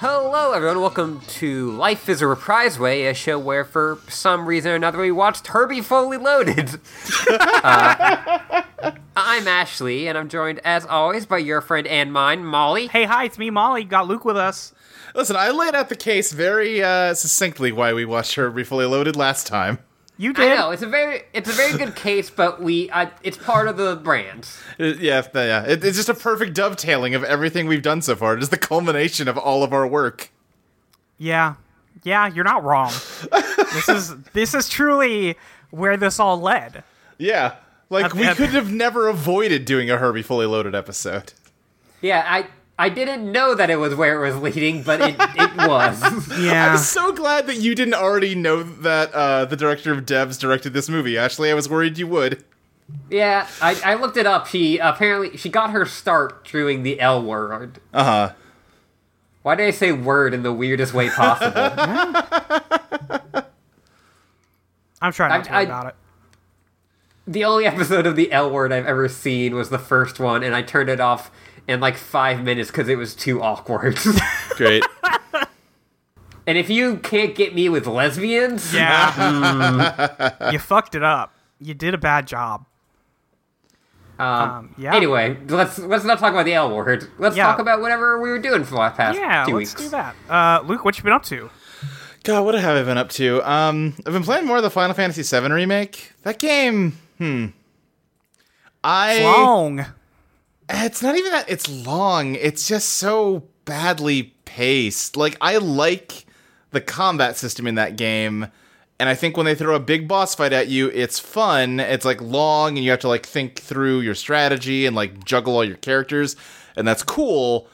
Hello, everyone. Welcome to Life is a Reprise Way, a show where, for some reason or another, we watched Herbie Fully Loaded. Uh, I'm Ashley, and I'm joined, as always, by your friend and mine, Molly. Hey, hi, it's me, Molly. Got Luke with us. Listen, I laid out the case very uh, succinctly why we watched her Fully Loaded last time. You did. I know it's a very it's a very good case, but we uh, it's part of the brand. Uh, Yeah, if- yeah. It, it's just a perfect dovetailing of everything we've done so far. It is the culmination of all of our work. Yeah, yeah, you're not wrong. this is this is truly where this all led. Yeah. Like, I've- we I've- could have never avoided doing a Herbie Fully Loaded episode. Yeah, I I didn't know that it was where it was leading, but it it was. Yeah, I'm so glad that you didn't already know that uh, the director of Devs directed this movie, Ashley. I was worried you would. yeah, I I looked it up. She apparently she got her start doing the L word. Uh huh. Why did I say word in the weirdest way possible? I'm trying not to I- worry I- about it. the only episode of the L word I've ever seen was the first one, and I turned it off in like five minutes because it was too awkward. Great. and if you can't get me with lesbians, Yeah, you fucked it up. You did a bad job. Um, yeah. Anyway, let's let's not talk about the L word. Let's Yeah. talk about whatever we were doing for the past yeah, 2 let's weeks. do that. Uh, Luke, what you been up to? God, what have I been up to? Um, I've been playing more of the Final Fantasy VII remake. That game, hmm. I Long. it's not even that it's long. It's just so badly paced. Like I like the combat system in that game, and I think when they throw a big boss fight at you, it's fun. It's like long, and you have to like think through your strategy and like juggle all your characters, and that's cool.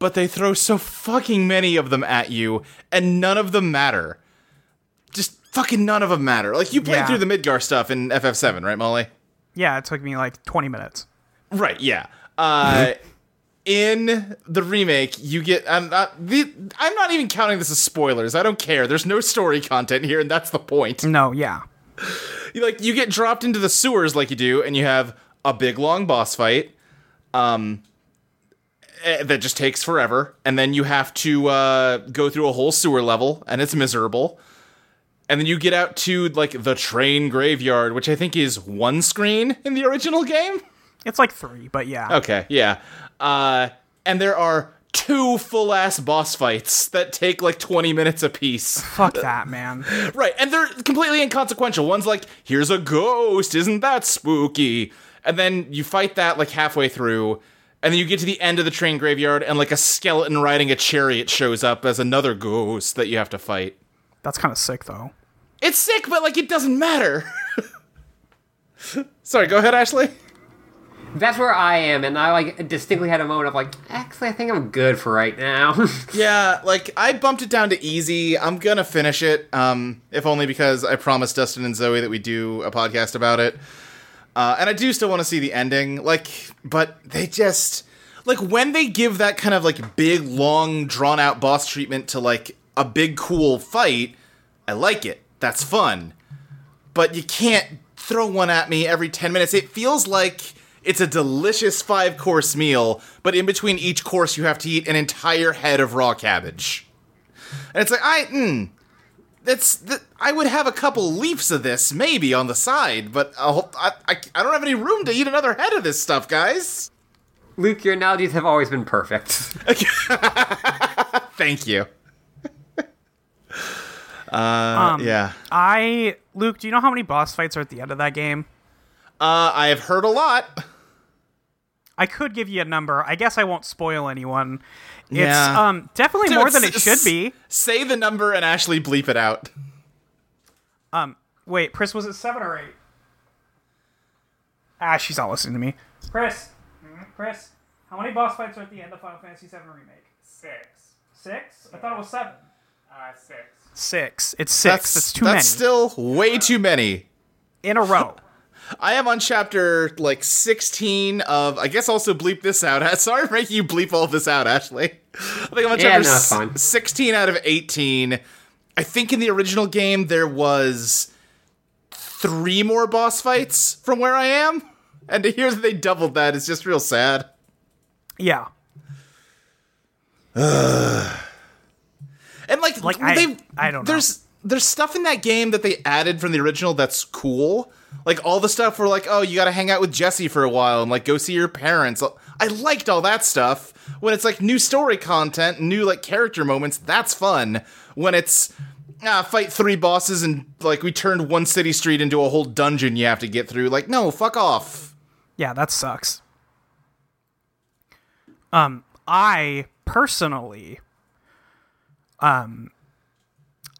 But they throw so fucking many of them at you, and none of them matter. Just fucking none of them matter. Like you played Yeah. through the Midgar stuff in FF7, right, Molly? Yeah, it took me like 20 minutes. Right. Yeah. Uh, in the remake, you get. I'm not. The, I'm not even counting this as spoilers. I don't care. There's no story content here, and that's the point. No, yeah, You, like you get dropped into the sewers, like you do, and you have a big long boss fight. Um. eh, That just takes forever, and then you have to uh, go through a whole sewer level, and it's miserable. And then you get out to like the train graveyard, which I think is one screen in the original game. it's like three, but yeah, Okay, yeah. Uh, and there are two full ass boss fights that take like 20 minutes apiece. fuck that, man. right, and they're completely inconsequential. One's like, here's a ghost, isn't that spooky? And then you fight that like halfway through, and then you get to the end of the train graveyard, and like a skeleton riding a chariot shows up as another ghost that you have to fight. That's kind of sick though. It's sick, but like it doesn't matter. Sorry, go ahead, Ashley. That's where I am, and I like distinctly had a moment of like, actually, I think I'm good for right now. Yeah, like I bumped it down to easy. I'm gonna finish it, um, if only because I promised Dustin and Zoe that we do a podcast about it, uh, and I do still want to see the ending. Like, but they just like when they give that kind of like big, long, drawn out boss treatment to like a big, cool fight. I like it. That's fun, but you can't throw one at me every ten minutes. It feels like. It's a delicious five course meal, but in between each course, you have to eat an entire head of raw cabbage. And it's like, I, mm, that's, th- I would have a couple leaves of this maybe on the side, but I'll, I, I, I don't have any room to eat another head of this stuff, guys. Luke, your analogies have always been perfect. Thank you. Um, Uh, Yeah. I Luke, do you know how many boss fights are at the end of that game? Uh, I have heard a lot. I could give you a number. I guess I won't spoil anyone. It's Yeah. um definitely more than it S- should be. Say the number and Ashley bleep it out. Um, Wait, Pris, was it seven or eight? Ah, she's not listening to me. Pris, hmm, Pris, how many boss fights are at the end of Final Fantasy VII Remake? Six. Six? I thought it was seven. Uh, six. Six. It's six. That's, too that's many still way too many. in a row. I am on chapter like 16 of I guess also bleep this out. Sorry for making you bleep all this out, Ashley. I think I'm on Yeah, chapter no, it's s- fine. 16 out of 18. I think in the original game there was three more boss fights from where I am, and to hear that they doubled that is just real sad. Yeah. And like, Like, I- they, I don't know. There's there's stuff in that game that they added from the original that's cool. Like all the stuff where like, oh, you got to hang out with Jesse for a while and like go see your parents. I liked all that stuff. When it's like new story content, new like character moments, that's fun. When it's ah, fight three bosses and like we turned one city street into a whole dungeon you have to get through. Like, no, fuck off. Yeah, that sucks. Um, I personally, um,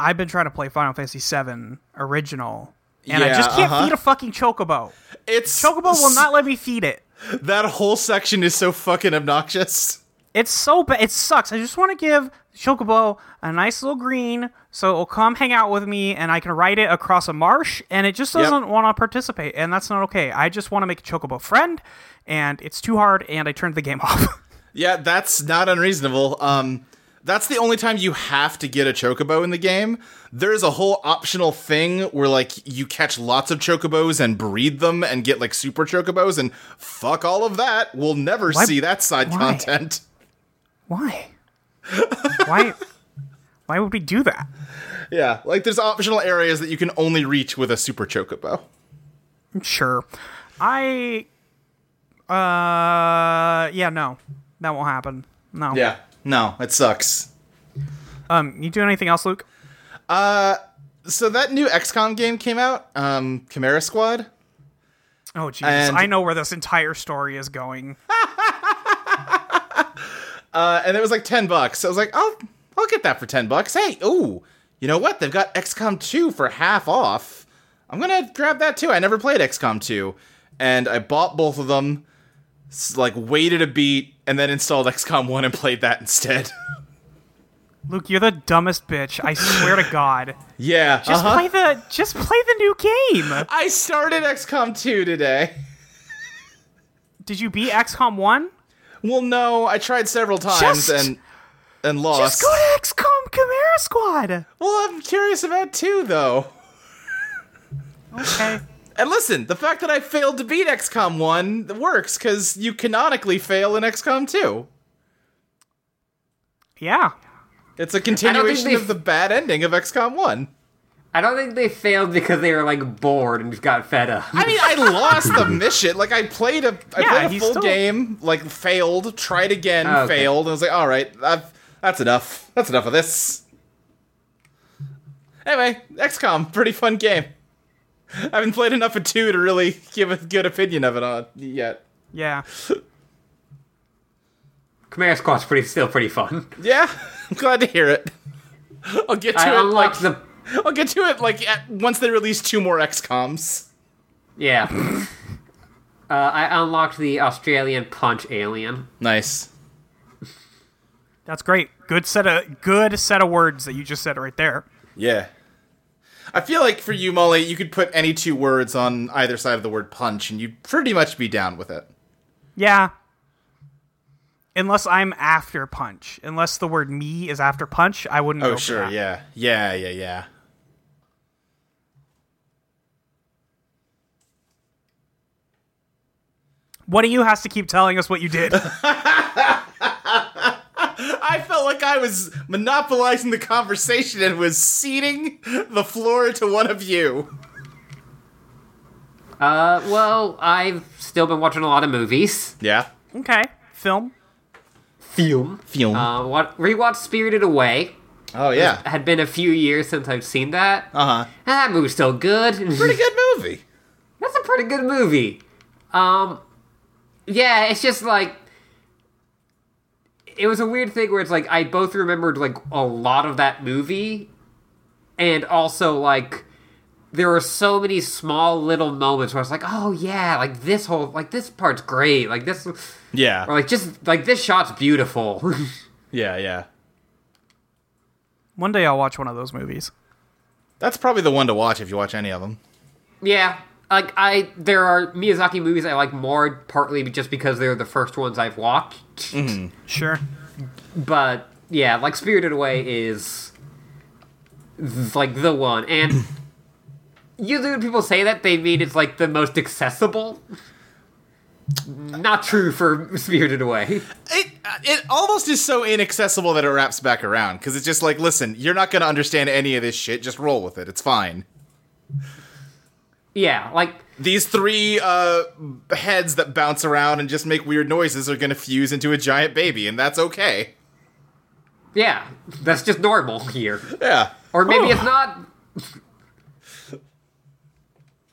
I've been trying to play Final Fantasy VII original, and I Yeah, just can't uh-huh. feed a fucking chocobo. It's Chocobo will not let me feed it. That whole section is so fucking obnoxious. It's so bad. It sucks. I just want to give Chocobo a nice little green so it'll come hang out with me and I can ride it across a marsh and it just doesn't want to participate and that's not okay. I just want to make a Chocobo friend and it's too hard and I turned the game off. Yeah, that's not unreasonable. Um, that's the only time you have to get a chocobo in the game. There's a whole optional thing where like you catch lots of chocobos and breed them and get like super chocobos and fuck all of that. We'll never Why- see that side why? content. Why? why? Why would we do that? Yeah, like there's optional areas that you can only reach with a super chocobo. Sure. I. Uh. Yeah. No. That won't happen. No. Yeah. No, it sucks. Um. You doing anything else, Luke? So that new XCOM game came out, um, Chimera Squad. Oh, Jesus. And- I know where this entire story is going. and it was like 10 bucks. So I was like, I'll, I'll get that for 10 bucks. Hey, ooh, you know what? They've got XCOM 2 for half off. I'm going to grab that too. I never played XCOM 2. And I bought both of them, s- like, waited a beat, and then installed XCOM 1 and played that instead. Luke, you're the dumbest bitch. I swear to God. yeah. Just uh-huh. play the. Just play the new game. I started XCOM 2 today. Did you beat XCOM One? Well, no, I tried several times Just- and and lost. Just go to XCOM Chimera Squad. well, I'm curious about 2 though. Okay. And listen, the fact that I failed to beat XCOM 1 works because you canonically fail in XCOM 2. Yeah. It's a don't think continuation they- of the bad ending of XCOM 1. I don't think they failed because they were like bored and just got fed up. I mean, I lost the mission. Like, I played a, I Yeah, played a he's full still- game, like, failed, tried again, Oh, okay. failed, and I was like, all right, I've, that's enough. That's enough of this. Anyway, XCOM, pretty fun game. I haven't played enough of 2 to really give a good opinion of it on yet. Yeah. Chimera Squad's pretty still pretty fun. Yeah, I'm glad to hear it. I'll get to I it unlocked the I'll get to it like at, once they release two more XComs. yeah. uh, I unlocked the Australian Punch Alien. Nice. That's great. Good set of good set of words that you just said right there. Yeah. I feel like for you, Molly, you could put any two words on either side of the word punch, and you'd pretty much be down with it. Yeah. Unless I'm after punch. Unless the word me is after punch, I wouldn't. Oh, go for sure, that. yeah, yeah, yeah, yeah. What do you has to keep telling us what you did? I felt like I was monopolizing the conversation and was ceding the floor to one of you. Uh, well, I've still been watching a lot of movies. Yeah, okay. Film. Film. Film. Uh, what rewatched Spirited Away. oh yeah, Had been a few years since I've seen that. uh huh. And that movie's still good. Pretty good movie. That's a pretty good movie. Um, yeah, it's just like it was a weird thing where it's like I both remembered like a lot of that movie, and also like there were so many small little moments where I was like, oh yeah, like this whole like this part's great, like this, or Yeah, like just like this shot's beautiful. yeah, yeah. One day I'll watch one of those movies. That's probably the one to watch if you watch any of them. Yeah, like I, there are Miyazaki movies I like more, partly just because they're the first ones I've watched. Sure. But yeah, like Spirited Away is th- like the one, and usually when people say that, they mean it's like the most accessible. Not true for Spirited Away. It it almost is so inaccessible that it wraps back around because it's just like, listen, you're not gonna understand any of this shit. Just roll with it. It's fine. Yeah, like These three uh, heads that bounce around and just make weird noises are gonna fuse into a giant baby, and that's okay. yeah, that's just normal here. Yeah. Or Oh. maybe it's not.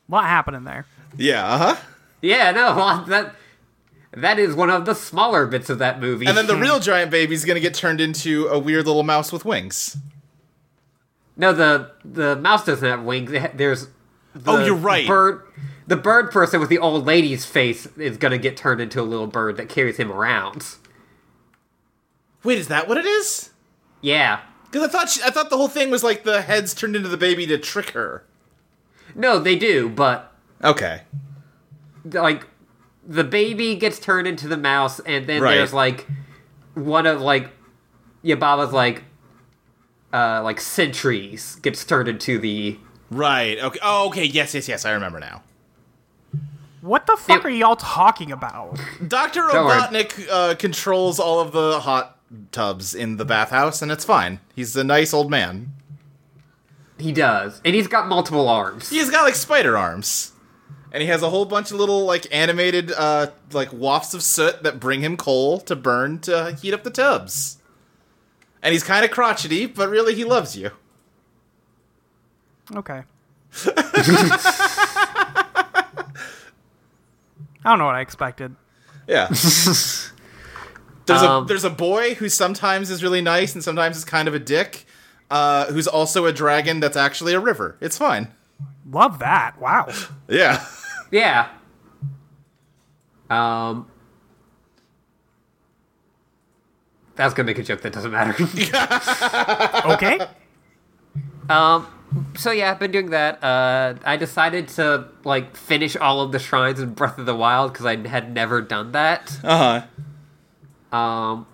A lot happening there. Yeah. Uh huh. Yeah, no, well, that that is one of the smaller bits of that movie. And then the real giant baby's gonna get turned into a weird little mouse with wings. no, the the mouse doesn't have wings. It ha- There's the Oh, you're right. Bird, the bird person with the old lady's face is gonna get turned into a little bird that carries him around. Wait, is that what it is? Yeah, Because I thought she, I thought the whole thing was like the heads turned into the baby to trick her. no, they do, but Okay. like the baby gets turned into the mouse and then Right. there's like one of like Yababa's like uh like sentries gets turned into the Right. Okay. Oh, okay. Yes, yes, yes. I remember now. What the fuck It- are y'all talking about? Doctor Don't worry. Robotnik uh, controls all of the hot tubs in the bathhouse, and it's fine. He's a nice old man. he does. And he's got multiple arms. He's got like spider arms, and he has a whole bunch of little like animated uh, like wafts of soot that bring him coal to burn to heat up the tubs. And he's kind of crotchety, but really he loves you. Okay. I don't know what I expected. Yeah. there's a Um, there's a boy who sometimes is really nice and sometimes is kind of a dick, uh, who's also a dragon that's actually a river. It's fine. Love that. Wow. Yeah. Yeah. Um That's gonna make a joke that doesn't matter. Okay. Um. So yeah, I've been doing that. Uh, I decided to like finish all of the shrines in Breath of the Wild because I had never done that. Uh Um,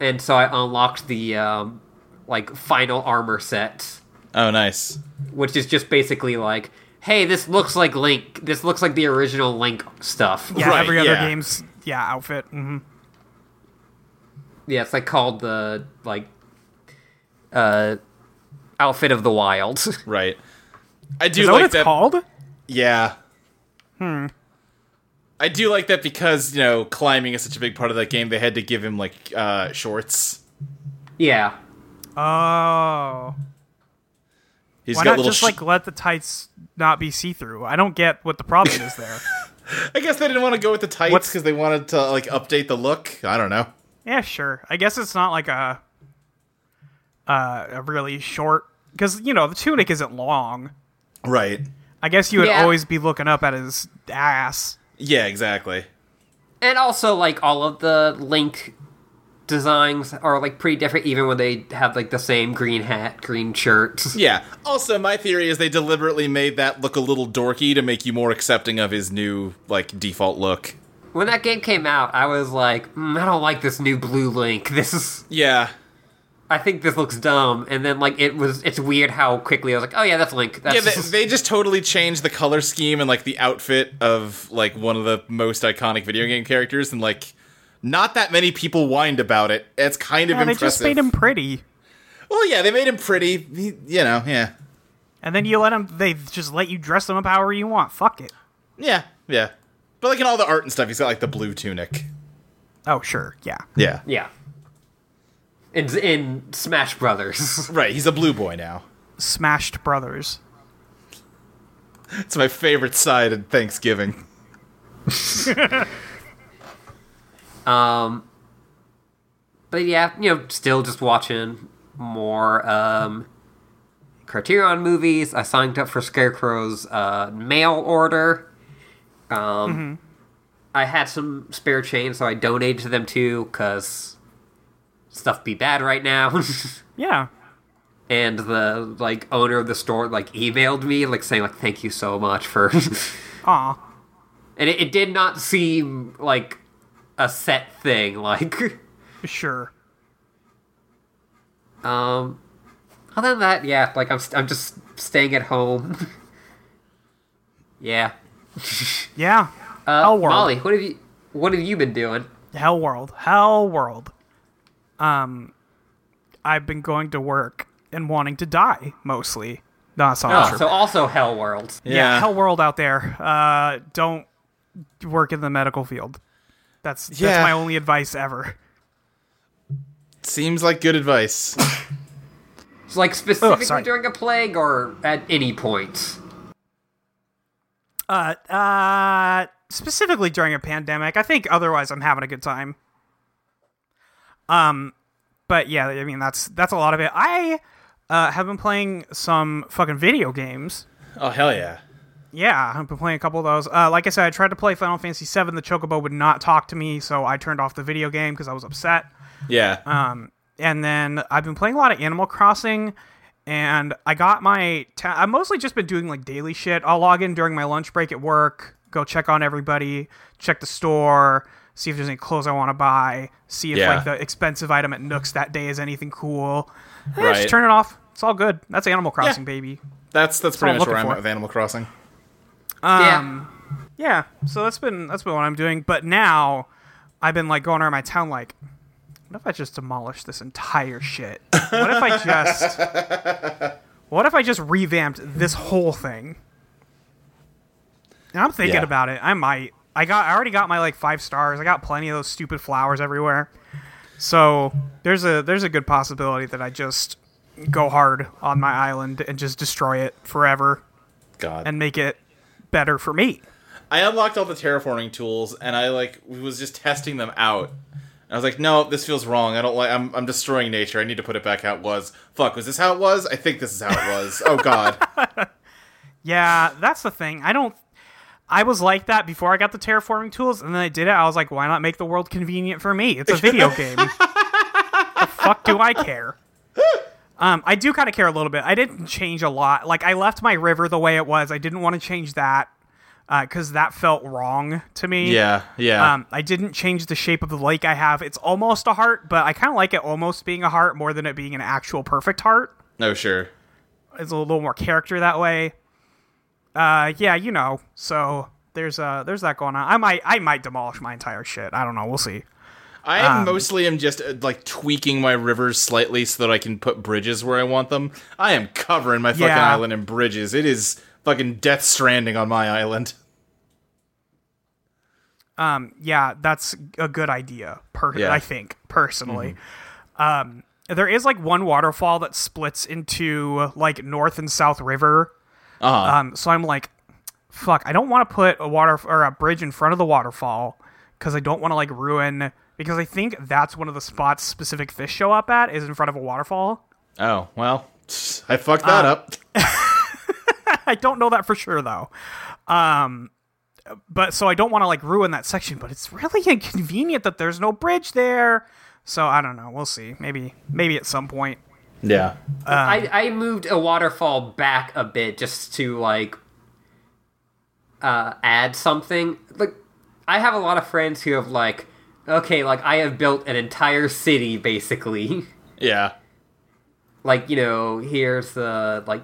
and so I unlocked the um, like final armor set, huh. Oh, nice. which is just basically like, hey, this looks like Link. This looks like the original Link stuff. Yeah, Right, every other yeah. game's yeah outfit. hmm Yeah, it's like called the like uh outfit of the wild. Right. I do Is that like what it's that. called? Yeah. Hmm. I do like that because you know climbing is such a big part of that game. They had to give him like uh, shorts. yeah. Oh. He's Why got not little. just sh- like let the tights not be see through? I don't get what the problem is there. I guess they didn't want to go with the tights What's- because they wanted to like update the look. I don't know. yeah, sure. I guess it's not like a uh, a really short because you know the tunic isn't long. Right. I guess you would Yeah. always be looking up at his ass. Yeah. Exactly. and also like all of the link designs are like pretty different even when they have like the same green hat green shirt Yeah. Also, my theory is they deliberately made that look a little dorky to make you more accepting of his new like default look. when that game came out i was like mm, i don't like this new blue link this is Yeah. i think this looks dumb and then like it was it's weird how quickly i was like oh yeah that's link that's Yeah, they, they just totally changed the color scheme and like the outfit of like one of the most iconic video game characters, and like not that many people whined about it. It's kind of Yeah, they impressive. just made him pretty, well, yeah, they made him pretty. He, you know, yeah, and then you let him. They just let you dress him up however you want. Fuck it. yeah, yeah. But like in all the art and stuff, he's got like the blue tunic. Oh sure, yeah. Yeah, yeah in, in smash brothers right. He's a blue boy now. Smashed Brothers. It's my favorite side at Thanksgiving. um but yeah you know still just watching more um criterion movies i signed up for scarecrow's uh mail order um i had some spare change so i donated to them too because stuff be bad right now Yeah. and the like owner of the store like emailed me like saying like thank you so much for Aw. and it, it did not seem like a set thing like Sure. Um, other than that, yeah, like I'm, st- I'm just staying at home. yeah. Yeah. Uh, L word. Molly, what have you? What have you been doing? Hell world. Hell world. Um, I've been going to work and wanting to die mostly. No, that's not Oh, true. so also Hell World. yeah. hell world out there. Uh, don't work in the medical field. That's Yeah. that's my only advice ever. Seems like good advice. So like specifically sorry. during a plague or at any point. Uh, uh, specifically during a pandemic. I think otherwise I'm having a good time. Um, but yeah, I mean that's that's a lot of it. I uh, have been playing some fucking video games. oh hell yeah. Yeah, I've been playing a couple of those. Uh, like I said, I tried to play Final Fantasy VII. The Chocobo would not talk to me, so I turned off the video game because I was upset. Yeah. Uh, and then I've been playing a lot of Animal Crossing, and I got my. Ta- I've mostly just been doing like daily shit. I'll log in during my lunch break at work, go check on everybody, check the store, see if there's any clothes I want to buy, see if Yeah. like the expensive item at Nooks that day is anything cool. Eh, Right. Just turn it off. It's all good. That's Animal Crossing, baby. that's that's pretty I'm much where looking I'm for. at with Animal Crossing. Um, Yeah, so that's been that's been what I'm doing. But now, I've been like going around my town like, what if I just demolish this entire shit? What if I just, what if I just revamped this whole thing? And I'm thinking Yeah. about it. I might. I got. I already got my like five stars. I got plenty of those stupid flowers everywhere. So there's a there's a good possibility that I just go hard on my island and just destroy it forever God. and make it better for me. I unlocked all the terraforming tools and I like was just testing them out. And I was like, no, this feels wrong. I don't like. I'm I'm destroying nature. I need to put it back how it was. Fuck, was this how it was? I think this is how it was. oh God. Yeah, that's the thing. I don't. I was like that before I got the terraforming tools, and then I did it. I was like, why not make the world convenient for me? It's a video game. the fuck do I care? Um, I do kind of care a little bit. I didn't change a lot. Like I left my river the way it was. I didn't want to change that because that felt wrong to me. yeah. Um, I didn't change the shape of the lake I have. It's almost a heart, but I kind of like it almost being a heart more than it being an actual perfect heart no, sure. is a little more character that way. Uh, yeah, you know. So there's uh there's that going on. I might I might demolish my entire shit. I don't know. We'll see. um, I mostly am just uh, like tweaking my rivers slightly so that I can put bridges where I want them. I am covering my fucking Yeah. island in bridges. It is fucking Death Stranding on my island. Yeah, that's a good idea. Per Yeah. Mm-hmm. I think personally. Um, there is like one waterfall that splits into like north and south river. Uh-huh. Um, so I'm like, fuck. I don't want to put a water or a bridge in front of the waterfall because I don't want to like ruin because I think that's one of the spots specific fish show up at is in front of a waterfall. oh well, I fucked Um, that up. I don't know that for sure though. Um but so I don't want to like ruin that section, but it's really inconvenient that there's no bridge there. So I don't know. We'll see. Maybe maybe at some point. Yeah. I, I moved a waterfall back a bit just to like uh, add something. Like I have a lot of friends who have like okay, like I have built an entire city basically. Yeah. like you know here's the like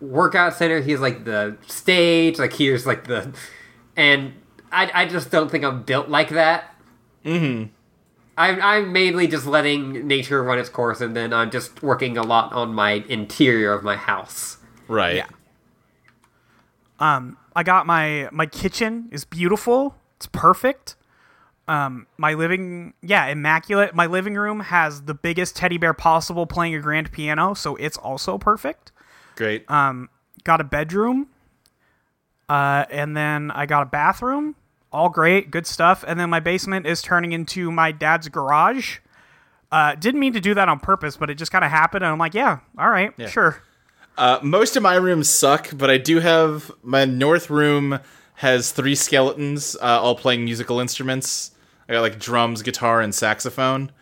workout center here's like the stage like here's like the and i, I just don't think i'm built like that mm-hmm I'm, I'm mainly just letting nature run its course and then i'm just working a lot on my interior of my house Right. I got my my kitchen is beautiful. It's perfect. Um, my living yeah, immaculate. My living room has the biggest teddy bear possible playing a grand piano, so it's also perfect. Great. got a bedroom, uh, and then I got a bathroom. All great, good stuff. And then my basement is turning into my dad's garage. Uh, didn't mean to do that on purpose, but it just kind of happened, and I'm like, yeah, all right, sure. Uh, most of my rooms suck, but I do have my north room has three skeletons, uh, all playing musical instruments. I got like drums, guitar, and saxophone.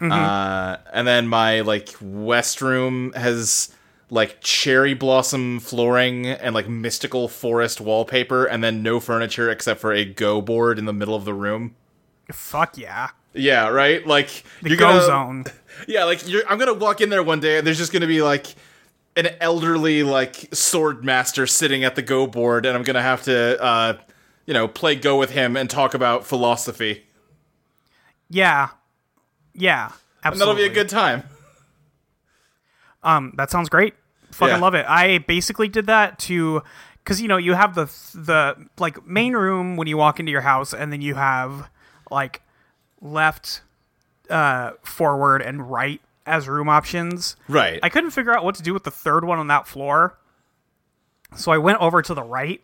Mm-hmm. Uh, and then my like west room has like cherry blossom flooring and like mystical forest wallpaper, and then no furniture except for a go board in the middle of the room. Fuck yeah, Yeah, right. Like the you're go gonna- zone. yeah, like you're, I'm gonna walk in there one day, and there's just gonna be like an elderly like sword master sitting at the go board, and I'm gonna have to uh, you know, play Go with him and talk about philosophy. Yeah. Yeah. And that'll Absolutely. be a good time. Um, that sounds great. Fucking Yeah. love it. I basically did that to, because you know you have the the like main room when you walk into your house, and then you have like left, uh, forward, and right as room options. Right. I couldn't figure out what to do with the third one on that floor, so I went over to the right.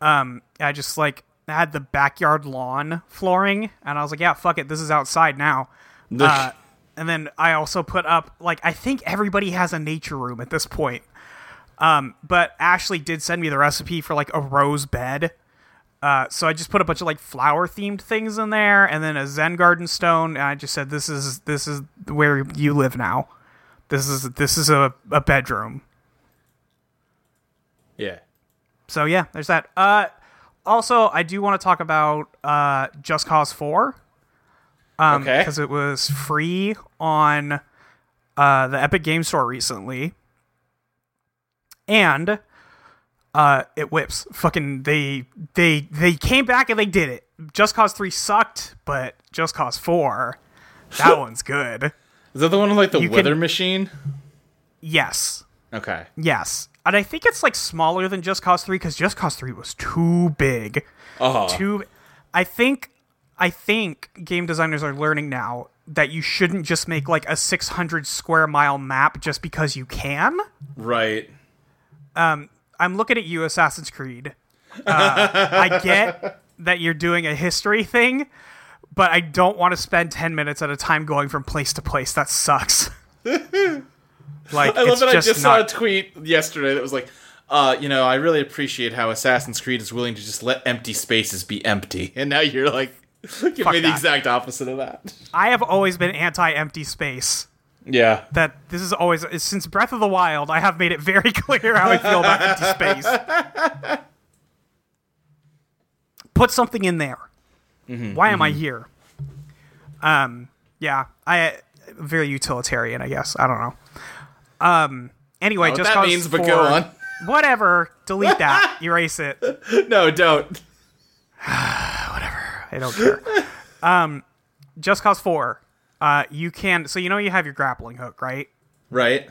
Um, I just like had the backyard lawn flooring, and I was like, yeah, fuck it, this is outside now. Uh, and then I also put up like I think everybody has a nature room at this point. Um, but Ashley did send me the recipe for like a rose bed. Uh, so I just put a bunch of like flower themed things in there, and then a Zen garden stone. And I just said, "This is this is where you live now. This is this is a, a bedroom." yeah. So yeah, there's that. Uh, also, I do want to talk about uh, Just Cause Four. okay. Um, because it was free on uh, the Epic Game Store recently, and uh, it whips. Fucking they they they came back and they did it. Just Cause Three sucked, but Just Cause Four, that one's good. Is that the one with like the can- weather machine? Yes, Okay. yes, and I think it's like smaller than Just Cause Three because Just Cause Three was too big. Oh. too i think i think game designers are learning now that you shouldn't just make like a 600 square mile map just because you can Right. i'm looking at you assassin's creed uh, i get that you're doing a history thing but i don't want to spend 10 minutes at a time going from place to place that sucks like I love it's that I just, just not saw a tweet yesterday that was like, uh, you know, I really appreciate how Assassin's Creed is willing to just let empty spaces be empty. And now you're like, give me the that. exact opposite of that. i have always been anti-empty space Yeah. that this is always since Breath of the Wild. I have made it very clear how I feel about empty space. Put something in there. Mm-hmm. Why am I here? Um, yeah, I very utilitarian, I guess. I don't know. Um, anyway, what just Oh, that cause means, but four- go on. Whatever. Delete that. Erase it. No, don't. I don't care. um, just cause four. Uh, you can. So you know you have your grappling hook, right? Right.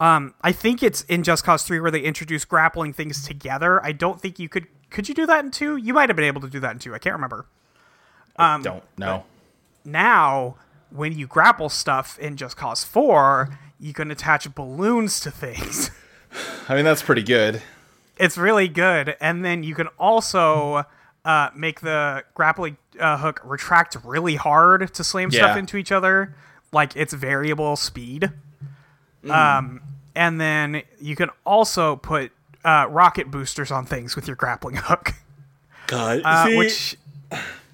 I think it's in Just Cause 3 where they introduce grappling things together. I don't think you could could you do that in 2? You might have been able to do that in 2. I can't remember. Um, don't. No. Now, when you grapple stuff in Just Cause 4, you can attach balloons to things. I mean, that's pretty good. it's really good. And then you can also uh, make the grappling uh, hook retract really hard to slam Yeah. stuff into each other. Like it's variable speed. Mm. Um, and then you can also put uh, rocket boosters on things with your grappling hook, God. uh, see, which.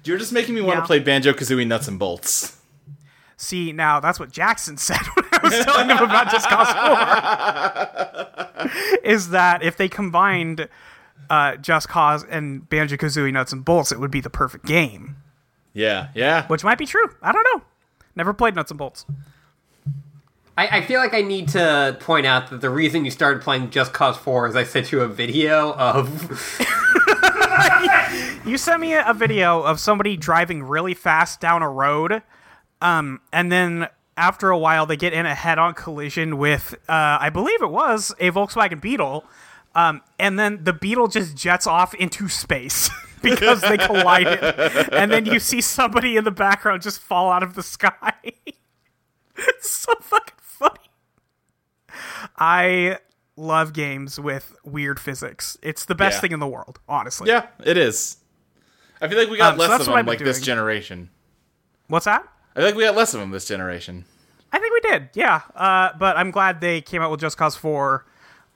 you're just making me want to Yeah. play Banjo Kazooie Nuts and Bolts. See, now that's what Jackson said when I was telling him about Just Cause 4. is that if they combined uh, Just Cause and Banjo Kazooie Nuts and Bolts, it would be the perfect game. Yeah. Yeah. Which might be true. I don't know. Never played Nuts and Bolts. I, I feel like I need to point out that the reason you started playing Just Cause 4 is I sent you a video of. You sent me a video of somebody driving really fast down a road, um, and then after a while they get in a head-on collision with, uh, I believe it was a Volkswagen Beetle, um, and then the Beetle just jets off into space because they collided, and then you see somebody in the background just fall out of the sky. it's so fucking funny. I love games with weird physics. It's the best Yeah. thing in the world, honestly. Yeah. It is. I feel like we Um, got so less that's of what them I've been like this doing. generation. What's that? I feel like we got less of them this generation. I think we did, yeah. Uh, but I'm glad they came out with Just Cause Four,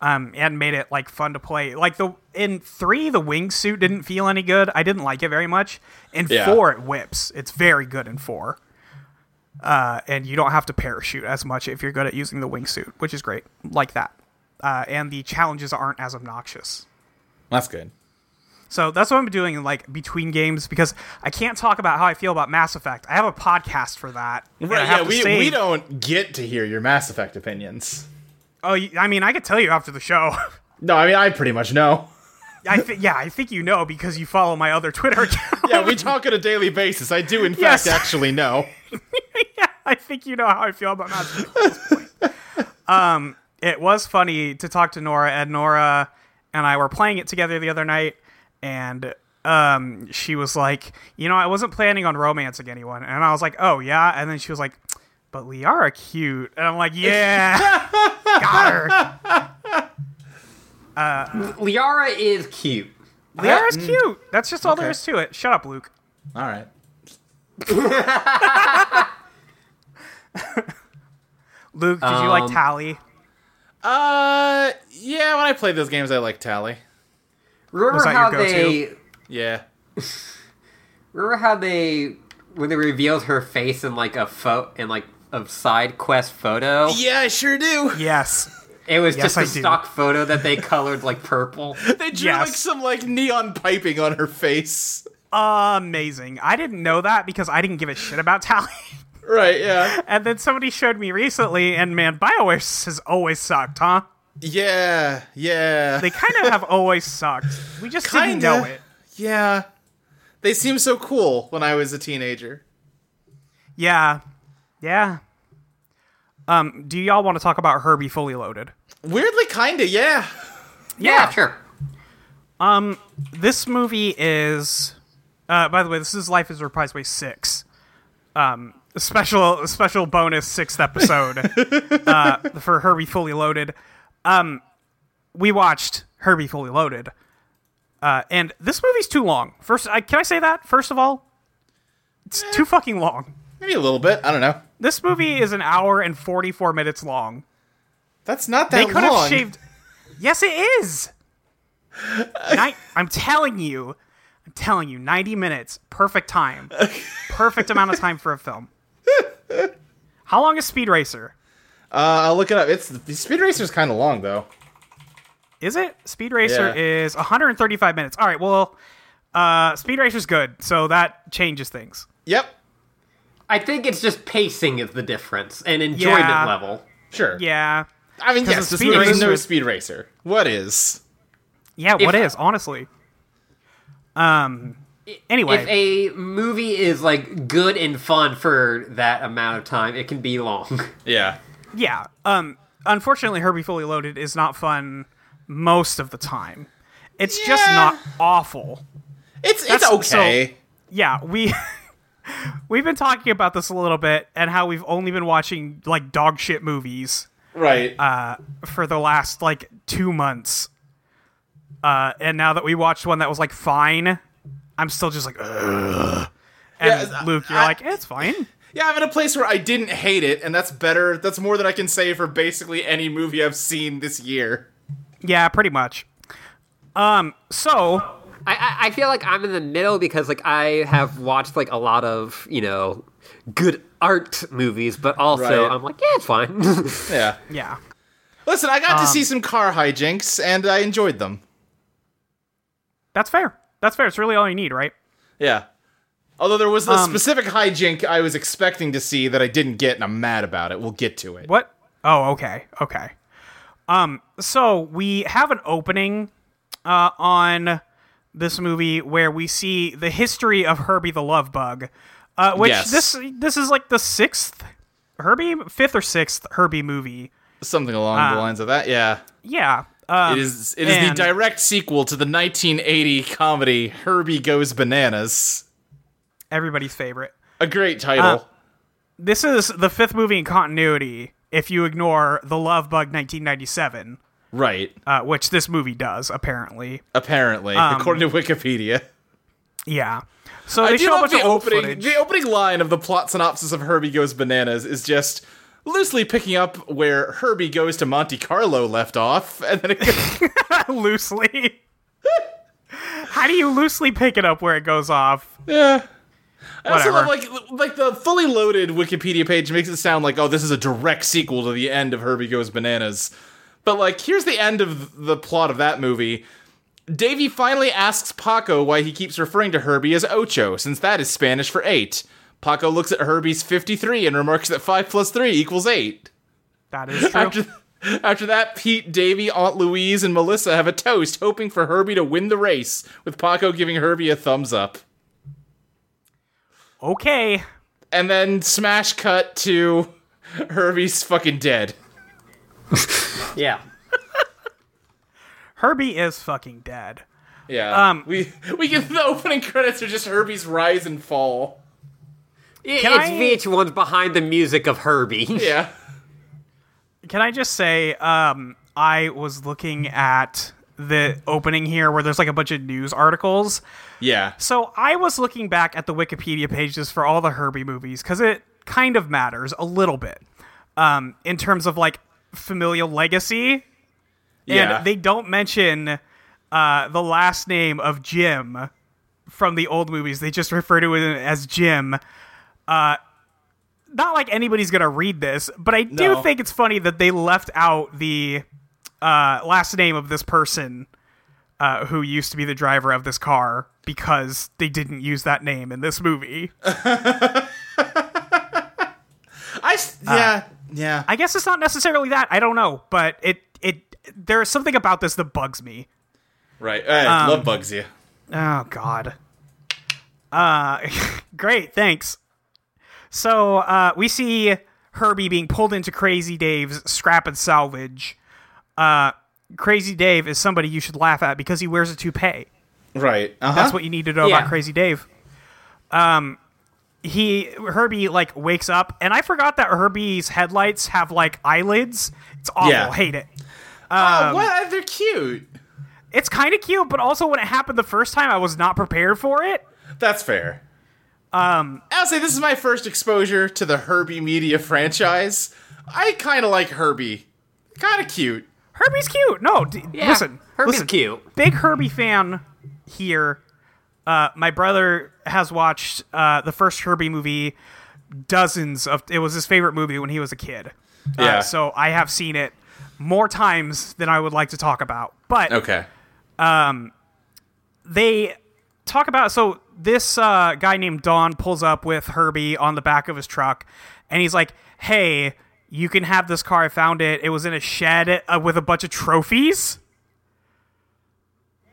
um, and made it like fun to play. Like the in three, the wingsuit didn't feel any good. I didn't like it very much. In Yeah. four, it whips. It's very good in four, uh, and you don't have to parachute as much if you're good at using the wingsuit, which is great. Like that, uh, and the challenges aren't as obnoxious. That's good. So that's what I'm doing, like between games, because I can't talk about how I feel about Mass Effect. I have a podcast for that. and I Right, have to yeah, we, we save- don't get to hear your Mass Effect opinions. Oh, you- I mean, I could tell you after the show. No, I mean, I pretty much know. I thi- yeah, I think you know because you follow my other Twitter account. Yeah, we talk on a daily basis. I do, in Yes. fact, actually know. yeah, I think you know how I feel about Mads at this point. Um, it was funny to talk to Nora, and Nora and I were playing it together the other night, and um, she was like, "You know, I wasn't planning on romancing anyone," and I was like, "Oh yeah," and then she was like, "But Liara cute," and I'm like, "Yeah, got her. Liara is cute. Liara's cute. That's just all there Okay. is to it." Shut up, Luke. All right. Luke, did you like Um, Tally? Uh, yeah. When I play those games, I like Tally. Remember Was that your how go-to? they Yeah. remember how they when they revealed her face in like a photo in like a side quest photo? Yeah, I sure do. Yes. It was Yes, just a I do. stock photo that they colored like purple. They drew Yes. like some like neon piping on her face. Amazing. I didn't know that because I didn't give a shit about Tally. Right. Yeah. And then somebody showed me recently, and man, Bioware has always sucked, huh? Yeah. Yeah. They kind of have always sucked. We just didn't Kinda. know it. yeah. They seemed so cool when I was a teenager. Yeah, yeah. Um, do y'all want to talk about Herbie Fully Loaded? Weirdly, kinda. Yeah. yeah, sure. This movie is, uh, by the way, this is Life is Reprised Way six. Um, special special bonus sixth episode uh, for Herbie Fully Loaded. Um, we watched Herbie Fully Loaded, uh, and this movie's too long. First, I, can I say that? First of all, it's too fucking long. Maybe a little bit. I don't know. This movie is an hour and forty four minutes long. That's not They that could long. have shaved. Yes, it is. Ni- I'm telling you, I'm telling you, 90 minutes, perfect time, perfect amount of time for a film. How long is Speed Racer? Uh, I'll look it up. It's the Speed Racer's kind of long though. Is it Speed Racer Yeah. is 135 minutes? All right, well, uh, Speed Racer's good, so that changes things. Yep. I think it's just pacing is the difference and enjoyment Yeah. level. Sure. Yeah, I mean, 'Cause yes. the This Speed movie is no Racer- Speed Racer. What is? yeah. If- what is honestly? Um. Anyway, If a movie is like good and fun for that amount of time, it can be long. Yeah. Yeah. Um. Unfortunately, Herbie Fully Loaded is not fun most of the time. It's just Yeah. not awful. It's That's- it's okay. so- Yeah, we we've been talking about this a little bit and how we've only been watching like dog shit movies Right. for the last like two months. Uh, and now that we watched one that was like fine, I'm still just like, Ugh. and Yeah, Luke, you're I- like, it's fine. yeah, I'm in a place where I didn't hate it, and that's better. That's more than I can say for basically any movie I've seen this year. Yeah, pretty much. Um. So. I, I, I feel like I'm in the middle because like I have watched like a lot of you know good art movies, but also Right. I'm like yeah, it's fine. Yeah. Yeah. Listen, I got to Um, see some car hijinks, and I enjoyed them. That's fair. That's fair. It's really all you need, right? Yeah. Although there was a Um, specific hijink I was expecting to see that I didn't get, and I'm mad about it. We'll get to it. What? Oh, okay, okay. Um, so we have an opening uh, on this movie where we see the history of Herbie the Love Bug, uh, which Yes. this this is like the sixth Herbie, fifth or sixth Herbie movie. Something along the lines of that. Yeah. Yeah, um, It is. It is Ah. and- the direct sequel to the 1980 comedy Herbie Goes Bananas. everybody's favorite. A great title. Uh, This is the fifth movie in continuity if you ignore the Love Bug 1997, right. uh, um, which this movie does apparently. apparently, according to Wikipedia. Yeah. So I they do show a love bunch the of old opening. footage. The opening line of the plot synopsis of Herbie Goes Bananas is just loosely picking up where Herbie Goes to Monte Carlo left off, and then it goes, loosely. How do you loosely pick it up where it goes off? yeah. I also Whatever. love, like like the fully loaded Wikipedia page makes it sound like oh this is a direct sequel to the end of Herbie Goes Bananas, but like here's the end of the plot of that movie. Davy finally asks Paco why he keeps referring to Herbie as Ocho, since that is Spanish for eight. Paco looks at Herbie's 53 and remarks that 5 plus 3 equals 8. That is true. After, After that, Pete, Davey, Aunt Louise, and Melissa have a toast, hoping for Herbie to win the race, with Paco giving Herbie a thumbs up. Okay. And then smash cut to Herbie's fucking dead. Yeah. Herbie is fucking dead. Yeah. Um, we we get the opening credits are just Herbie's rise and fall. Can I- it's VH1's behind the music of Herbie. Yeah. Can I just say, um, I was looking at the opening here where there's like a bunch of news articles. Yeah. So I was looking back at the Wikipedia pages for all the Herbie movies because it kind of matters a little bit um, in terms of like familial legacy. Yeah. And they don't mention uh, the last name of Jim from the old movies. They just refer to it as Jim. Uh, not like anybody's going to read this, but I do No. think it's funny that they left out the uh, last name of this person uh, who used to be the driver of this car because they didn't use that name in this movie. I s- yeah. yeah. uh, I guess it's not necessarily that. I don't know, but it it there's something about this that bugs me. right. I um, love bugs you. Oh God. Uh, great, thanks. So uh, we see Herbie being pulled into Crazy Dave's scrap and salvage. Uh, Crazy Dave is somebody you should laugh at because he wears a toupee. Right. Uh-huh. That's what you need to know Yeah. about Crazy Dave. Um, he Herbie like wakes up, and I forgot that Herbie's headlights have like eyelids. It's awful. Yeah. Hate it. Um, Oh, what? They're cute. It's kind of cute, but also when it happened the first time, I was not prepared for it. That's fair. Um, I'll say this is my first exposure to the Herbie Media franchise. I kind of like Herbie. Kind of cute. Herbie's cute. No, d- Yeah, listen, Herbie's listen. cute. Big Herbie fan here. Uh, my brother has watched uh, the first Herbie movie dozens of. It was his favorite movie when he was a kid. Uh, Yeah. so I have seen it more times than I would like to talk about. But Okay. they talk about so this uh, guy named Don pulls up with Herbie on the back of his truck, and he's like, "Hey, you can have this car. I found it. It was in a shed uh, with a bunch of trophies."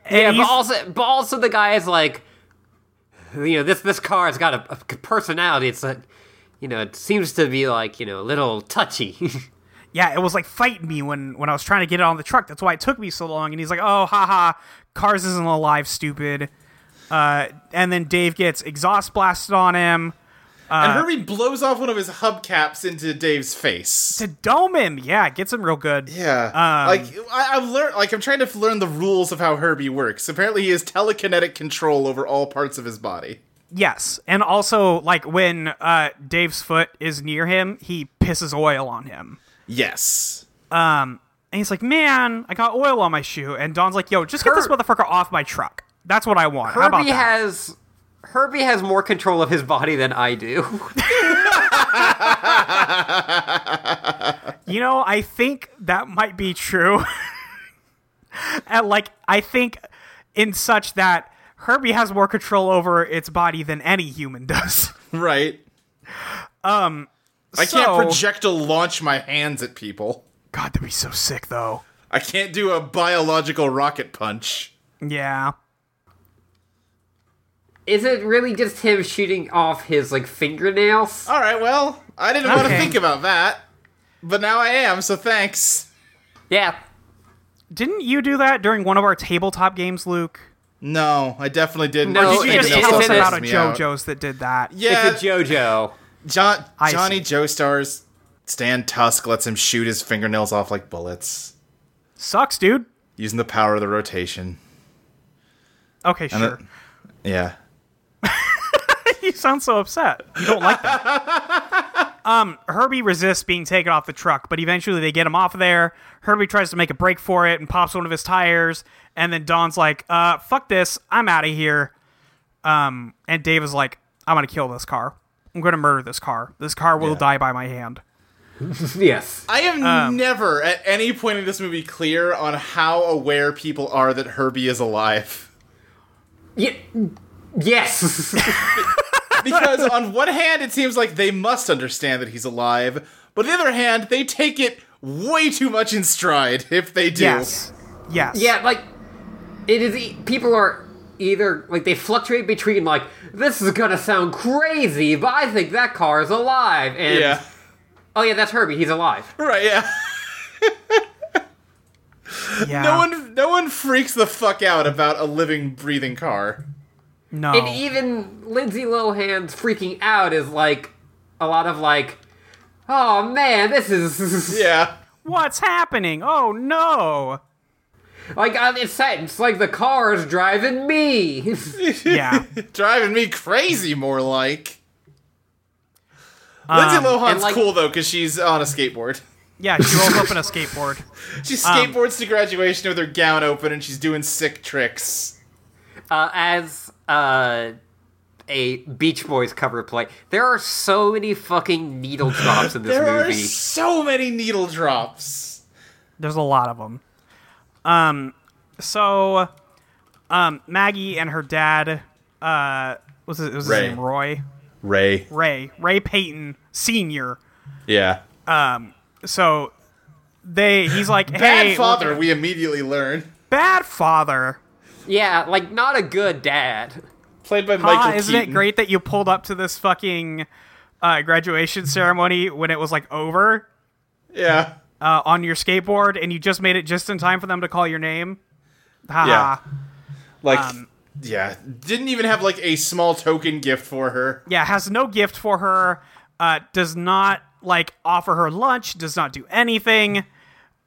And Yeah, he's- but also, but also the guy is like, you know, this this car has got a, a personality. It's like, you know, it seems to be like you know a little touchy. yeah, it was like fighting me when when I was trying to get it on the truck. That's why it took me so long. And he's like, "Oh, haha, cars isn't alive, stupid." Uh, and then Dave gets exhaust blasted on him and Herbie blows off one of his hubcaps into Dave's face. Um, to dome him. Yeah, gets him real good. Yeah, like I, I've learned, like I'm trying to learn the rules of how Herbie works. Apparently, he has telekinetic control over all parts of his body. Yes, and also like when uh, Dave's foot is near him, he pisses oil on him, Yes. and he's like, "Man, I got oil on my shoe." And Don's like, "Yo, just get this Her- motherfucker off my truck. That's what I want." How about Herbie that? has Herbie has more control of his body than I do. you know, I think that might be true. and like, I think in such that Herbie has more control over its body than any human does. Right. Um, I so- can't projectile launch my hands at people. God, that'd be so sick, though. I can't do a biological rocket punch. Yeah. Is it really just him shooting off his like fingernails? All right. Well, I didn't want to Okay. think about that, but now I am. So thanks. Yeah. Didn't you do that during one of our tabletop games, Luke? No, I definitely didn't. No, Did you it- just it- tell us it's- about a it's- JoJo's that did that? Yeah, It's a JoJo. John I Johnny see. Joestar's Stan Tusk lets him shoot his fingernails off like bullets Sucks, dude. using the power of the rotation. Okay, And sure. it- yeah. you sound so upset. You don't like that. um, Herbie resists being taken off the truck, but eventually they get him off of there. Herbie tries to make a break for it and pops one of his tires. And then Don's like, uh, fuck this. I'm out of here. Um, and Dave is like, I'm going to kill this car. I'm going to murder this car. This car will Yeah. die by my hand. Yes. I am Um, never at any point in this movie clear on how aware people are that Herbie is alive. Ye- yes. Because on one hand, it seems like they must understand that he's alive, but on the other hand, they take it way too much in stride if they do. Yes. Yes. Yeah, like it is. e- People are either like they fluctuate between like this is gonna sound crazy, but I think that car is alive, and Yeah. oh yeah, that's Herbie. He's alive. Right. Yeah. Yeah. No one, no one freaks the fuck out about a living, breathing car. No. Oh. And E- even Lindsay Lohan's freaking out is like a lot of like, oh man, this is Yeah. What's happening? Oh no. like uh, it's set. It's like the car is driving me. Yeah. Driving me crazy, more like. Lindsay Lohan's and, like- cool though, because she's on a skateboard. Yeah. She rolls up in a skateboard. She skateboards to graduation with her gown open, and she's doing sick tricks. uh, as uh, a Beach Boys cover play, there are so many fucking needle drops in this There are movie. so many needle drops. There's a lot of them. Um, so, um, Maggie and her dad, uh, what's his, what's his Ray. name? Roy. Ray. Ray. Ray Payton Senior. Yeah. So, they. He's like, Bad hey, father, we immediately learn. bad father. Yeah, like not a good dad. Played by Pa, Michael Ah, isn't Keaton. it great that you pulled up to this fucking uh, graduation ceremony when it was like over Yeah. uh, on your skateboard and you just made it just in time for them to call your name? Ha Yeah. ha. Like, Um, yeah. Didn't even have, like, a small token gift for her. Yeah, has no gift for her, uh, does not like offer her lunch, does not do anything.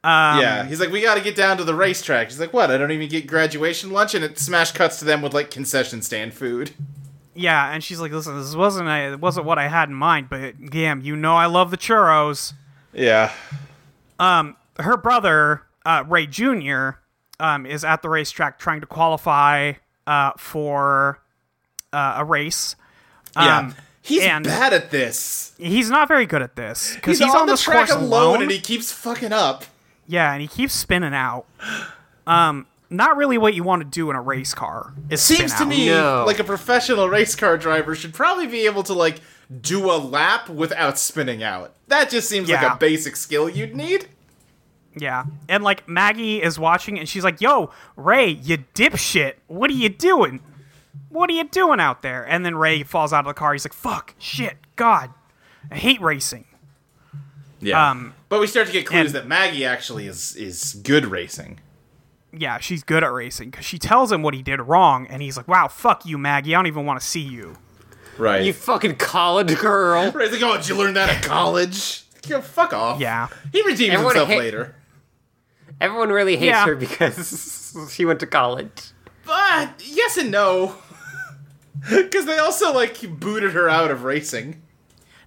Um, yeah. He's like, we gotta get down to the racetrack. She's like, what? I don't even get graduation lunch? And it smash cuts to them with, like, concession stand food. Yeah, and she's like, "Listen, this wasn't I, it wasn't what I had in mind, but damn, you know I love the churros." Yeah. her brother uh, Ray Jr. Um, is at the racetrack trying to qualify uh, for uh, a race. Um, He's and- bad at this. He's not very good at this because He's, he's, on, the this track course alone, and he keeps fucking up. yeah, and he keeps spinning out. Um, not really what you want to do in a race car. It Seems to me No. like a professional race car driver should probably be able to like do a lap without spinning out. That just seems like Yeah. a basic skill you'd need. Yeah, and like Maggie is watching, and she's like, "Yo, Ray, you dipshit! What are you doing? What are you doing out there?" And then Ray falls out of the car. He's like, "Fuck, shit, God, I hate racing." Yeah. Um, but we start to get clues and- that Maggie actually is is good racing. yeah, she's good at racing because she tells him what he did wrong, and he's like, "Wow, fuck you, Maggie. I don't even want to see you." Right. You fucking college girl. right, it's like, oh, did you learn that at college? Yeah, fuck off. Yeah, He redeems Everyone himself hate- later. Everyone really hates Yeah. her because she went to college. But yes and no. Cause they also like booted her out of racing.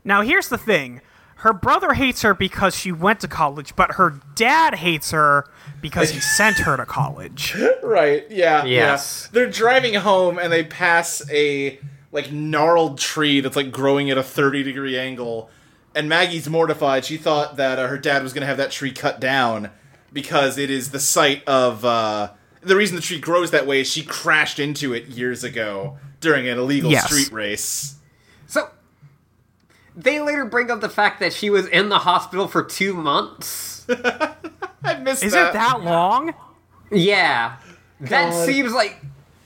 Now, here's the thing her brother hates her because she went to college, but her dad hates her because he sent her to college. Right. Yeah. Yes. Yeah. They're driving home and they pass a like gnarled tree that's like growing at a 30 degree angle. And Maggie's mortified. She thought that uh, her dad was going to have that tree cut down because it is the site of uh, the reason the tree grows that way is she crashed into it years ago during an illegal Yes. street race. So they later bring up the fact that she was in the hospital for two months. I missed Is that. it that long? Yeah, that God. seems like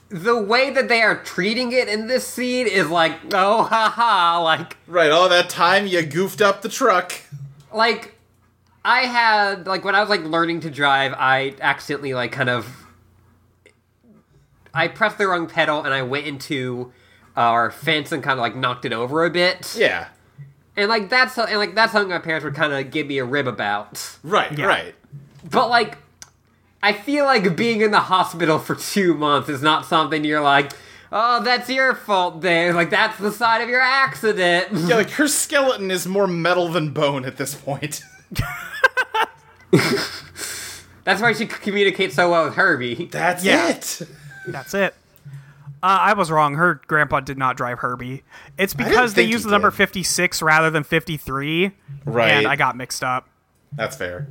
the way that they are treating it in this scene is like, oh, haha, like, Right. All that time you goofed up the truck. like I had like when I was like learning to drive, I accidentally like kind of I pressed the wrong pedal and I went into our fence and kind of like knocked it over a bit. Yeah. And like that's and like that's something my parents would kind of give me a rib about. Right. Yeah. Right. But like I feel like being in the hospital for 2 months is not something you're like, "Oh, that's your fault there." Like that's the side of your accident. Yeah. Like her skeleton is more metal than bone at this point. That's why she c- communicates so well with Herbie. That's Yeah. it. That's it. Uh, I was wrong. Her grandpa did not drive Herbie. It's because they think used he the number did. 56 rather than 53. Right. And I got mixed up. That's fair.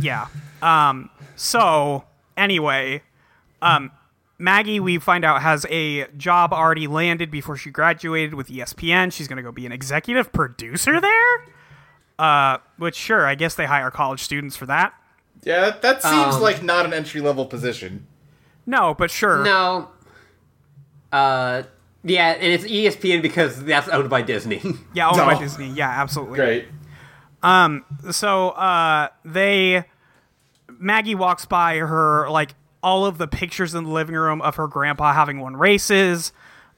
Yeah. Um. So anyway, um, Maggie, we find out has a job already E landed before she graduated with ESPN. She's gonna go be an executive producer there. Uh, which sure, I guess they hire college students for that. Yeah, that, that seems Um, like not an entry level position. No, but sure. No. Uh, yeah, and it's E ESPN because that's owned by Disney. Yeah, owned by No. Disney. Yeah, absolutely. Great. So uh, they Maggie walks by her like all of the pictures in the living room of her grandpa having won races,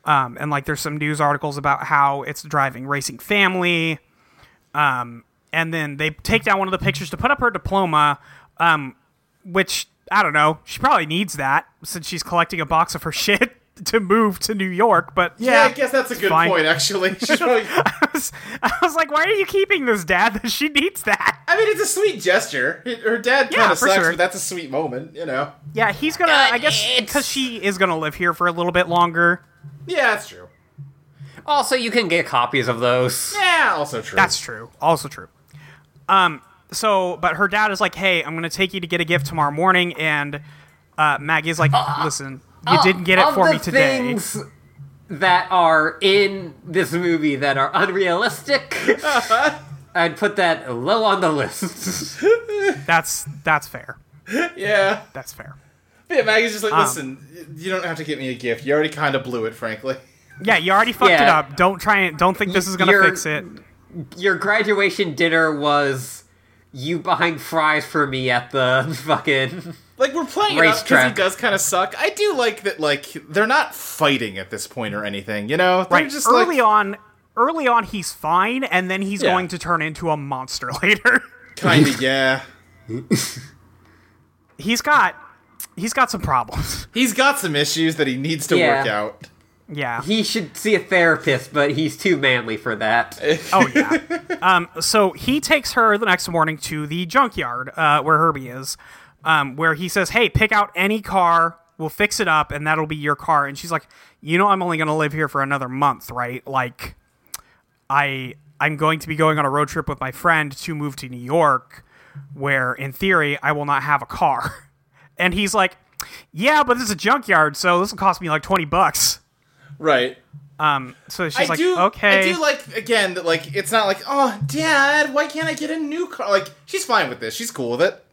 um, and like there's some news articles about how it's driving racing family. Um, and then they take down one of the pictures to put up her diploma, um, which I don't know. She probably needs that since she's collecting a box of her shit to move to New York. But Yeah, I guess that's a good fine. point. Actually, She's probably- I was, I was like, why are you keeping this, Dad? She needs that. I mean, it's a sweet gesture. Her dad kind Yeah, of for sucks, sure. but that's a sweet moment, you know. Yeah, he's gonna. I guess because she is gonna live here for a little bit longer. Yeah, that's true. also, you can get copies of those. Yeah, also true. That's true. Also true. Um. So, but her dad is like, "Hey, I'm gonna take you to get a gift tomorrow morning," and uh, Maggie's like, "Listen, you didn't get it uh, Of for the me today." Things that are in this movie that are unrealistic. I'd put that low on the list. That's that's fair. Yeah. That's fair. But yeah, Um, Maggie's just like, listen, you don't have to get me a gift. You already kind of blew it, frankly. Yeah, you already fucked it Yeah. up. Don't try and don't think this is gonna You're- fix it. Your graduation dinner was you buying fries for me at the fucking. Like we're playing it up because he Racetrack. does kind of suck. I do like that. Like they're not fighting at this point or anything. You know, they're Right. just early like, on, early on, he's fine, and then he's Yeah. going to turn into a monster later. kind of yeah. he's got he's got some problems. He's got some issues that he needs to Yeah. work out. Yeah. He should see a therapist, but he's too manly for that. Oh yeah. um, so he takes her the next morning to the junkyard uh, where Herbie is, um, where he says, "Hey, pick out any car. We'll fix it up, and that'll be your car." And she's like, "You know, I'm only going to live here for another month, right? Like, I I'm going to be going on a road trip with my friend to move to New York, where in theory I will not have a car." and he's like, "Yeah, but this is a junkyard, so this will cost me like twenty bucks." Right. Um, so she's I like, do. "Okay." I do like again that like it's not like oh dad why can't I get a new car like she's fine with this she's cool with it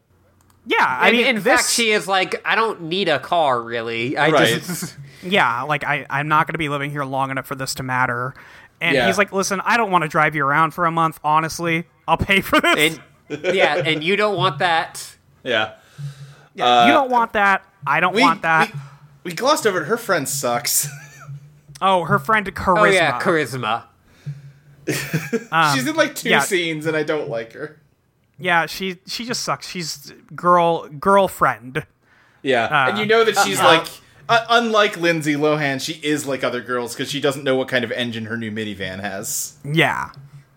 yeah, I And mean, in this, fact, she is like, I don't need a car, really. I Right. just yeah, like I, I'm not going to be living here long enough for this to matter. And Yeah. he's like, listen, I don't want to drive you around for a month. Honestly, I'll pay for this. and yeah, and you don't want that. yeah uh, you don't want that. I don't we want that. we, we glossed over it her friend sucks oh, her friend Charisma. Oh yeah, charisma. she's in like two yeah. scenes and I don't like her yeah, she she just sucks. She's girl girlfriend. yeah and you know that she's uh, like uh, unlike Lindsay Lohan she is like other girls because she doesn't know what kind of engine her new minivan has Yeah,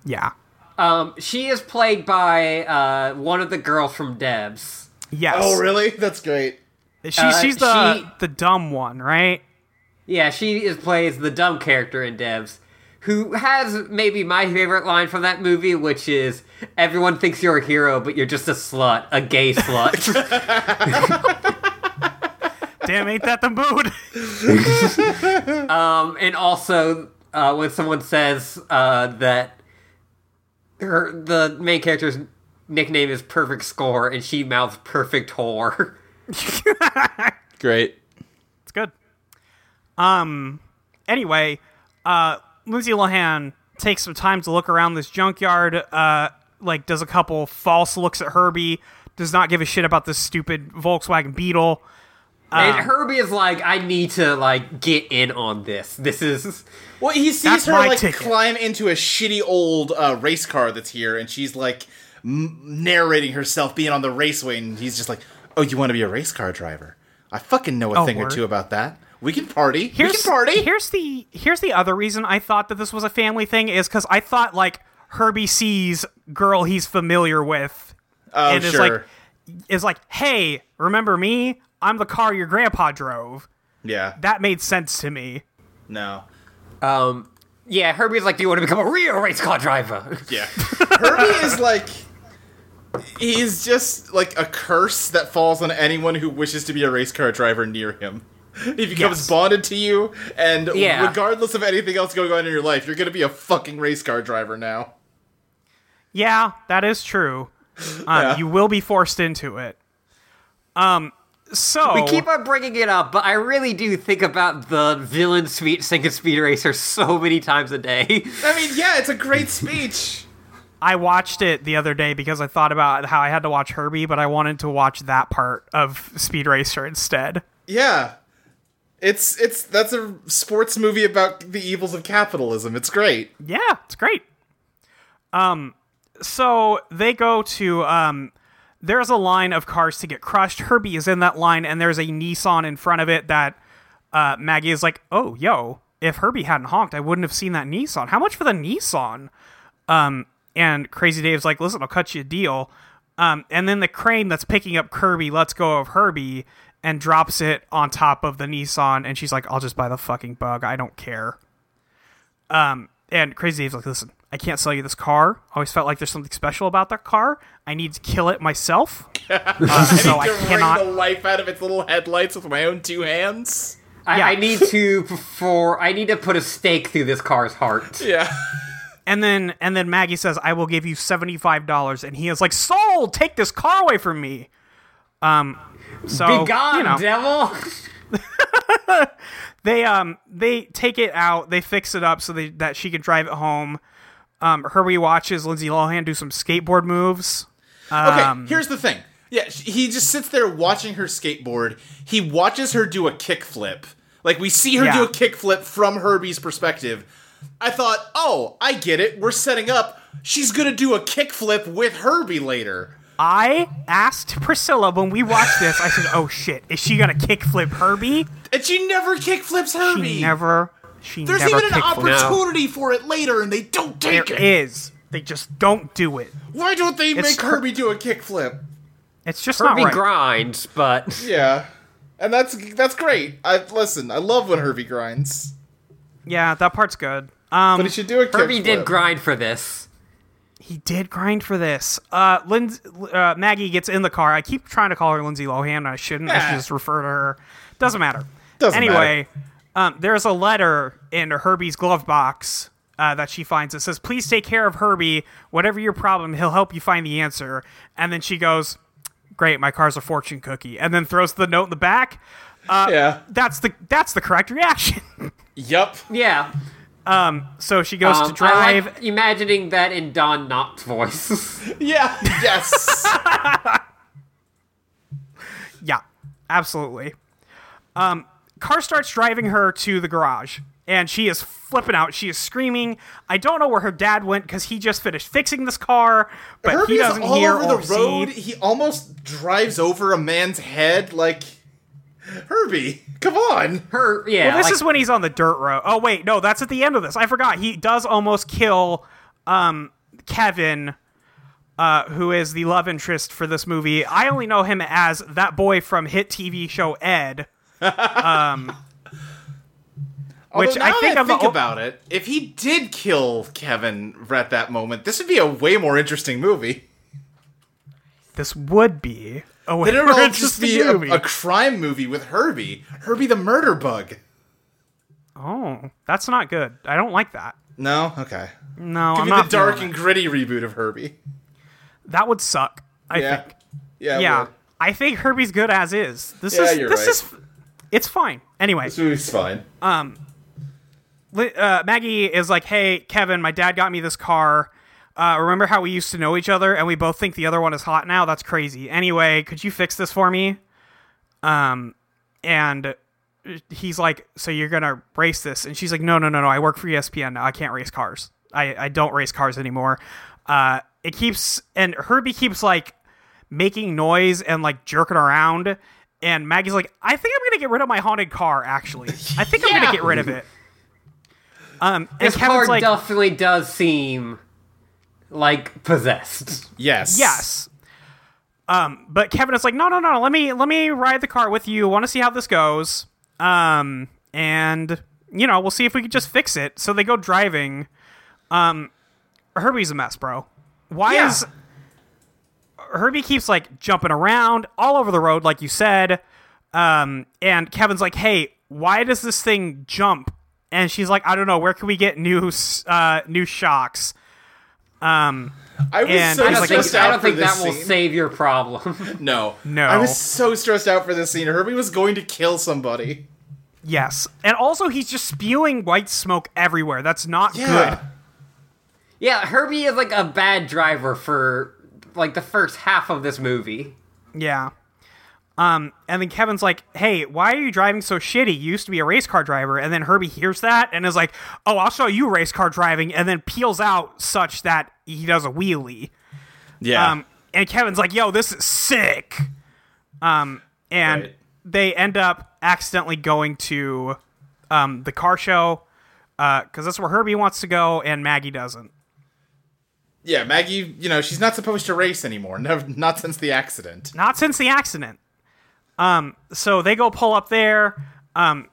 yeah, Um, she is played by uh, one of the girls from Debs. yes. oh really that's great She, Uh, she's the she- the dumb one, right? Yeah, she is plays the dumb character in Debs, who has maybe my favorite line from that movie, which is "Everyone thinks you're a hero, but you're just a slut, a gay slut." Damn, ain't that the mood? um, and also uh, when someone says uh, that her the main character's nickname is Perfect Score, and she mouths "perfect whore." great It's good. Um. Anyway, uh, Lindsay Lohan takes some time to look around this junkyard. Uh, like does a couple false looks at Herbie. Does not give a shit about this stupid Volkswagen Beetle. Ah. and Herbie is like, I need to like get in on this. This is Well, he sees That's her my like ticket. climb into a shitty old uh, race car that's here, and she's like m- narrating herself being on the raceway, and he's just like, "Oh, you want to be a race car driver? I fucking know a Oh, thing word. or two about that. We can party. we can party." Here's the here's the other reason I thought that this was a family thing is because I thought like Herbie sees girl he's familiar with oh, and is sure. like is like, hey, remember me? I'm the car your grandpa drove. yeah. That made sense to me. no. um yeah, Herbie's like, Do you want to become a real race car driver? Yeah. Herbie is like. He's just like a curse that falls on anyone who wishes to be a race car driver near him. He becomes Yes. bonded to you, and Yeah. regardless of anything else going on in your life, you're going to be a fucking race car driver now. Yeah, that is true. Um, You will be forced into it. Um, so We keep on bringing it up, but I really do think about the villain sweet sing and speed racer so many times a day. I mean, yeah, it's a great speech. I watched it the other day because I thought about how I had to watch Herbie, but I wanted to watch that part of Speed Racer instead. yeah. It's it's that's a sports movie about the evils of capitalism. It's great. Yeah, it's great. Um, so they go to um, there's a line of cars to get crushed. Herbie is in that line, and there's a Nissan in front of it that uh, Maggie is like, "Oh, yo! If Herbie hadn't honked, I wouldn't have seen that Nissan. How much for the Nissan?" Um, and Crazy Dave's like, "Listen, I'll cut you a deal." Um, and then the crane that's picking up Kirby lets go of Herbie and drops it on top of the Nissan, and she's like, "I'll just buy the fucking bug. I don't care." Um, And Crazy Dave's like, listen, I can't sell you this car. I always felt like there's something special about that car. I need to kill it myself. Uh, so I to wring the cannot. life out of its little headlights with my own two hands. I, Yeah. I need to for I need to put a stake through this car's heart. Yeah. And then and then Maggie says, I will give you $75. And he is like, sold, take this car away from me. Um, so, Be gone, you know, devil! they um they take it out, they fix it up so they, that she can drive it home. Um, Herbie watches Lindsay Lohan do some skateboard moves. Okay, Um, here's the thing. Yeah, sh- he just sits there watching her skateboard. He watches her do a kickflip. Like we see her Yeah. do a kickflip from Herbie's perspective. I thought, "Oh, I get it. We're setting up. She's going to do a kickflip with Herbie later." I asked Priscilla when we watched this, I said, Oh shit, is she gonna kickflip Herbie? And she never kickflips Herbie. She never. She There's never even an kickflipped. opportunity for it later and they don't There take it. is. They just don't do it. Why don't they It's make Her- Herbie do a kickflip? It's just Herbie not right. grinds, but Yeah. And that's that's great. I listen, I love when Herbie grinds. yeah, that part's good. Um, But he should do a Herbie kickflip. did grind for this. he did grind for this. Uh, Lind- uh, Maggie gets in the car. I keep trying to call her Lindsay Lohan. and I shouldn't. I Yeah. should just refer to her. Doesn't matter. Doesn't anyway, Um, there's a letter in Herbie's glove box uh, that she finds. It says, "Please take care of Herbie. Whatever your problem, he'll help you find the answer." And then she goes, "Great, my car's a fortune cookie," and then throws the note in the back. yeah. That's the that's the correct reaction. Yup. Yeah. so she goes to Um, I drive. like imagining that in Don Knott's voice. Yeah. Yes. Yeah, absolutely. Um, car starts driving her to the garage, and she is flipping out. She is screaming. I don't know where her dad went because he just finished fixing this car, but Herbie he is doesn't all hear over or the road. see. He almost drives over a man's head. Like, Herbie, come on. Her, yeah. Well, this like- is when he's on the dirt road. Oh wait, no, that's at the end of this. I forgot. He does almost kill um, Kevin, uh, who is the love interest for this movie. I only know him as that boy from hit TV show Ed. Um, which Although now I think that I of the think o- about it, if he did kill Kevin at that moment, this would be a way more interesting movie. this would be. Oh, Then it would all just just be a a, movie. a crime movie with Herbie. Herbie the murder bug. oh, that's not good. I don't like that. No? Okay. No, I'm Give me not the dark feeling and gritty reboot of Herbie. it. That would suck. I yeah. think. Yeah. it Yeah, would. I think Herbie's good as is. This Yeah, is you're this right. is it's fine. Anyway, This movie's fine. Li- uh, Maggie is like, "Hey, Kevin, my dad got me this car. Uh, remember how we used to know each other, and we both think the other one is hot now? That's crazy. Anyway, could you fix this for me?" Um, and he's like, "So you're gonna race this?" And she's like, "No, no, no, no. I work for E ESPN now. I can't race cars. I I don't race cars anymore." Uh, it keeps and Herbie keeps like making noise and like jerking around. And Maggie's like, I think I'm gonna get rid of my haunted car. Actually, I think I'm Yeah. gonna get rid of it. Um, and this Kevin's card like, definitely does seem like possessed. yes. yes. Um, but Kevin is like, no, no, no. Let me let me ride the car with you. Want to see how this goes? Um, and you know, we'll see if we can just fix it. So they go driving. Um, Herbie's a mess, bro. Why Yeah. is Herbie keeps like jumping around all over the road, like you said. Um, and Kevin's like, "Hey, why does this thing jump?" And she's like, "I don't know. Where can we get new s- uh, new shocks?" Um, I was And so I I don't stressed think, out I don't for think that this will scene. save your problem. No, No. I was so stressed out for this scene. Herbie was going to kill somebody. Yes. And also, he's just spewing white smoke everywhere. That's not Yeah. good. yeah, Herbie is like a bad driver for like the first half of this movie. Yeah. Um, and then Kevin's like, "Hey, why are you driving so shitty? You used to be a race car driver." And then Herbie hears that and is like, "Oh, I'll show you race car driving." And then peels out such that he does a wheelie. Yeah. Um, and Kevin's like, "Yo, this is sick." Um, and Right. they end up accidentally going to um, the car show because that's where Herbie wants to go and Maggie doesn't. yeah, Maggie, you know, she's not supposed to race anymore. Never, not since the accident. not since the accident. Um, so they go pull up there. Um,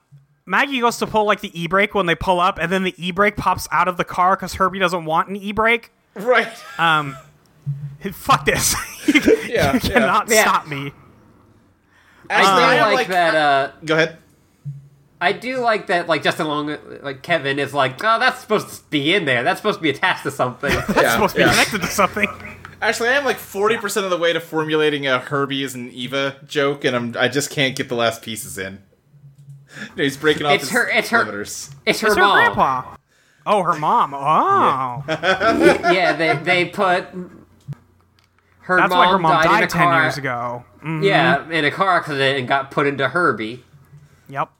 Maggie goes to pull like the e brake when they pull up, and then the e brake pops out of the car because Herbie doesn't want an e brake. Right. Fuck this! Uh, you yeah. yeah. cannot uh, Yeah. stop me. I Actually, do am, like, that. Uh, Go ahead. I do like that. Like Justin Long, like Kevin is like, oh, that's supposed to be in there. That's supposed to be attached to something. That's Yeah, supposed to be yeah. connected to something. Actually, I am like forty percent of the way to formulating a Herbie is an Eva joke, and I'm I just can't get the last pieces in. You know, he's breaking off It's his her- it's her- limiters. it's her, It's her mom. grandpa. Oh, her mom. Oh, Yeah, they they put her that's mom why her mom died, in died, a ten car, years ago. Mm, Yeah, in a car accident and got put into Herbie. yep.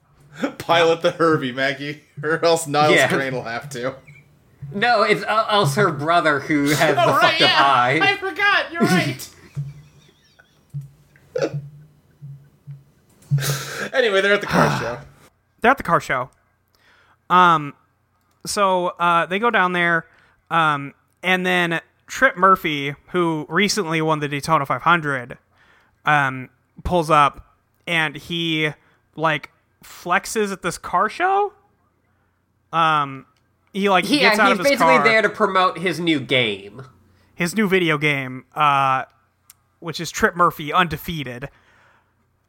Pilot the Herbie, Maggie, or else Niles Yeah. Crane will have to. No, it's uh, else her brother who has Oh, the fucked up eye. forgot. You're right. anyway, they're at the car show. they're at the car show. Um, so uh, they go down there, um, and then Trip Murphy, who recently won the Daytona 500, um, pulls up, and he like flexes at this car show. Um, he like He- gets yeah, out he's of his basically car, there to promote his new game. his new video game, uh, which is Trip Murphy Undefeated.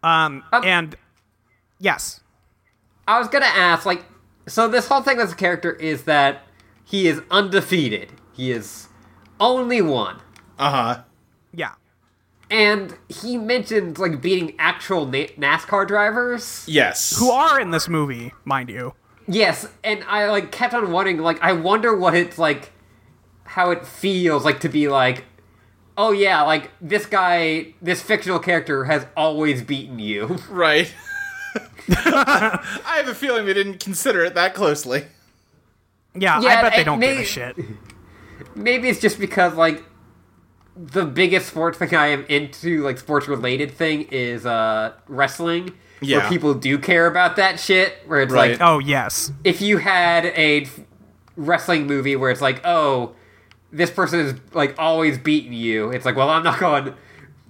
Um, Um, and yes, I was gonna ask, like, so this whole thing with his character is that he is undefeated. He is only one, Uh huh. yeah, and he mentioned like beating actual na- NASCAR drivers. Yes. who are in this movie, mind you. Yes, and I like kept on wondering, like, I wonder what it's like, how it feels like to be like, oh yeah, like this guy, this fictional character has always beaten you. right? I have a feeling they didn't consider it that closely. Yeah, Yeah, I bet they and don't give they- a shit. Maybe it's just because like the biggest sports thing I am into, like sports related thing, is uh wrestling. Yeah. Where people do care about that shit. Where it's Right. like Oh yes, if you had a f- wrestling movie where it's like, oh, this person is like always beating you. It's like, well, I'm not going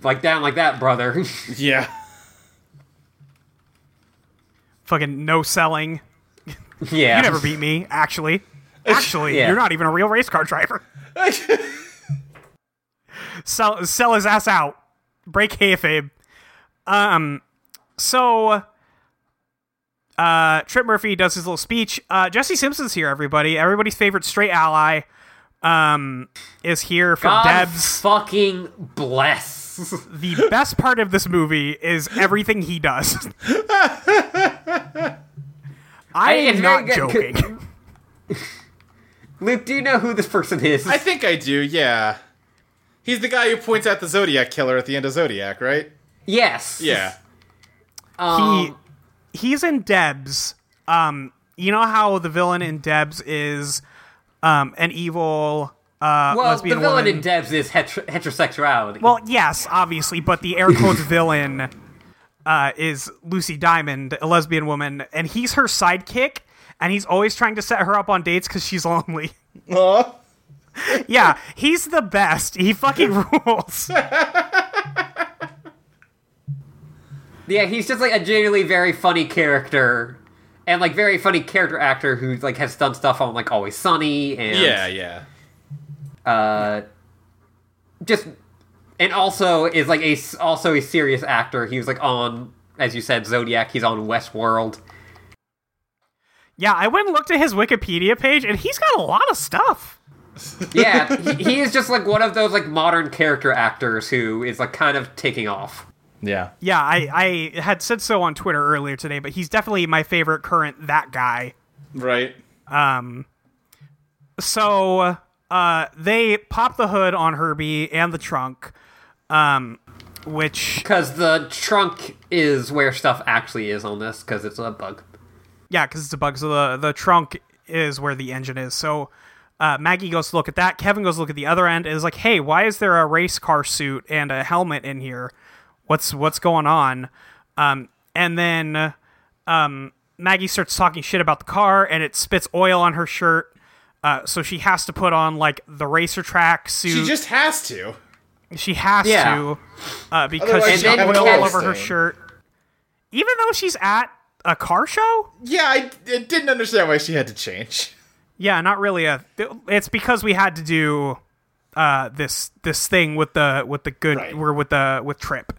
like down like that, brother. Yeah. fucking no selling. yeah. You never beat me, actually. Actually, Yeah. you're not even a real race car driver. Sell sell his ass out. Break kayfabe. Um, so. Uh, Trip Murphy does his little speech. Uh, Jesse Simpson's here, everybody. Everybody's favorite straight ally, um, is here from God Debs. fucking bless. the best part of this movie is everything he does. I It's am very not good. joking. Luke, do you know who this person is? I think I do, yeah. He's the guy who points out the Zodiac killer at the end of Zodiac, right? yes. Yeah. Um, he he's in Debs. Um, you know how the villain in Debs is um an evil uh well, the lesbian villain woman. in Debs is heter- heterosexuality. well, yes, obviously, but the air quotes villain uh is Lucy Diamond, a lesbian woman, and he's her sidekick. And he's always trying to set her up on dates because she's lonely. Aw. Yeah, he's the best. He fucking rules. yeah, he's just like a genuinely very funny character, and like very funny character actor who like has done stuff on like Always Sunny and Yeah, yeah. uh, just and also is like a s- also a serious actor. He was like on, as you said, Zodiac. He's on Westworld. Yeah, I went and looked at his Wikipedia page, and he's got a lot of stuff. yeah, he, he is just like one of those like modern character actors who is like kind of taking off. Yeah. Yeah, I, I had said so on Twitter earlier today, but he's definitely my favorite current that guy. Right. So uh, they pop the hood on Herbie and the trunk, um, which Because the trunk is where stuff actually is on this, because it's a bug. yeah, because it's a bug. So the the trunk is where the engine is. So uh, Maggie goes to look at that. Kevin goes to look at the other end. And is like, hey, why is there a race car suit and a helmet in here? What's what's going on? Um, and then um, Maggie starts talking shit about the car, and it spits oil on her shirt. Uh, so she has to put on like the racer track suit. She just has to. She has Yeah. to uh, because Otherwise she's she'll got have oil no all over her stain. shirt. Even though she's at a car show, Yeah, I, I didn't understand why she had to change. yeah, not really a. It's because we had to do uh, this this thing with the with the good Right. we're with the with Trip.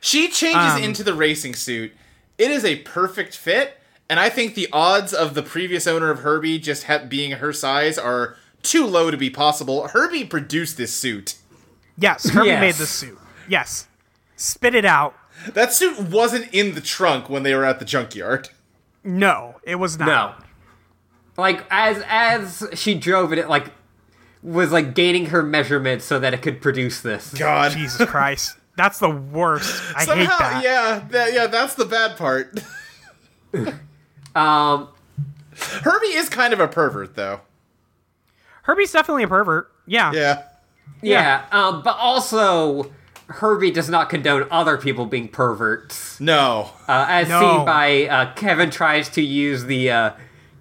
She changes into the racing suit. It is a perfect fit, and I think the odds of the previous owner of Herbie just ha- being her size are too low to be possible. Herbie produced this suit. Yes, Herbie Yes. made this suit. Yes, spit it out. That suit wasn't in the trunk when they were at the junkyard. No, it was not. No. Like as as she drove it, it like was like gaining her measurements so that it could produce this. God. Jesus Christ, that's the worst. I hate Somehow, that. yeah, that, yeah, that's the bad part. Um, Herbie is kind of a pervert, though. Herbie's definitely a pervert. Yeah, Yeah. yeah. Um, but also, Herbie does not condone other people being perverts, No. uh, as No. seen by uh, Kevin tries to use the uh,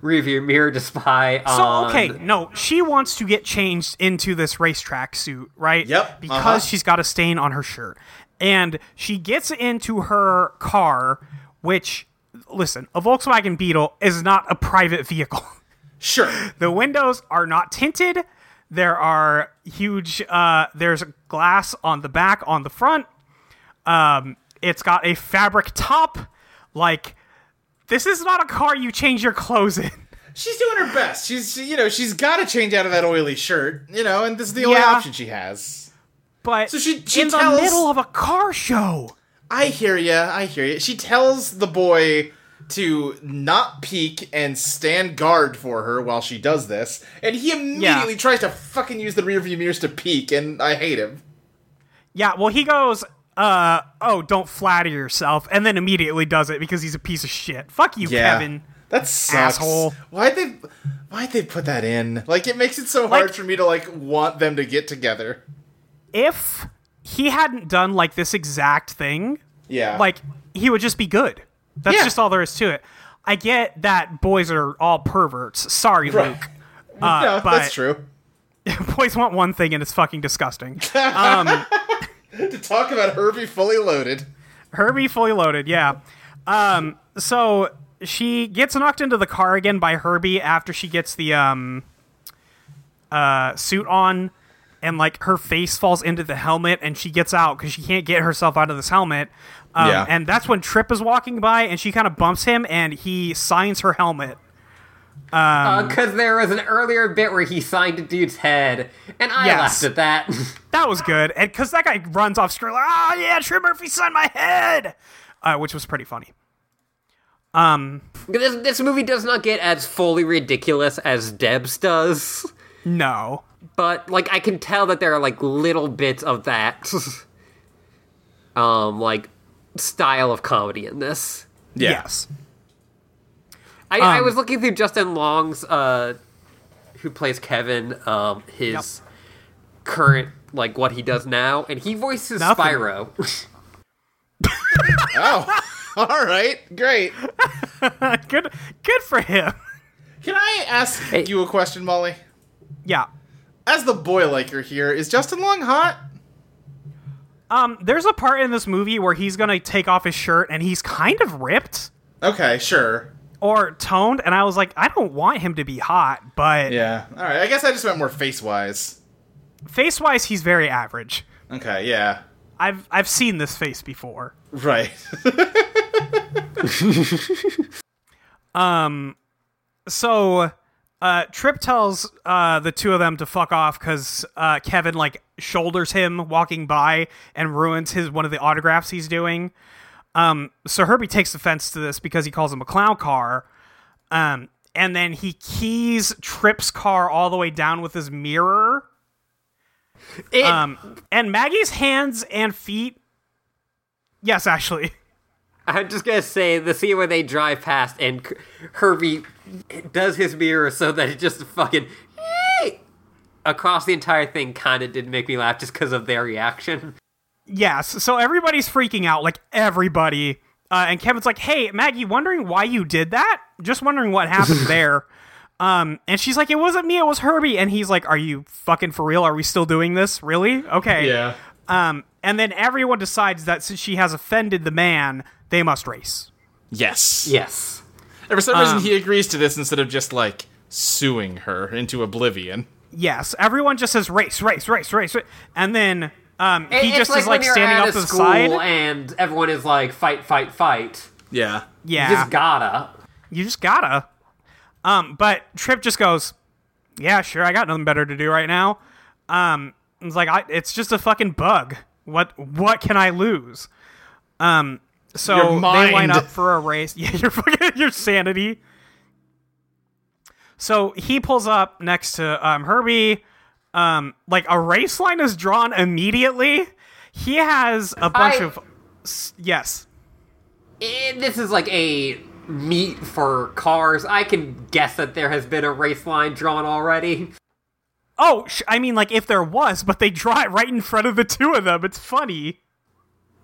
rearview mirror to spy So Uh, on. okay, no, she wants to get changed into this racetrack suit, right? Yep, Because uh-huh. she's got a stain on her shirt, and she gets into her car, which, listen, a Volkswagen Beetle is not a private vehicle. Sure. the windows are not tinted. There are huge. Uh, there's glass on the back, on the front. Um, it's got a fabric top. Like, this is not a car you change your clothes in. She's doing her best. She's, she- you know, she's got to change out of that oily shirt, you know, and this is the only Yeah. option she has. but So she- she in tells- the middle of a car show. I hear ya. I hear ya. She tells the boy to not peek and stand guard for her while she does this, and he immediately tries to fucking use the rearview mirrors to peek, and I hate him. Yeah, well, he goes, uh, oh, don't flatter yourself, and then immediately does it because he's a piece of shit. Fuck you, Kevin. That sucks. Asshole. Why'd they why'd they put that in? Like it makes it so Like- hard for me to like want them to get together. If he hadn't done like this exact thing, Yeah. like he would just be good. That's Yeah. just all there is to it. I get that boys are all perverts. Sorry, Right. Luke. no, uh, but- that's true. Boys want one thing and it's fucking disgusting. To talk about Herbie fully loaded. Herbie fully loaded, yeah. Um, so she gets knocked into the car again by Herbie after she gets the um, uh, suit on, and like her face falls into the helmet, and she gets out because she can't get herself out of this helmet. Um, Yeah. And that's when Trip is walking by, and she kind of bumps him, and he signs her helmet. um, Because uh, there was an earlier bit where he signed a dude's head, and I Yes. laughed at that. That was good, and because that guy runs off screen like, ah, yeah, Trip Murphy signed my head, uh, which was pretty funny. this, this movie does not get as fully ridiculous as Debs does, No, but like I can tell that there are like little bits of that, um, like style of comedy in this. yes. I, I Um, was looking through Justin Long's, uh, who plays Kevin, um, his current like what he does now, and he voices Nothing. Spyro. Oh. All right. Great. good, good for him. Can I ask you a question, Molly? yeah. As the boy liker here, is Justin Long hot? Um, there's a part in this movie where he's gonna take off his shirt and he's kind of ripped Okay, sure. or toned, and I was like, I don't want him to be hot, but Yeah. All right. I guess I just went more face wise. face wise, he's very average. Okay. Yeah. I've I've seen this face before. Right. So Uh, Trip tells uh, the two of them to fuck off because uh, Kevin like shoulders him walking by and ruins his one of the autographs he's doing. Um, so Herbie takes offense to this because he calls him a clown car. Um, and then he keys Trip's car all the way down with his mirror. It- Um, and Maggie's hands and feet. Yes, Ashley. I'm just gonna say the scene where they drive past and C- Herbie does his mirror so that it just fucking across the entire thing kind of did make me laugh just because of their reaction. Yes. So everybody's freaking out, like everybody. Uh, and Kevin's like, "Hey, Maggie, wondering why you did that? Just wondering what happened there." Um, and she's like, "It wasn't me. It was Herbie." And he's like, "Are you fucking for real? Are we still doing this? Really? Okay." Yeah. Um, and then everyone decides that since she has offended the man, they must race. Yes. Yes. And for some Um, reason, he agrees to this instead of just like suing her into oblivion. Yes. Everyone just says race, race, race, race, race. and then um, he It's just is when like you're standing at up a to the school side. and everyone is like fight, fight, fight. Yeah. Yeah. You just gotta. you just gotta. Um, but Trip just goes, "Yeah, sure, I got nothing better to do right now." Um, it's like I, it's just a fucking bug. What what can I lose? Um, so Your they line mind. up for a race. Yeah, your fucking your sanity. So he pulls up next to um, Herbie. Um, like a race line is drawn immediately. He has a bunch I- of s- yes. Eh, this is like a meet for cars. I can guess that there has been a race line drawn already. Oh, sh- I mean, like if there was, but they draw it right in front of the two of them. It's funny.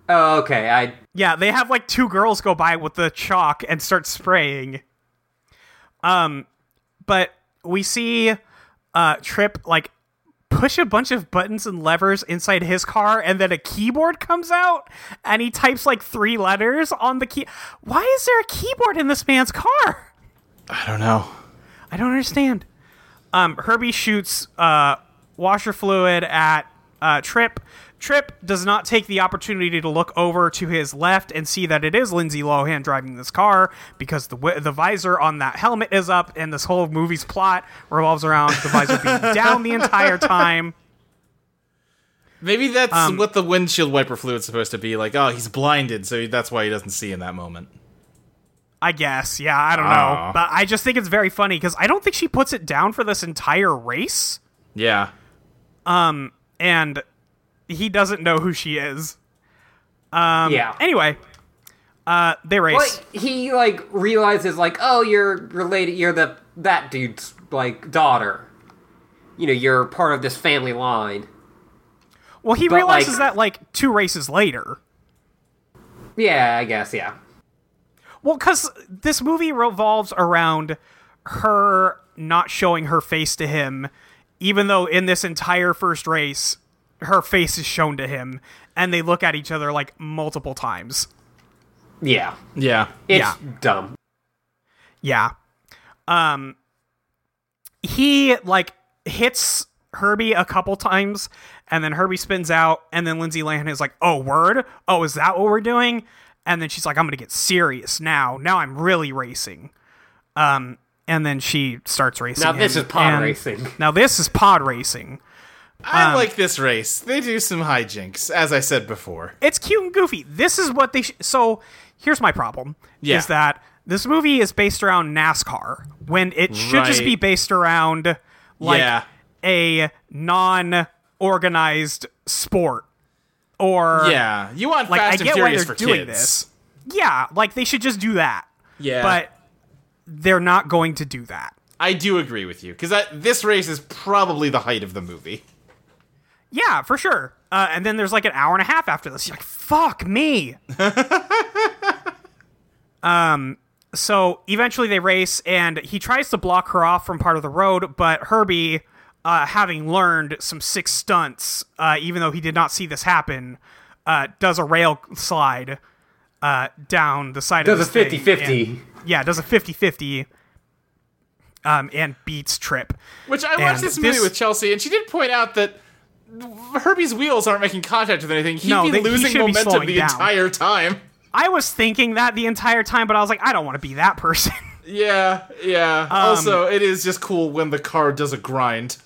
Oh, okay, I Yeah, they have like two girls go by with the chalk and start spraying. Um, but we see uh Trip like push a bunch of buttons and levers inside his car, and then a keyboard comes out, and he types like three letters on the key. Why is there a keyboard in this man's car? I don't know. I don't understand. Um, Herbie shoots uh, washer fluid at uh, Trip. Trip does not take the opportunity to look over to his left and see that it is Lindsay Lohan driving this car because the wi- the visor on that helmet is up, and this whole movie's plot revolves around the visor being down the entire time. Maybe that's Um, what the windshield wiper fluid's supposed to be. Like, oh, he's blinded, so that's why he doesn't see in that moment. I guess, yeah, I don't know, Aw. but I just think it's very funny because I don't think she puts it down for this entire race, Yeah. and he doesn't know who she is. Um, yeah. Anyway, uh, they race. But he like realizes like, oh, you're related. You're the that dude's like daughter. You know, you're part of this family line. Well, he But, realizes like- that like two races later. Yeah, I guess. Yeah. Well, because this movie revolves around her not showing her face to him, even though in this entire first race, her face is shown to him, and they look at each other like multiple times. Yeah. Yeah. It's Yeah. dumb. Yeah. Um he like hits Herbie a couple times and then Herbie spins out and then Lindsay Lohan is like, "Oh, word? Oh, is that what we're doing?" And then she's like, "I'm going to get serious now. Now I'm really racing." Um and then she starts racing. Now this him, is pod and- racing. Now this is pod racing. Um, I like this race. They do some hijinks, as I said before. it's cute and goofy. This is what they. Sh- so here's my problem: Yeah. is that this movie is based around NASCAR when it should just Right. be based around like Yeah. a non-organized sport. Or Yeah. You want Like, I Fast and get why Furious they're for doing kids. this. yeah, like they should just do that. Yeah. But they're not going to do that. I do agree with you because this race is probably the height of the movie. Yeah, for sure. Uh, and then there's like an hour and a half after this. You're like, fuck me. um, so eventually they race, and he tries to block her off from part of the road, but Herbie, uh, having learned some six stunts, uh, even though he did not see this happen, uh, does a rail slide uh, down the side Does a of this thing 50-50. and- yeah, does a 50 50 um, and beats Trip. Which I watched And this movie this- with Chelsea, and she did point out that Herbie's wheels aren't making contact with anything. He'd No, be they- he losing should be momentum slowing the down. entire time. I was thinking that the entire time, but I was like, I don't want to be that person. Yeah, Um, yeah. also, it is just cool when the car does a grind.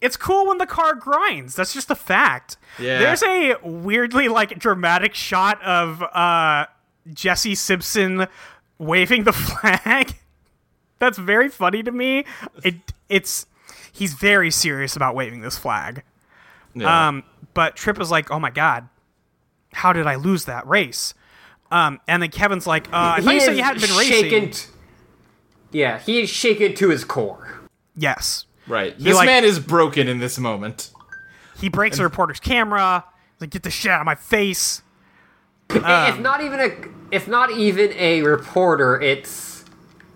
it's cool when the car grinds. That's just a fact. Yeah. There's a weirdly like dramatic shot of uh Jesse Simpson waving the flag. That's very funny to me. It it's he's very serious about waving this flag. Yeah. Um, but Trip is like, "Oh my god, how did I lose that race?" Um, and then Kevin's like, uh, "I thought you said you hadn't been shaken racing." t- yeah, he is shaken to his core. Yes, right. This like- man is broken in this moment. he breaks the reporter's camera. He's like, "Get the shit out of my face!" Um, it's not even a. It's not even a reporter. It's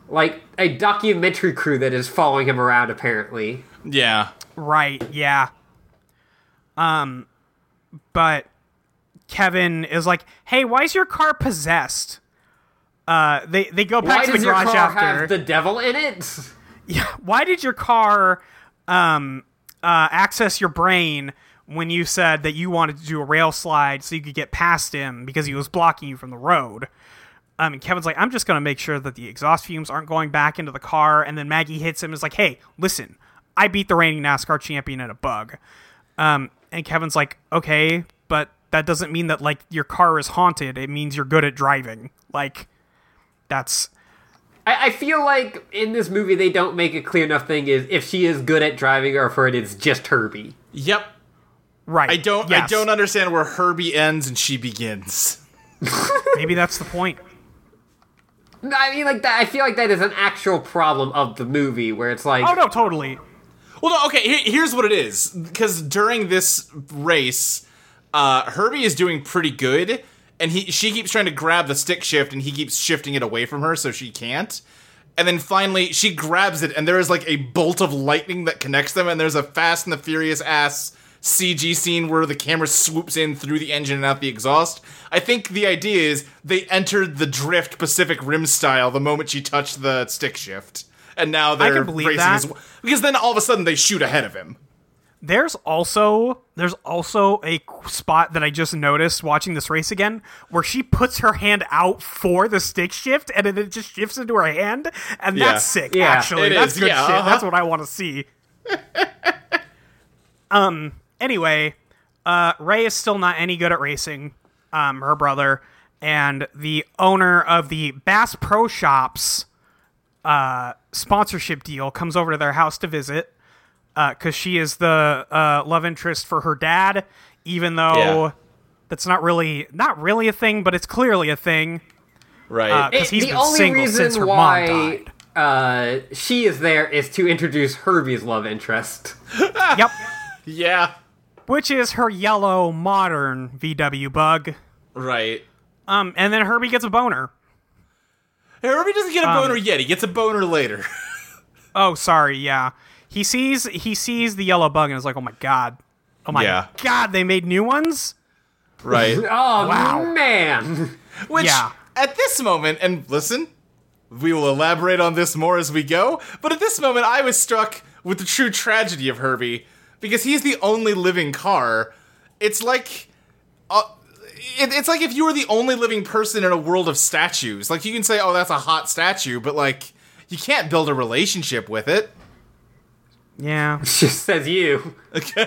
like a documentary crew that is following him around. Apparently, Yeah. Right, yeah. Um but Kevin is like, "Hey, why is your car possessed?" Uh they they go back why to the does your garage car after. have the devil in it? yeah, why did your car um uh access your brain when you said that you wanted to do a rail slide so you could get past him because he was blocking you from the road? Um, and Kevin's like, I'm just gonna make sure that the exhaust fumes aren't going back into the car. And then Maggie hits him and is like, Hey, listen, I beat the reigning NASCAR champion at a bug. Um, and Kevin's like, okay, but that doesn't mean that like your car is haunted. It means you're good at driving. Like, that's I, I feel like in this movie they don't make a clear enough thing is if she is good at driving or if it is just Herbie. Yep. right. I don't. I Yes. don't understand where Herbie ends and she begins. Maybe that's the point. I mean, like that. I feel like that is an actual problem of the movie where it's like, Oh no, totally. Well, no. Okay. Here, here's what it is. Because during this race, uh, Herbie is doing pretty good, and he she keeps trying to grab the stick shift, and he keeps shifting it away from her, so she can't. And then finally, she grabs it, and there is like a bolt of lightning that connects them, and there's a Fast and the Furious ass CG scene where the camera swoops in through the engine and out the exhaust. I think the idea is they entered the drift Pacific Rim style the moment she touched the stick shift, and now they're believe racing that. as well. Because then all of a sudden they shoot ahead of him. There's also there's also a spot that I just noticed watching this race again where she puts her hand out for the stick shift and then it just shifts into her hand and Yeah. that's sick Yeah, actually. it That's is. good Yeah, shit. uh-huh. That's what I want to see. um anyway, uh Ray is still not any good at racing. Um her brother and the owner of the Bass Pro Shops sponsorship deal comes over to their house to visit because she is the uh, love interest for her dad even though Yeah. that's not really not really a thing but it's clearly a thing Right. because It- he's the been only single reason since her why mom died Uh, she is there is to introduce Herbie's love interest. yep yeah. which is her yellow modern vw bug Right. um and then herbie gets a boner Herbie doesn't get a boner yet. He gets a boner later. oh sorry yeah he sees he sees the yellow bug and is like oh my god oh my Yeah. god they made new ones Right. Oh Wow. man! Which Yeah. at this moment, and listen, we will elaborate on this more as we go, but at this moment I was struck with the true tragedy of Herbie because he's the only living car. It's like uh, it, it's like if you were the only living person in a world of statues. Like you can say, "Oh, that's a hot statue," but like you can't build a relationship with it. yeah Just says you. Listen,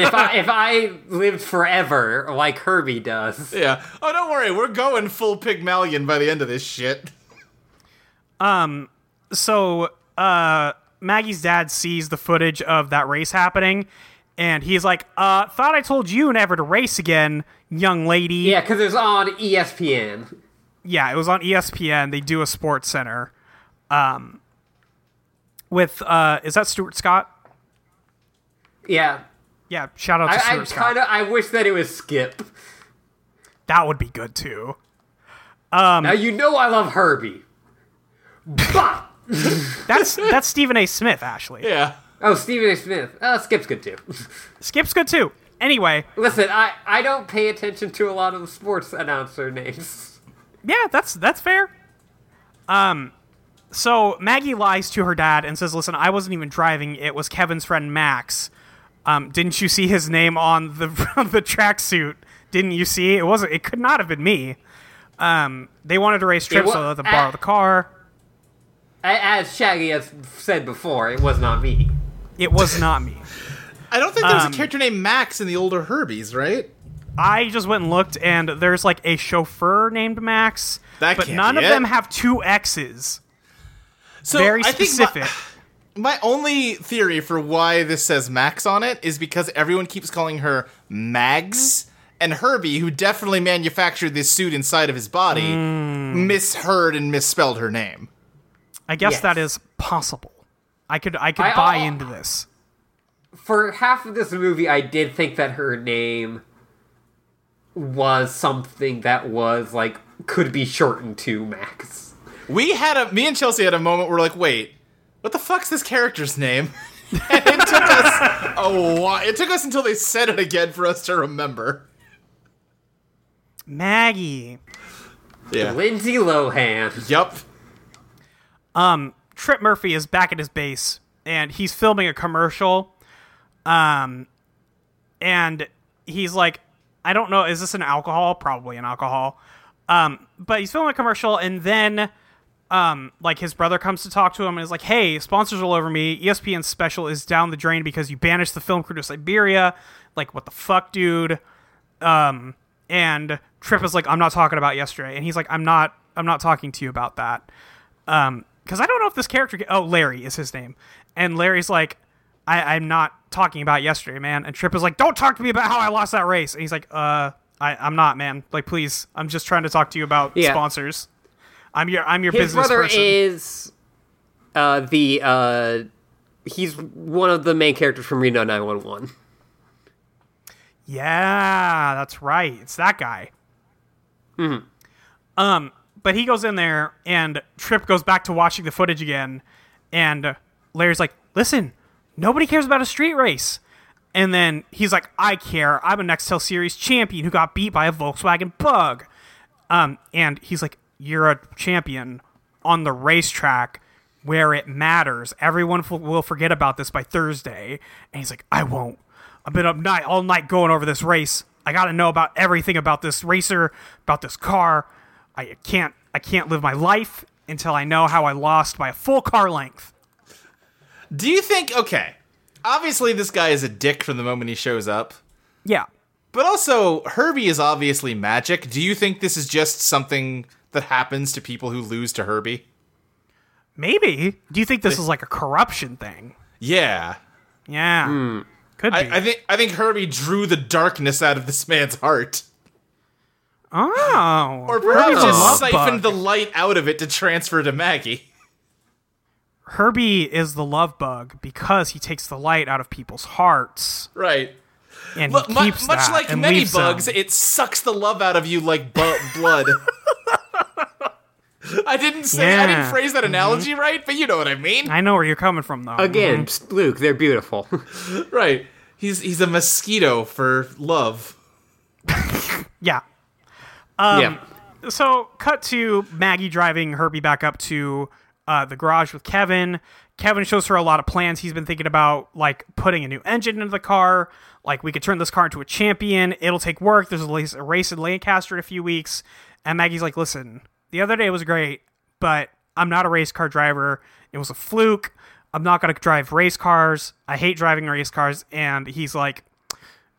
if I if I lived forever like Herbie does, Yeah. Oh, don't worry. We're going full Pygmalion by the end of this shit. so uh Maggie's dad sees the footage of that race happening and he's like, uh, thought I told you never to race again, young lady. yeah, because it's on E ESPN. Yeah, it was on E ESPN. They do a sports center. Um with uh is that Stuart Scott? Yeah, Yeah, shout out to I, I Stuart Scott. kind of I wish that it was Skip. That would be good too. Now you know I love Herbie. But That's that's Stephen A. Smith, actually. Yeah. oh, Stephen A. Smith. Oh, Skip's good too. Skip's good too. Anyway, Listen, I I don't pay attention to a lot of the sports announcer names. Yeah, that's that's fair. Um, so Maggie lies to her dad and says, "Listen, I wasn't even driving. It was Kevin's friend Max. Um, didn't you see his name on the on the tracksuit? Didn't you see? It wasn't. It could not have been me. Um, they wanted to race Trip wa- so they let them borrow the car. A- As Shaggy has said before, it was not me. It was not me. I don't think there's Um, a character named Max in the older Herbies, right? I just went and looked, and there's like a chauffeur named Max, That but can't none be of it. them have two X's. So Very I think my- specific. My, only theory for why this says Max on it is because everyone keeps calling her Mags, and Herbie, who definitely manufactured this suit inside of his body, Hmm. misheard and misspelled her name. I guess Yes. that is possible. I could I could I- buy I'll- into this. For half of this movie, I did think that her name was something that was like could be shortened to Max. We had a me and Chelsea had a moment where we're like, wait, what the fuck's this character's name? and it took us a while. It took us until they said it again for us to remember. Maggie. Yeah. Lindsay Lohan. Yup. Trip Murphy is back at his base and he's filming a commercial. Um, and he's like, I don't know, is this an alcohol? Probably an alcohol. Um, but he's filming a commercial and then, um, like his brother comes to talk to him and is like, Hey, sponsors all over me. E ESPN special is down the drain because you banished the film crew to Siberia. Like, what the fuck, dude? Um, and Trip is like, I'm not talking about yesterday. And he's like, I'm not, I'm not talking to you about that um because i don't know if this character oh larry is his name and larry's like I, i'm not talking about yesterday man and trip is like don't talk to me about how i lost that race and he's like uh I, i'm not man like please i'm just trying to talk to you about Yeah. sponsors i'm your i'm your His business brother person is uh, the uh, he's one of the main characters from Reno 911. yeah that's right it's that guy um but he goes in there and trip goes back to watching the footage again and larry's like listen nobody cares about a street race And then he's like, I care. I'm a Nextel Series champion who got beat by a Volkswagen bug. Um, and he's like, You're a champion on the racetrack where it matters. Everyone f- will forget about this by Thursday. And he's like, I won't. I've been up night all night going over this race. I got to know about everything about this racer, about this car. I can't I can't live my life until I know how I lost by a full car length. Do you think okay? Obviously, this guy is a dick from the moment he shows up. Yeah. But also, Herbie is obviously magic. Do you think this is just something that happens to people who lose to Herbie? Maybe. Do you think this is like a corruption thing? Yeah. Yeah. Could be. Hmm. I, I think I think Herbie drew the darkness out of this man's heart. oh. Or perhaps Herbie's a just love siphoned bug. the light out of it to transfer to Maggie. Herbie is the love bug because he takes the light out of people's hearts Right. and Look, he mu- keeps much that like and many leaves them. bugs, it sucks the love out of you like bu- blood. I didn't say I didn't Yeah. Mm-hmm. phrase that analogy right, but you know what I mean. I know where you're coming from though. Again, psst, Luke, they're beautiful. Right. He's he's a mosquito for love. Yeah. yeah. So cut to Maggie driving Herbie back up to uh, the garage with Kevin. Kevin shows her a lot of plans he's been thinking about, like putting a new engine into the car. Like we could turn this car into a champion. It'll take work. There's a lace- a race in Lancaster in a few weeks, and Maggie's like, "Listen, the other day was great, but I'm not a race car driver. It was a fluke. I'm not gonna drive race cars. I hate driving race cars." And he's like,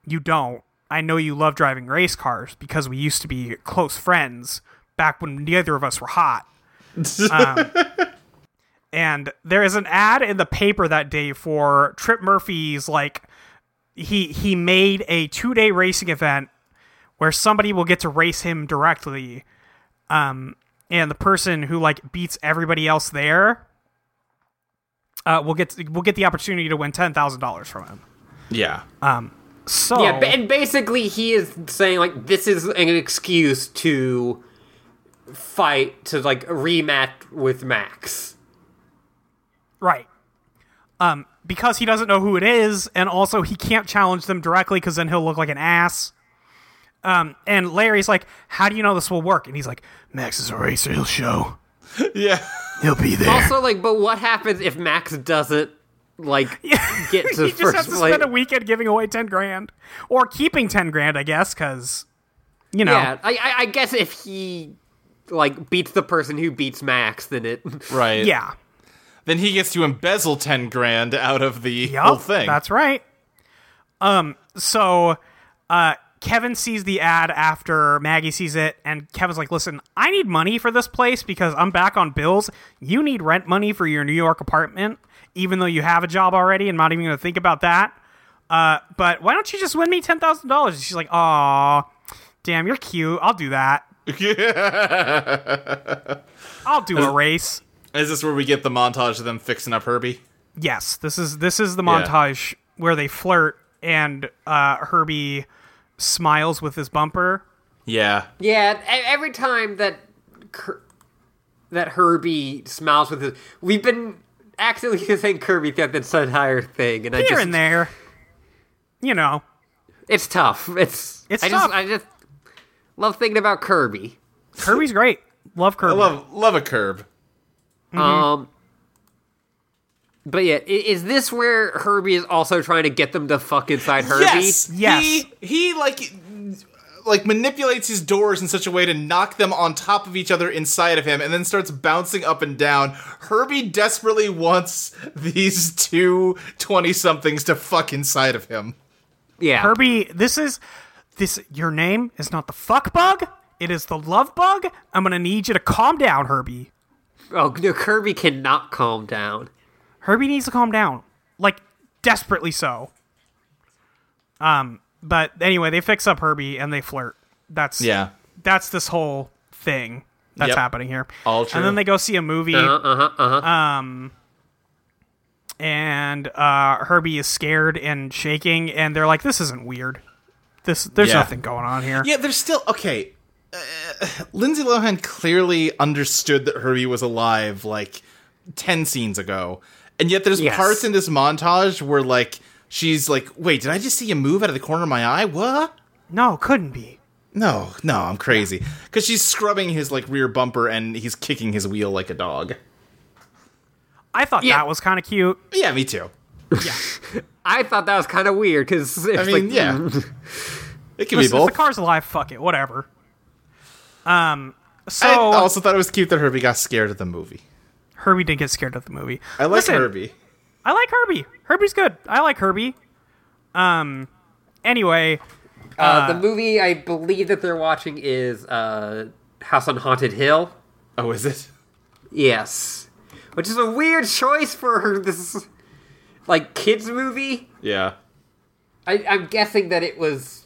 you don't. I know you love driving race cars because we used to be close friends back when neither of us were hot. Um, and there is an ad in the paper that day for Trip Murphy's like he he made a two day racing event where somebody will get to race him directly. Um, and the person who like beats everybody else there uh, will get will get the opportunity to win ten thousand dollars from him. Yeah. Uh, So Yeah, ba- and basically he is saying like this is an excuse to fight to like rematch with Max. Right. Um, because he doesn't know who it is, and also he can't challenge them directly because then he'll look like an ass. Um, and Larry's like, "How do you know this will work?" And he's like, "Max is a racer. He'll show. Yeah. He'll be there." Also, like, but what happens if Max doesn't like get to he just first has to place? spend a weekend giving away ten grand or keeping ten grand, I guess, because you know, Yeah, I, I, I guess if he like beats the person who beats Max, then it Right. yeah. then he gets to embezzle 10 grand out of the Yup, whole thing. That's right. Um, so uh, Kevin sees the ad after Maggie sees it, and Kevin's like, "Listen, I need money for this place because I'm back on bills. You need rent money for your New York apartment, even though you have a job already, and not even going to think about that. Uh, but why don't you just win me ten thousand dollars?" She's like, "Aw, damn, you're cute. I'll do that. I'll do a race." Is this where we get the montage of them fixing up Herbie? Yes, this is this is the montage where they flirt and uh, Herbie smiles with his bumper. Yeah. Yeah, e- every time that Ker- that Herbie smiles with his, we've been accidentally saying Kirby throughout this entire thing, and I Here just and there, you know. it's tough. It's It's I tough. Just, I just love thinking about Kirby. Kirby's great. Love Kirby. I love love a curb. Um, but yeah, i- is this where Herbie is also trying to get them to fuck inside Herbie? Yes. Yes. He he like like manipulates his doors in such a way to knock them on top of each other inside of him and then starts bouncing up and down. Herbie desperately wants these two 20 somethings to fuck inside of him. Yeah. Kirby. This is this. Your name is not the fuck bug. It is the love bug. I'm gonna need you to calm down, Herbie. Oh no, Kirby cannot calm down. Herbie needs to calm down, like desperately so. Um, but anyway, they fix up Herbie and they flirt. That's that's this whole thing that's Yep. happening here. All true. Uh-huh, And then they go see a movie. Um, and uh, Herbie is scared and shaking, and they're like, "This isn't weird. This there's Yeah. nothing going on here." Yeah, there's still okay. Uh, Lindsay Lohan clearly understood that Herbie was alive like ten scenes ago, and yet there's Yes. parts in this montage where like she's like, "Wait, did I just see a move out of the corner of my eye? What? No, couldn't be. No, no, I'm crazy." Because she's scrubbing his like rear bumper and he's kicking his wheel like a dog. I thought Yeah. that was kind of cute. Yeah, me too. I thought that was kind of weird because I mean, like, yeah, it Listen, can be if both. the car's alive, fuck it, whatever. Um, so I also thought it was cute that Herbie got scared of the movie. Herbie did get scared of the movie. I like Listen, Herbie. I like Herbie. Herbie's good. I like Herbie. Um, anyway, Uh, the movie I believe that they're watching is uh, House on Haunted Hill. Oh, is it? Yes, which is a weird choice for this like kids movie. Yeah. I, I'm guessing that it was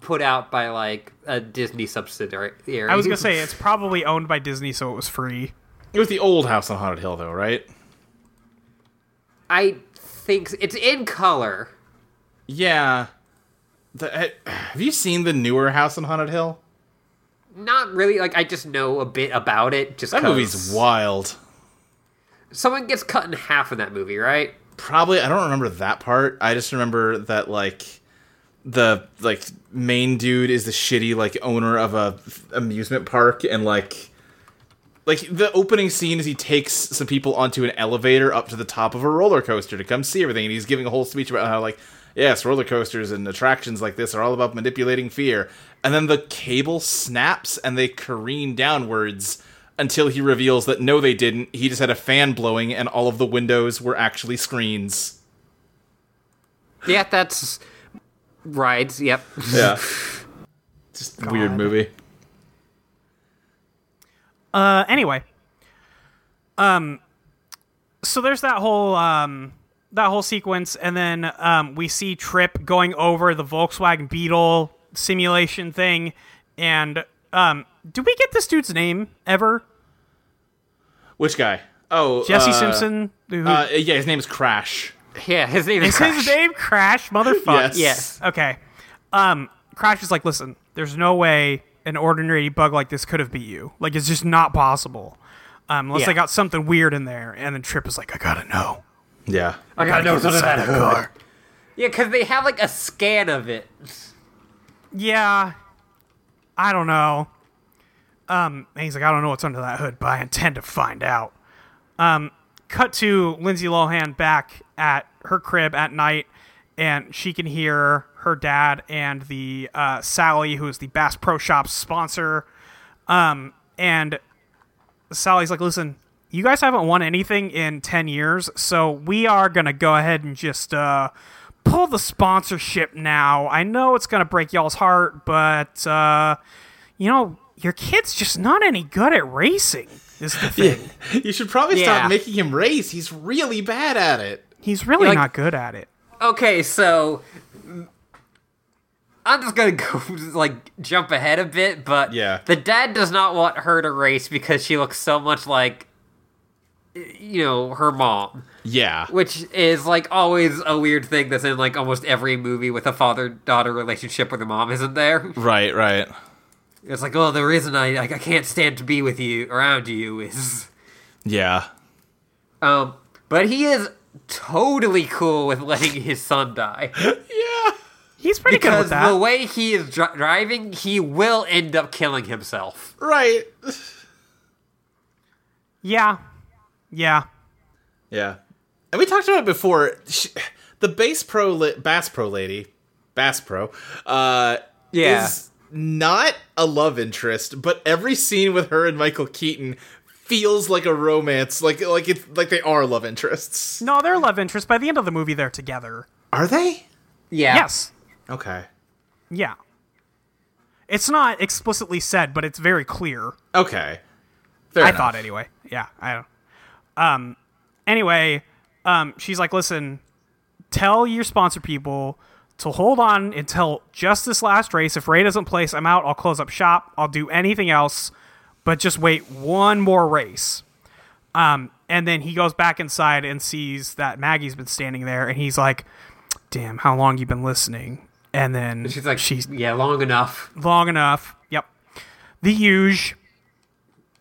put out by like a Disney subsidiary. I was gonna say it's probably owned by Disney, so it was free. It was the old house on Haunted Hill, though, right? I think s- it's in color. Yeah. The, uh, have you seen the newer House on Haunted Hill? Not really. Like I just know a bit about it. Just That 'cause. movie's wild. Someone gets cut in half in that movie, right? Probably, I don't remember that part. I just remember that like the like main dude is the shitty like owner of a f- amusement park, and like like the opening scene is he takes some people onto an elevator up to the top of a roller coaster to come see everything, and he's giving a whole speech about how like yes, roller coasters and attractions like this are all about manipulating fear, and then the cable snaps and they careen downwards. Until he reveals that no, they didn't. He just had a fan blowing, and all of the windows were actually screens. Yeah, that's rides. Yep. Yeah. Just a weird movie. Uh, anyway, um, so there's that whole um that whole sequence, and then um we see Trip going over the Volkswagen Beetle simulation thing, and um, do we get this dude's name ever? Which guy? Oh, Jesse uh, Simpson. Who, Uh, yeah, his name is Crash. Yeah, his name is. is Crash. his name Crash? Motherfucker. Yes. Yes. Okay. Um, Crash is like, listen, there's no way an ordinary bug like this could have beat you. Like, it's just not possible. Um, unless Yeah. they got something weird in there. And then Trip is like, I gotta know. Yeah. I gotta know something about it. car. Yeah, because they have like a scan of it. Yeah. I don't know. Um, and he's like, I don't know what's under that hood, but I intend to find out. Um, cut to Lindsay Lohan back at her crib at night, and she can hear her dad and the uh, Sally, who is the Bass Pro Shops sponsor. Um, and Sally's like, "Listen, you guys haven't won anything in 10 years, so we are going to go ahead and just uh, pull the sponsorship now. I know it's going to break y'all's heart, but, uh, you know, your kid's just not any good at racing, is the thing. You should probably Yeah. stop making him race. He's really bad at it. He's really Like- not good at it. Okay, so I'm just gonna go like jump ahead a bit, but Yeah. the dad does not want her to race because she looks so much like you know her mom, Yeah. which is like always a weird thing that's in like almost every movie with a father-daughter relationship where the mom isn't there. Right, right. It's like, oh, the reason I like, I can't stand to be with you around you is Yeah. um, but he is totally cool with letting his son die. Yeah. He's pretty good with Because that. the way he is dri- driving, he will end up killing himself. Right. yeah. Yeah. Yeah. And we talked about it before. She, the Bass Pro li- Bass Pro lady, Bass Pro, uh, Yeah. is not a love interest, but every scene with her and Michael Keaton feels like a romance, like like it's like they are love interests. No, they're love interest. By the end of the movie, they're together. Are they? Yeah. Yes. Okay. Yeah. It's not explicitly said, but it's very clear. Okay. Fair I enough. thought anyway. Yeah, I don't. Um, anyway, um, she's like, listen, tell your sponsor people to hold on until just this last race. If Ray doesn't place, I'm out. I'll close up shop. I'll do anything else, but just wait one more race. Um, and then he goes back inside and sees that Maggie's been standing there, and he's like, "Damn, how long you been listening?" And then She's like, she's yeah, long enough. long enough. Yep. The huge.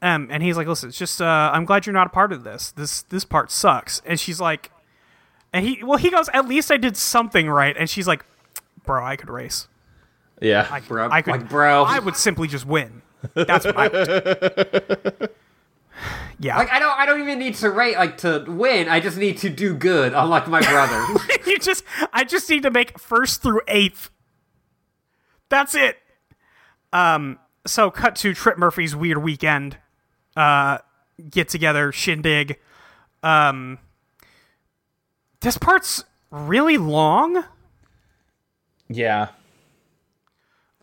Um, and he's like, listen, it's just uh, I'm glad you're not a part of this. This this part sucks. And she's like, and he well he goes, at least I did something right. And she's like, bro, I could race. Yeah. I, Bro, I could, like, bro. I would simply just win. That's what I would. do." yeah. Like I don't, I don't even need to rate like to win. I just need to do good, unlike my brother. you just I just need to make first through eighth. That's it. Um so cut to Trip Murphy's weird weekend uh get together shindig. Um This part's really long. yeah.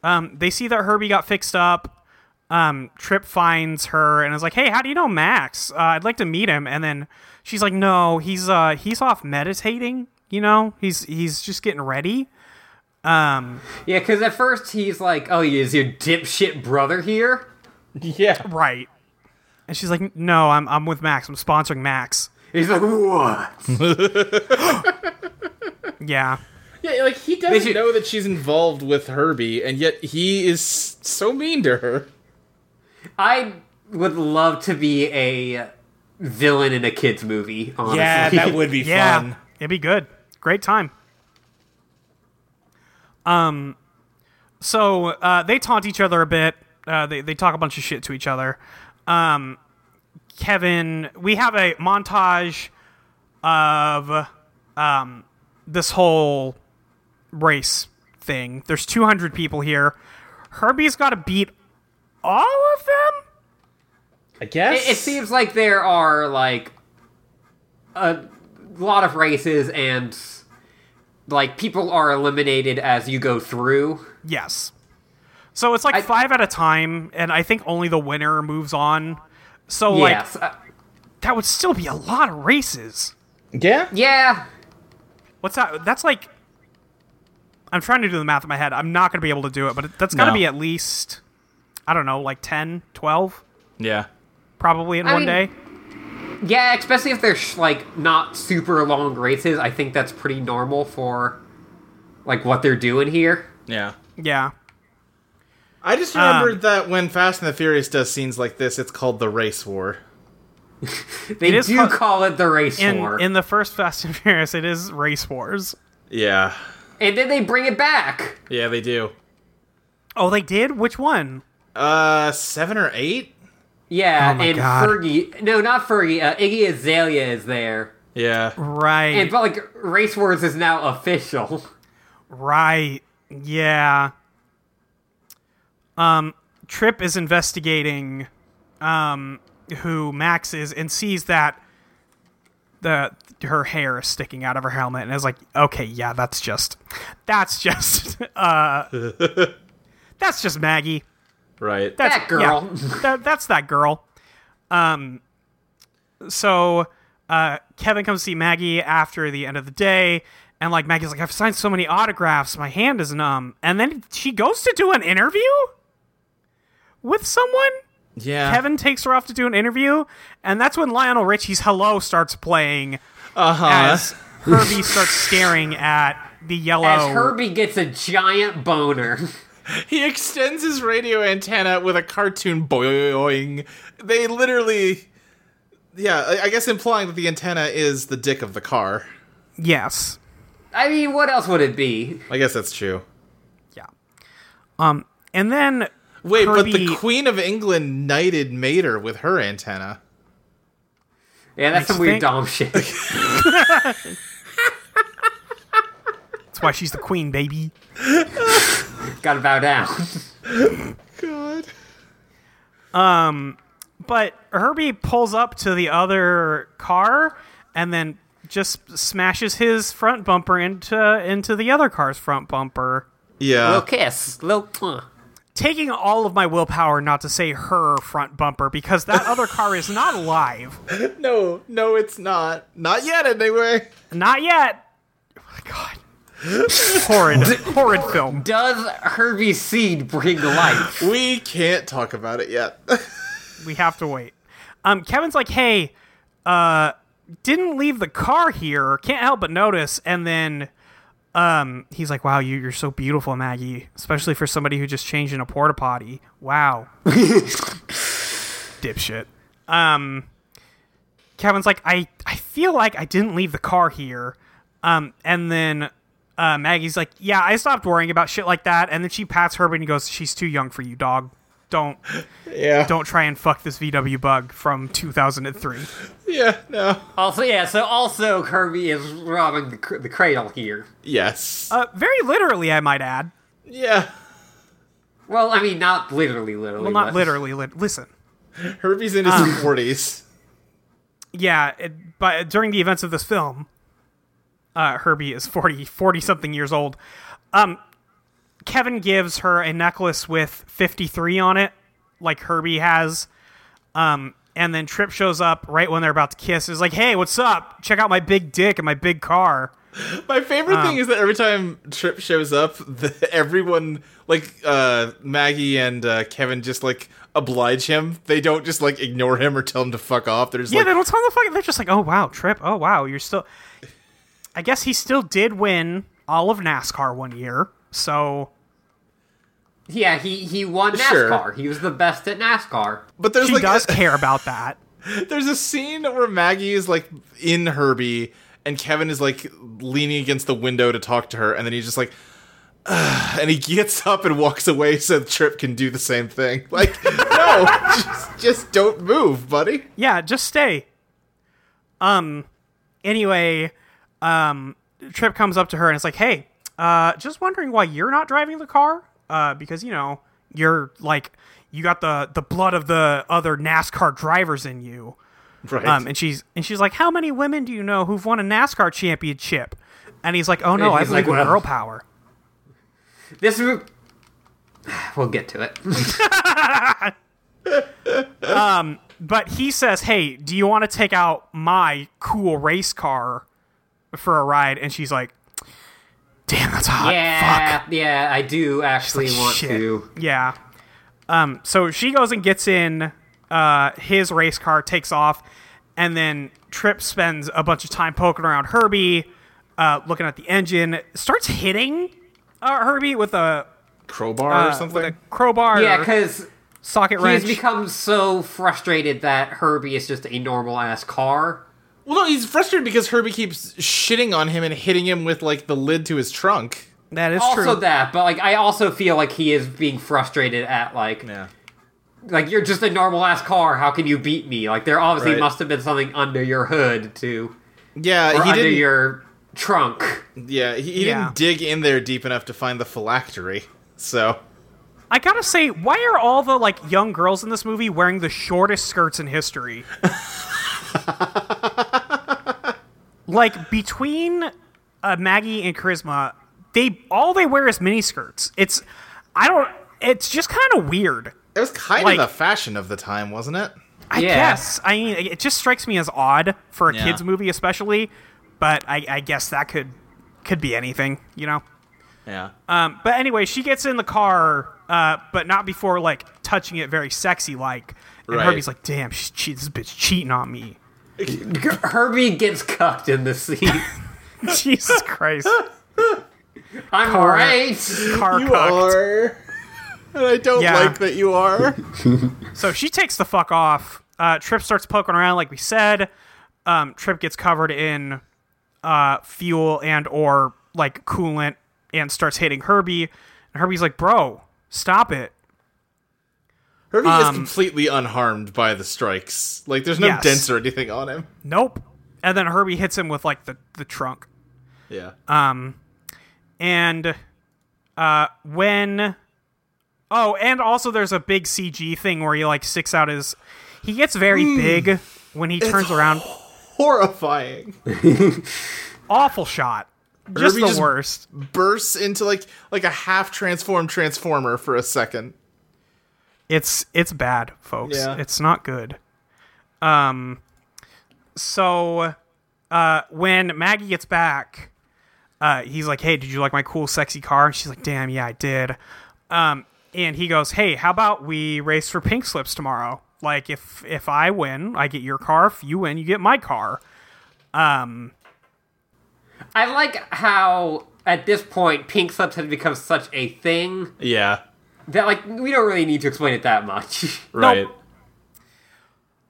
Um they see that Herbie got fixed up. Um Trip finds her and is like, "Hey, how do you know Max? Uh, I'd like to meet him." And then she's like, "No, he's uh he's off meditating, you know? He's he's just getting ready." Um yeah, because at first he's like, oh, is your dipshit brother here? Yeah. Right. And she's like, no, I'm, I'm with Max. I'm sponsoring Max. He's like, what? Yeah. Yeah, like he doesn't should- know that she's involved with Herbie, and yet he is so mean to her. I would love to be a villain in a kids movie. Honestly. would be Yeah. It'd be good. Great time. Um, so uh, they taunt each other a bit. Uh, they, they talk a bunch of shit to each other. Um, Kevin, we have a montage of um, this whole race thing. There's 200 people here. Herbie's got to beat all of them? I guess It, it seems like there are like a lot of races and like people are eliminated as you go through. Yes. So it's like I- five at a time, and I think only the winner moves on. So like yes. Uh, that would still be a lot of races. Yeah. yeah. What's that? That's like I'm trying to do the math in my head. I'm not going to be able to do it, but that's got to No. be at least I don't know, like 10, 12 Yeah. probably in I one mean- day. Yeah, especially if they're sh- like not super long races. I think that's pretty normal for like what they're doing here. Yeah. Yeah. I just remembered that when Fast and the Furious does scenes like this, it's called the race war. They is do ca- call it the race In war. in the first Fast and Furious, it is race wars. Yeah. and then they bring it back. Yeah, they do. Oh, they did. Which one? Uh, seven or eight. Yeah, Oh my and God. Fergie. No, not Fergie. Uh, Iggy Azalea is there. Yeah. Right. And but like Race Wars is now official. Right. Yeah. Um, Trip is investigating um, who Max is and sees that the her hair is sticking out of her helmet and is like, okay, yeah, that's just that's just uh that's just Maggie. right? That's That girl. yeah, that, that's that girl. Um so uh Kevin comes to see Maggie after the end of the day and like Maggie's like, I've signed so many autographs, my hand is numb. And then she goes to do an interview with someone. Yeah. Kevin takes her off to do an interview, and that's when Lionel Richie's "Hello" starts playing Uh-huh. as Herbie starts staring at the yellow. As Herbie gets a giant boner. He extends his radio antenna with a cartoon boing. They literally, yeah, I- I guess implying that the antenna is the dick of the car. yes, I mean, what else would it be? I guess that's true. yeah. Um, and then Wait, but the Kirby- Queen of England knighted Mater with her antenna. Yeah, that's some just weird think- dom shit. that's why she's the queen, baby. Gotta bow down. God. But Herbie pulls up to the other car, and then just smashes his front bumper into into the other car's front bumper. Yeah. Little kiss. Little. uh. taking all of my willpower not to say her front bumper because that other car is not alive. No, no, it's not. Not yet, anyway. Not yet. Oh my god. horrid, horrid film. Does Herbie's seed bring life? We can't talk about it yet. We have to wait. Um, Kevin's like, hey, uh, didn't leave the car here. Can't help but notice. And then, um, he's like, wow, you, you're so beautiful, Maggie, especially for somebody who just changed in a porta potty. Wow. Dipshit. Um, Kevin's like, I, I feel like I didn't leave the car here. Um, and then, uh, Maggie's like, yeah, I stopped worrying about shit like that. And then she pats Herbie and goes, she's too young for you, dog. Don't yeah. don't try and fuck this VW bug from 2003. Yeah, no. Also, yeah, so also Kirby is robbing the, cr- the cradle here. Yes. Uh, very literally, I might add. yeah. Well, I mean, not literally, literally. Well, not but- literally. Lit- listen, Herbie's in his um, 40s. yeah, it, but during the events of this film, uh, Herbie is 40, 40 something years old. Um, Kevin gives her a necklace with 53 on it, like Herbie has. Um, and then Trip shows up right when they're about to kiss. Is like, hey, what's up? Check out my big dick and my big car. My favorite um. thing is that every time Trip shows up, the, everyone like uh, Maggie and uh, Kevin just like oblige him. They don't just like ignore him or tell him to fuck off. They're just Yeah, like, they don't tell the fucking. They're just like, oh wow, Trip. Oh wow, you're still. I guess he still did win all of NASCAR one year, so Yeah, he, he won NASCAR. Sure. He was the best at NASCAR. but there's she like does a- care about that. there's a scene where Maggie is like in Herbie and Kevin is like leaning against the window to talk to her, and then he's just like. "Ugh," And he gets up and walks away so Trip can do the same thing. Like, no, just, just don't move, buddy. Yeah, just stay. Um. Anyway, um, Trip comes up to her and it's like, hey, uh, just wondering why you're not driving the car, uh, because you know you're like you got the the blood of the other NASCAR drivers in you. Right. Um, and she's and she's like, "How many women do you know who've won a NASCAR championship?" And he's like, "Oh no, And I he's believe like, in "Well." girl power." This is. We'll get to it. But he says, "Hey, do you want to take out my cool race car for a ride?" And she's like, "Damn, that's hot. yeah, yeah, I do actually Fuck. want Shit. to. Yeah." Um, so she goes and gets in uh, his race car, takes off, and then Trip spends a bunch of time poking around Herbie, uh, looking at the engine, starts hitting uh, Herbie with a Crowbar or uh, something. with a crowbar. Yeah, or- because socket he's wrench. become so frustrated that Herbie is just a normal ass car. Well, no, he's frustrated because Herbie keeps shitting on him and hitting him with like the lid to his trunk. that is also true. that, but like I also feel like he is being frustrated at like like you're just a normal ass car. How can you beat me? Like there obviously Right. must have been something under your hood to yeah, or he under didn't. your trunk. yeah, he, he Yeah. didn't dig in there deep enough to find the phylactery. So I gotta say, why are all the like young girls in this movie wearing the shortest skirts in history? like between uh, Maggie and Charisma, they all they wear is miniskirts. It's I don't. It's just kind of weird. It was kind Like- of the fashion of the time, wasn't it? I Yeah. guess. I mean, it just strikes me as odd for a Yeah. kids movie, especially. But I, I guess that could could be anything, you know. Yeah. Um, but anyway, she gets in the car, uh, but not before like touching it very sexy like. And Right. Herbie's like, "Damn, she's che- this bitch cheating on me." Herbie gets cucked in the scene. Jesus Christ, I'm right. car you cucked. are. And I don't Yeah. like that you are. So she takes the fuck off. Uh, Trip starts poking around, like we said. Um, Trip gets covered in uh, fuel and or like coolant, and starts hitting Herbie. And Herbie's like, "Bro, stop it." Herbie is completely unharmed by the strikes. Like, there's no Um, Yes. dents or anything on him. Nope. And then Herbie hits him with like the the trunk. Yeah. and uh, when oh and also there's a big cg thing where he like sticks out his he gets very big when he turns around Horrifying. awful shot just Herbie the just- worst Bursts into like like a half transformed transformer for a second. it's it's bad folks Yeah. it's not good um so uh when maggie gets back uh he's like hey did you like my cool sexy car and she's like damn yeah i did um and he goes hey how about we race for pink slips tomorrow like if if i win i get your car if you win you get my car I like how at this point pink slips has become such a thing Yeah. that like we don't really need to explain it that much. Right.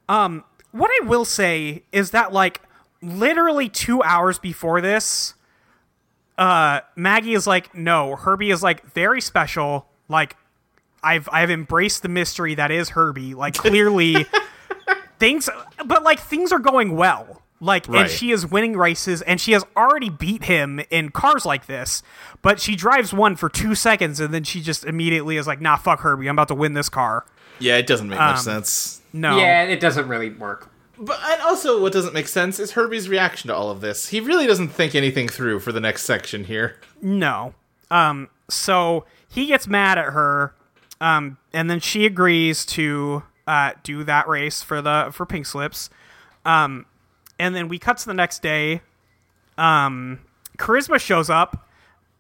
Um, what I will say is that like literally two hours before this, uh, Maggie is like, no, Herbie is like very special. Like, I've I've embraced the mystery that is Herbie. Like, clearly things, but like things are going well. Like, Right. and she is winning races, and she has already beat him in cars like this. But she drives one for two seconds, and then she just immediately is like, "Nah, fuck Herbie, I'm about to win this car." Yeah, it doesn't make Um, much sense. No, Yeah, it doesn't really work. But and also, what doesn't make sense is Herbie's reaction to all of this. He really doesn't think anything through for the next section here. No. Um, so he gets mad at her, um, and then she agrees to uh, do that race for the for pink slips. Um, and then we cut to the next day. Um, Charisma shows up,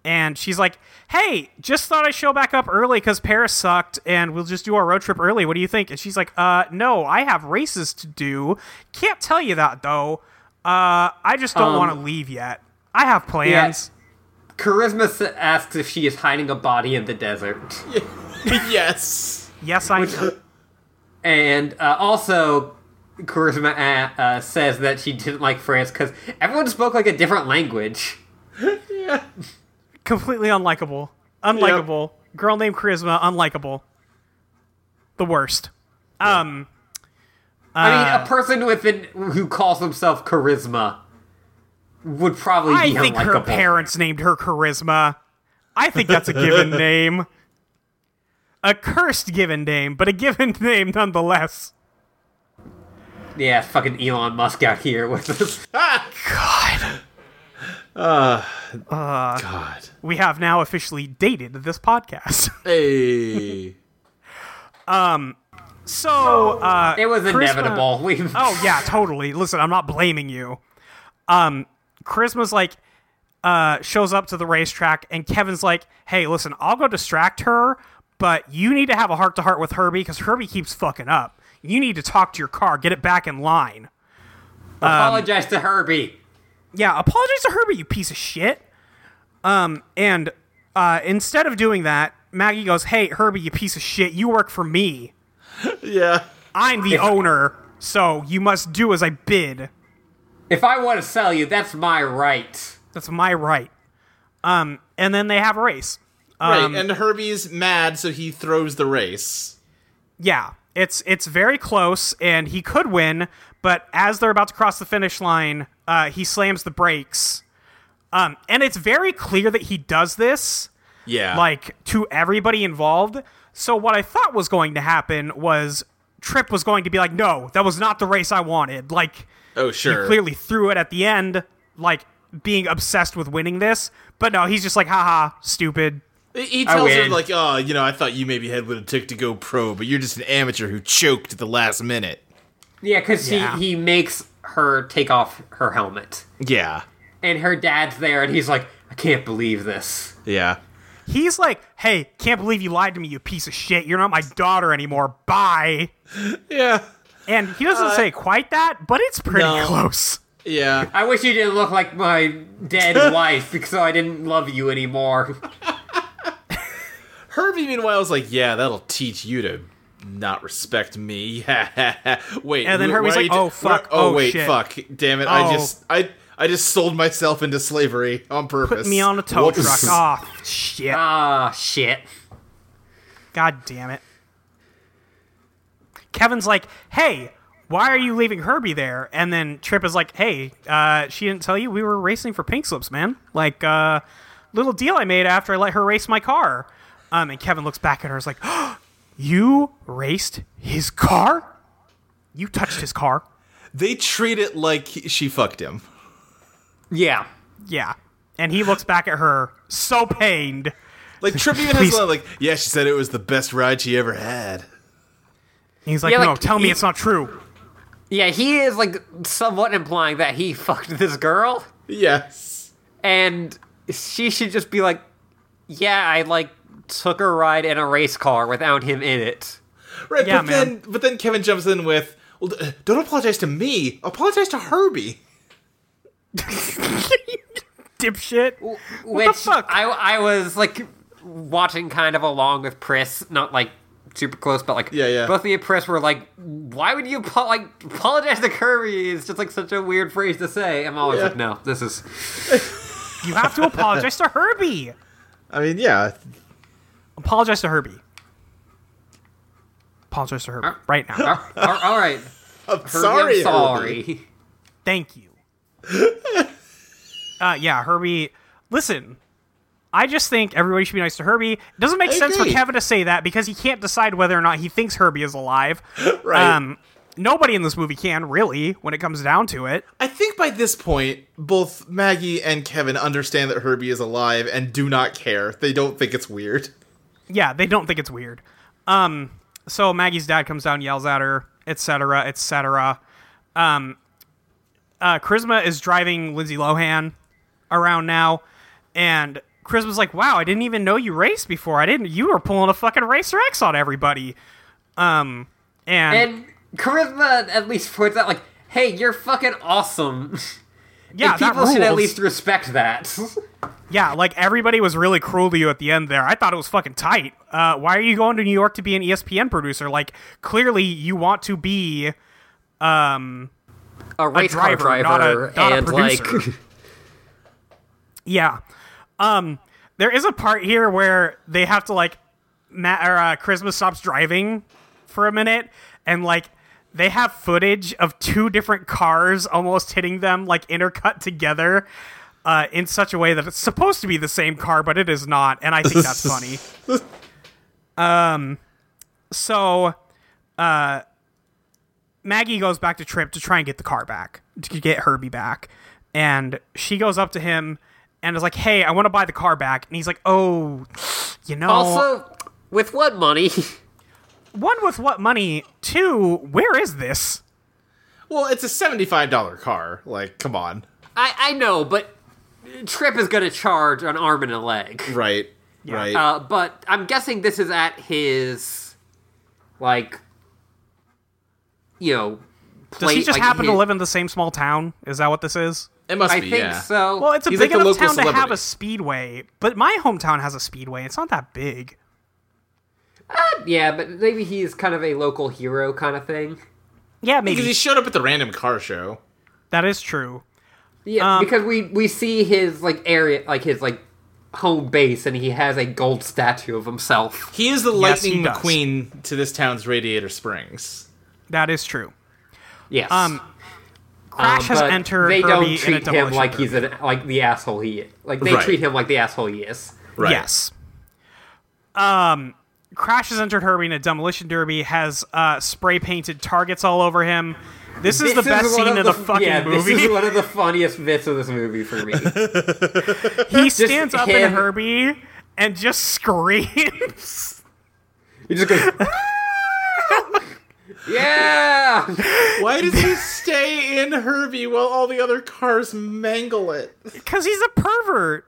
and she's like, "Hey, just thought I'd show back up early because Paris sucked, and we'll just do our road trip early. What do you think?" And she's like, "Uh, no, I have races to do. Can't tell you that though. Uh, I just don't want to leave yet. I have plans." Charisma s- asks if she is hiding a body in the desert. yes. Yes, I am. And uh, also, Charisma uh, uh, says that she didn't like France because everyone spoke like a different language. completely unlikable. Unlikable. Girl named Charisma, unlikable. The worst. Um, I Uh. mean, a person with an, who calls himself Charisma would probably I be think her unlikable. parents named her Charisma. I think that's a given name. A cursed given name, but a given name nonetheless. yeah, it's fucking Elon Musk out here with us. God. We have now officially dated this podcast. Hey. so, uh, It was Charisma- inevitable. We, Oh yeah, totally. Listen, I'm not blaming you. Um, Charisma's like, uh, shows up to the racetrack, and Kevin's like, "Hey, listen, I'll go distract her, but you need to have a heart to heart with Herbie because Herbie keeps fucking up. You need to talk to your car, get it back in line. apologize to Herbie. Yeah, apologize to Herbie, you piece of shit." Um, and uh, instead of doing that, Maggie goes, "Hey, Herbie, you piece of shit, you work for me. yeah. I'm the owner, so you must do as I bid." If I want to sell you, that's my right. That's my right. Um, and then they have a race. Um, right. And Herbie's mad, so he throws the race. Yeah, it's it's very close, and he could win. But as they're about to cross the finish line, uh, he slams the brakes. Um, and it's very clear that he does this Yeah. like to everybody involved. So what I thought was going to happen was Trip was going to be like, "No, that was not the race I wanted." Like Oh he sure. clearly threw it at the end, like being obsessed with winning this. But no, he's just like, "Haha, stupid." He I tells her win. like, "Oh, you know, I thought you maybe had what it took to go pro, but you're just an amateur who choked at the last minute." Yeah, because Yeah. he, he makes her take off her helmet. Yeah, And her dad's there, and he's like, I can't believe this. yeah, He's like, "Hey, can't believe you lied to me, you piece of shit. You're not my daughter anymore. Bye." yeah, And he doesn't say quite that, but it's pretty no. close. yeah. I wish you didn't look like my dead wife, because I didn't love you anymore. Herbie, meanwhile, is like, "Yeah, that'll teach you to not respect me." wait, And then Herbie's wh- what are like, you "Oh, do- fuck. what- oh, Oh, wait, shit." fuck, damn it! I Oh. just, I, I just sold myself into slavery on purpose. Put me on a tow Whoops. truck. Oh shit! Ah, shit. God damn it. Kevin's like, hey, why are you leaving Herbie there? And then Trip is like, hey, uh, she didn't tell you we were racing for pink slips, man. Like, uh, little deal I made after I let her race my car. Um, and Kevin looks back at her and is like, you raced his car? You touched his car? They treat it like she fucked him. Yeah. Yeah. And he looks back at her, so pained. Like Trip even has Please. a like, yeah, she said it was the best ride she ever had. He's like, Yeah, like, no, tell me he- it's not true. Yeah, he is, like, somewhat implying that he fucked this girl, Yes. and she should just be like, yeah, I, like, took a ride in a race car without him in it. Right, Yeah, but man. then but then Kevin jumps in with, "Well, d- uh, don't apologize to me. Apologize to Herbie." Dipshit. Which the fuck? I I was like watching kind of along with Pris, not like super close, but like Yeah, yeah. Both me and Pris were like, why would you apo- like apologize to Kirby? It's just like such a weird phrase to say. I'm always Yeah. like, no, this is You have to apologize to Herbie. I mean, yeah. Apologize to Herbie. Apologize to Herbie right now. all all- all right. I'm Kirby, sorry. I'm sorry. Herbie. Thank you. Uh, yeah, Herbie. Listen, I just think everybody should be nice to Herbie. It doesn't make I sense agree. for Kevin to say that because he can't decide whether or not he thinks Herbie is alive. Right. Um, nobody in this movie can really, when it comes down to it. I think by this point, both Maggie and Kevin understand that Herbie is alive and do not care. They don't think it's weird. yeah, they don't think it's weird. Um, so Maggie's dad comes down, yells at her, etc., cetera, etc. Um, uh, Charisma is driving Lindsay Lohan around now, and Charisma's like, "Wow, I didn't even know you raced before. I didn't. You were pulling a fucking racer X on everybody." Um, and, And charisma at least points out like, hey, you're fucking awesome. yeah, and that people should at rules. least respect that. Yeah, like everybody was really cruel to you at the end there. I thought it was fucking tight. Uh, why are you going to New York to be an E ESPN producer? Like, clearly you want to be A race driver, car not a- driver not a and like producer. Yeah. Um, there is a part here where they have to like, Ma- or, uh, Charisma stops driving for a minute, and like they have footage of two different cars almost hitting them, like intercut together, uh, in such a way that it's supposed to be the same car, but it is not, and I think that's funny. Um, so, uh, Maggie goes back to Trip to try and get the car back, to get Herbie back. And she goes up to him and is like, hey, I want to buy the car back. And he's like, oh, you know. also with what money? one with what money two where is this Well, it's a seventy-five dollar car. Like, come on. I, I know, but Trip is going to charge an arm and a leg. Right. Right. Uh, but I'm guessing this is at his, like, you know, does he plate, just like, happen to his- live in the same small town is that what this is it must I be. think yeah. so. well it's a He's big like the enough local town to have celebrity. a speedway but my hometown has a speedway it's not that big yeah, but maybe he's kind of a local hero kind of thing. yeah Because he maybe showed up at the random car show. that is true Um, Yeah, because we we see his like area, like his like home base, and he has a gold statue of himself. He is the Yes, Lightning he does. McQueen to this town's Radiator Springs. that is true Yes. Um, crash has Um, but entered They Herbie don't treat in a him demolition like derby. he's an like the asshole he is. Like they Right. treat him like the asshole he is. Right. yes Um, Crash has entered Herbie in a demolition derby, has uh, spray painted targets all over him. This is the This best one scene of the, fucking yeah, movie. This is one of the funniest bits of this movie for me. he stands up in him- Herbie and just screams. He just goes. yeah. Why does he stay in Herbie while all the other cars mangle it? Because he's a pervert.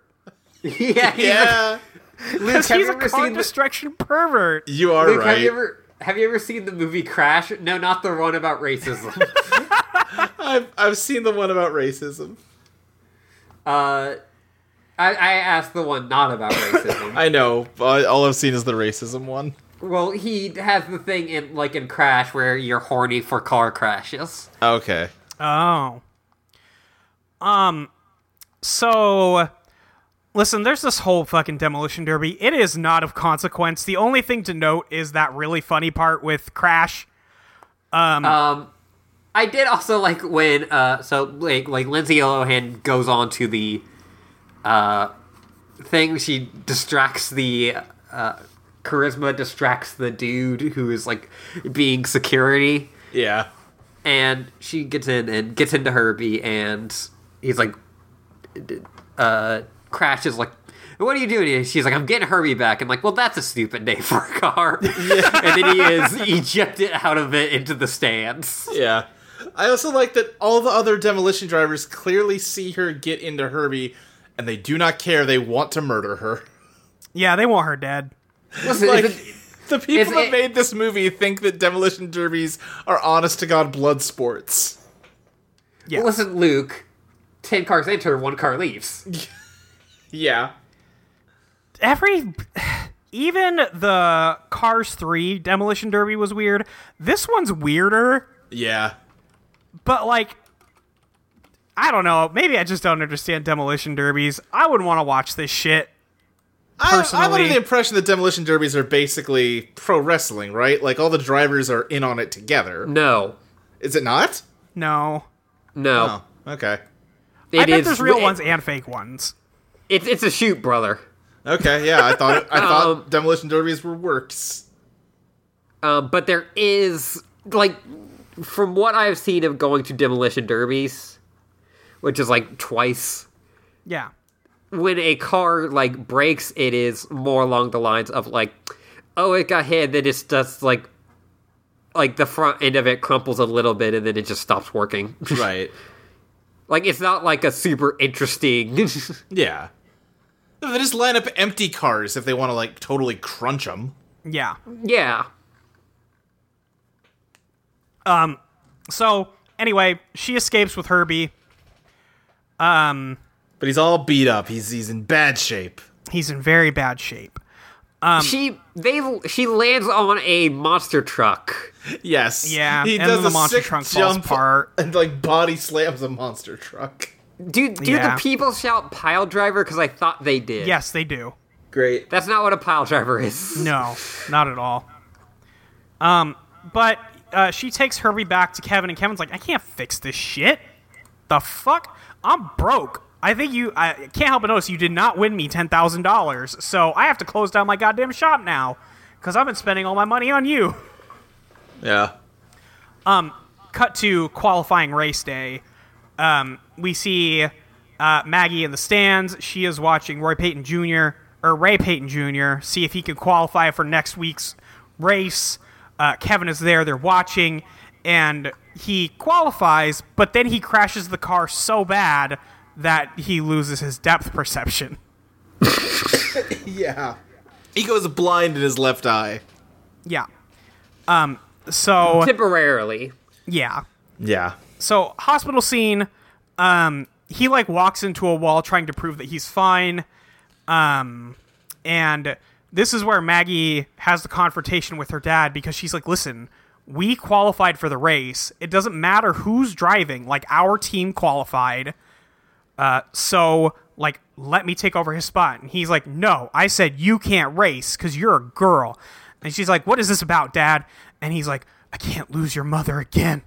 Yeah. he's Yeah, like, Luke, Because have he's you a ever car seen the- destruction pervert. you are Luke, have right. you ever have you ever seen the movie Crash? No, not the one about racism. I've I've seen the one about racism. uh, I, I asked the one not about racism. I know. but All I've seen is the racism one. Well, he has the thing in like in Crash where you're horny for car crashes. Okay. Oh. Um. So, listen. There's this whole fucking demolition derby. It is not of consequence. The only thing to note is that really funny part with Crash. Um, I did also like when uh, so like like Lindsay Lohan goes on to the uh thing. She distracts the uh, charisma distracts the dude who is like being security. Yeah. and she gets in and gets into Herbie, and he's like, d- uh, Crash is like, "What are you doing?" here?" she's like, "I'm getting Herbie back." I'm like, "Well, that's a stupid name for a car." and then he is ejected out of it into the stands. Yeah. I also like that all the other demolition drivers clearly see her get into Herbie, and they do not care. They want to murder her. Yeah, they want her dead. Listen, Like, if it- the people that it- made this movie think that demolition derbies are honest to god blood sports. Yeah. listen, Luke. Ten cars enter, one car leaves. Yeah. Every. Even the Cars 3 Demolition Derby was weird. This one's weirder. Yeah. But like, I don't know. Maybe I just don't understand demolition derbies. I wouldn't want to watch this shit. I, I'm under Personally- the impression that demolition derbies are basically pro wrestling, right? Like all the drivers are in on it together. No, Is it not? No, no, Oh, okay. It I bet is- there's real it- ones and fake ones. It's it's a shoot, brother. Okay, yeah, I thought I Um, thought demolition derbies were works. Um, but there is like from what I've seen of going to demolition derbies, which is like twice. Yeah, When a car like breaks, it is more along the lines of like, oh, it got hit. Then it's just like, like the front end of it crumples a little bit, and then it just stops working. Right. like it's not like a super interesting. Yeah. No, they just line up empty cars if they want to like totally crunch them. yeah. yeah. So anyway, she escapes with Herbie. But he's all beat up. He's he's in bad shape. He's in very bad shape. she they she lands on a monster truck. Yes. Yeah, and then the monster trunk falls apart. and like body slams a monster truck. Do do Yeah. the people shout pile driver? Because I thought they did. Yes, they do. Great. That's not what a pile driver is. No, not at all. Um, but uh, she takes Herbie back to Kevin, and Kevin's like, "I can't fix this shit. The fuck? I'm broke. I think you. I can't help but notice you did not win me ten thousand dollars, so I have to close down my goddamn shop now because I've been spending all my money on you." Yeah. Cut to qualifying race day. Um, we see uh, Maggie in the stands. She is watching Roy Payton Jr. or Ray Payton Jr. see if he can qualify for next week's race. Uh, Kevin is there. They're watching, and he qualifies, but then he crashes the car so bad that he loses his depth perception. Yeah. He goes blind in his left eye. Yeah. Um. So Temporarily. yeah. Yeah. so hospital scene um he like walks into a wall trying to prove that he's fine um and this is where maggie has the confrontation with her dad because she's like listen we qualified for the race it doesn't matter who's driving like our team qualified uh so like let me take over his spot and he's like no i said you can't race because you're a girl and she's like what is this about dad and he's like i can't lose your mother again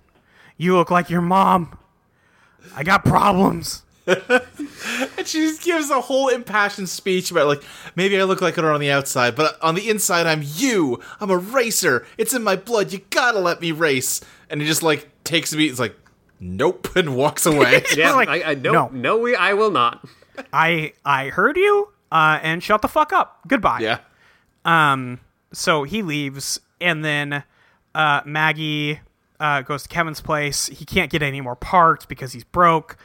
you look like your mom. I got problems. And she just gives a whole impassioned speech about like maybe I look like her on the outside, but on the inside I'm you. I'm a racer. It's in my blood. You gotta let me race. And he just like takes me. It's like nope, and walks away. Yeah, like, I, I, no, no. no, we, I will not. I I heard you, uh, and shut the fuck up. Goodbye. yeah, Um, so he leaves, and then uh, Maggie uh, goes to Kevin's place. He can't get any more parts because he's broke.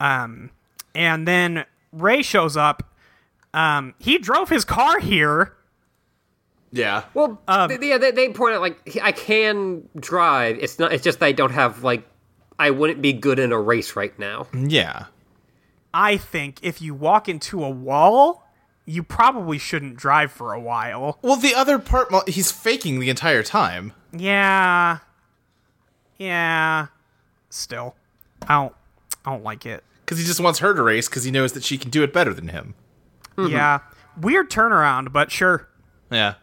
Um, and then Ray shows up. Um, he drove his car here. yeah. Well, Um, th- yeah, they, they point out like he- I can drive. It's not. It's just I don't have like I wouldn't be good in a race right now. Yeah. I think if you walk into a wall, you probably shouldn't drive for a while. Well, the other part, well, he's faking the entire time. Yeah. Yeah. Still, I don't. I don't like it. Because he just wants her to race because he knows that she can do it better than him. Yeah. Weird turnaround, but sure. Yeah.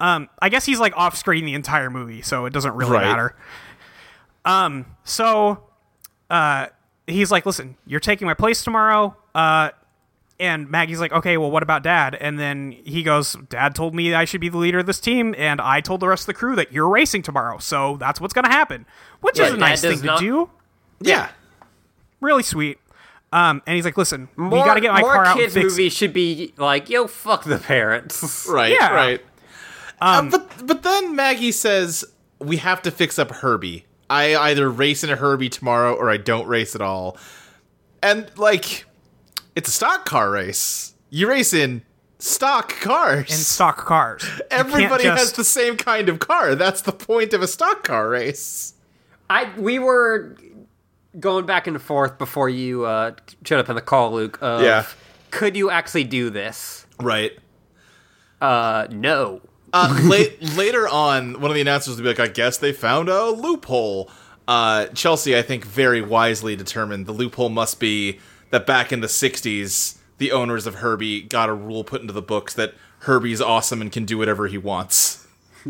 I guess he's like off screen the entire movie, so it doesn't really Right. matter. Um, so uh he's like, Listen, you're taking my place tomorrow. Uh and Maggie's like, Okay, well what about dad? And then he goes, Dad told me I should be the leader of this team, and I told the rest of the crew that you're racing tomorrow, so that's what's gonna happen. Which Right, is a Dad nice thing does not- to do. Yeah. Really sweet. Um, and he's like, Listen, More, we gotta get my more car out and kids fix it." movies should be like yo fuck the parents. Right. Yeah. Right. Uh, but but then Maggie says we have to fix up Herbie. I either race in a Herbie tomorrow or I don't race at all. And like, it's a stock car race. You race in stock cars. and stock cars. You can't Everybody has just- the same kind of car. That's the point of a stock car race. I we were going back and forth before you uh, showed up in the call, Luke. Of, Yeah. Could you actually do this? Right. Uh, no. Uh, la- later on, one of the announcers would be like, "I guess they found a loophole." Uh, Chelsea, I think, very wisely determined the loophole must be that back in the '60s, the owners of Herbie got a rule put into the books that Herbie's awesome and can do whatever he wants.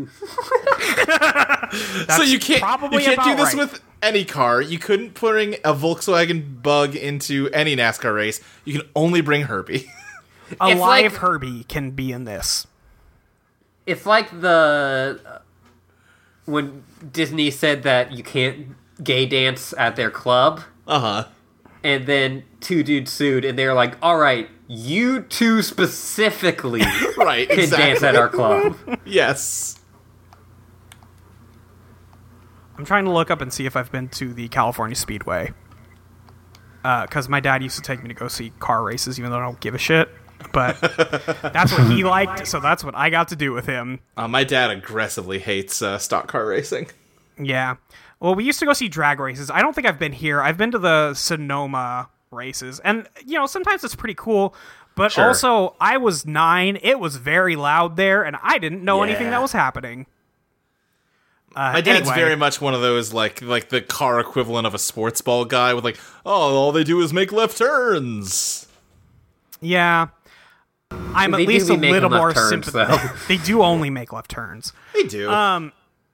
so you can't probably you can't do about right. this with any car. You couldn't bring a Volkswagen Bug into any NASCAR race. You can only bring Herbie. A It's live like- Herbie can be in this. It's like the when Disney said that you can't gay dance at their club, Uh huh. and then two dudes sued, and they're like, "All right, you two specifically can Right. exactly. dance at our club." Yes. I'm trying to look up and see if I've been to the California Speedway. Because my dad used to take me to go see car races, even though I don't give a shit. But that's what he liked, so that's what I got to do with him. Uh, my dad aggressively hates uh, stock car racing. Yeah. Well, we used to go see drag races. I don't think I've been here. I've been to the Sonoma races. And, you know, sometimes it's pretty cool. But Sure. also, I was nine. It was very loud there, and I didn't know anything Yeah. that was happening. Uh, My dad's anyway. very much one of those like like the car equivalent of a sports ball guy with like, oh, all they do is make left turns. Yeah. I'm They do at least be a making little left more turns, sympathetic. though. they do only make left turns. They do. Um,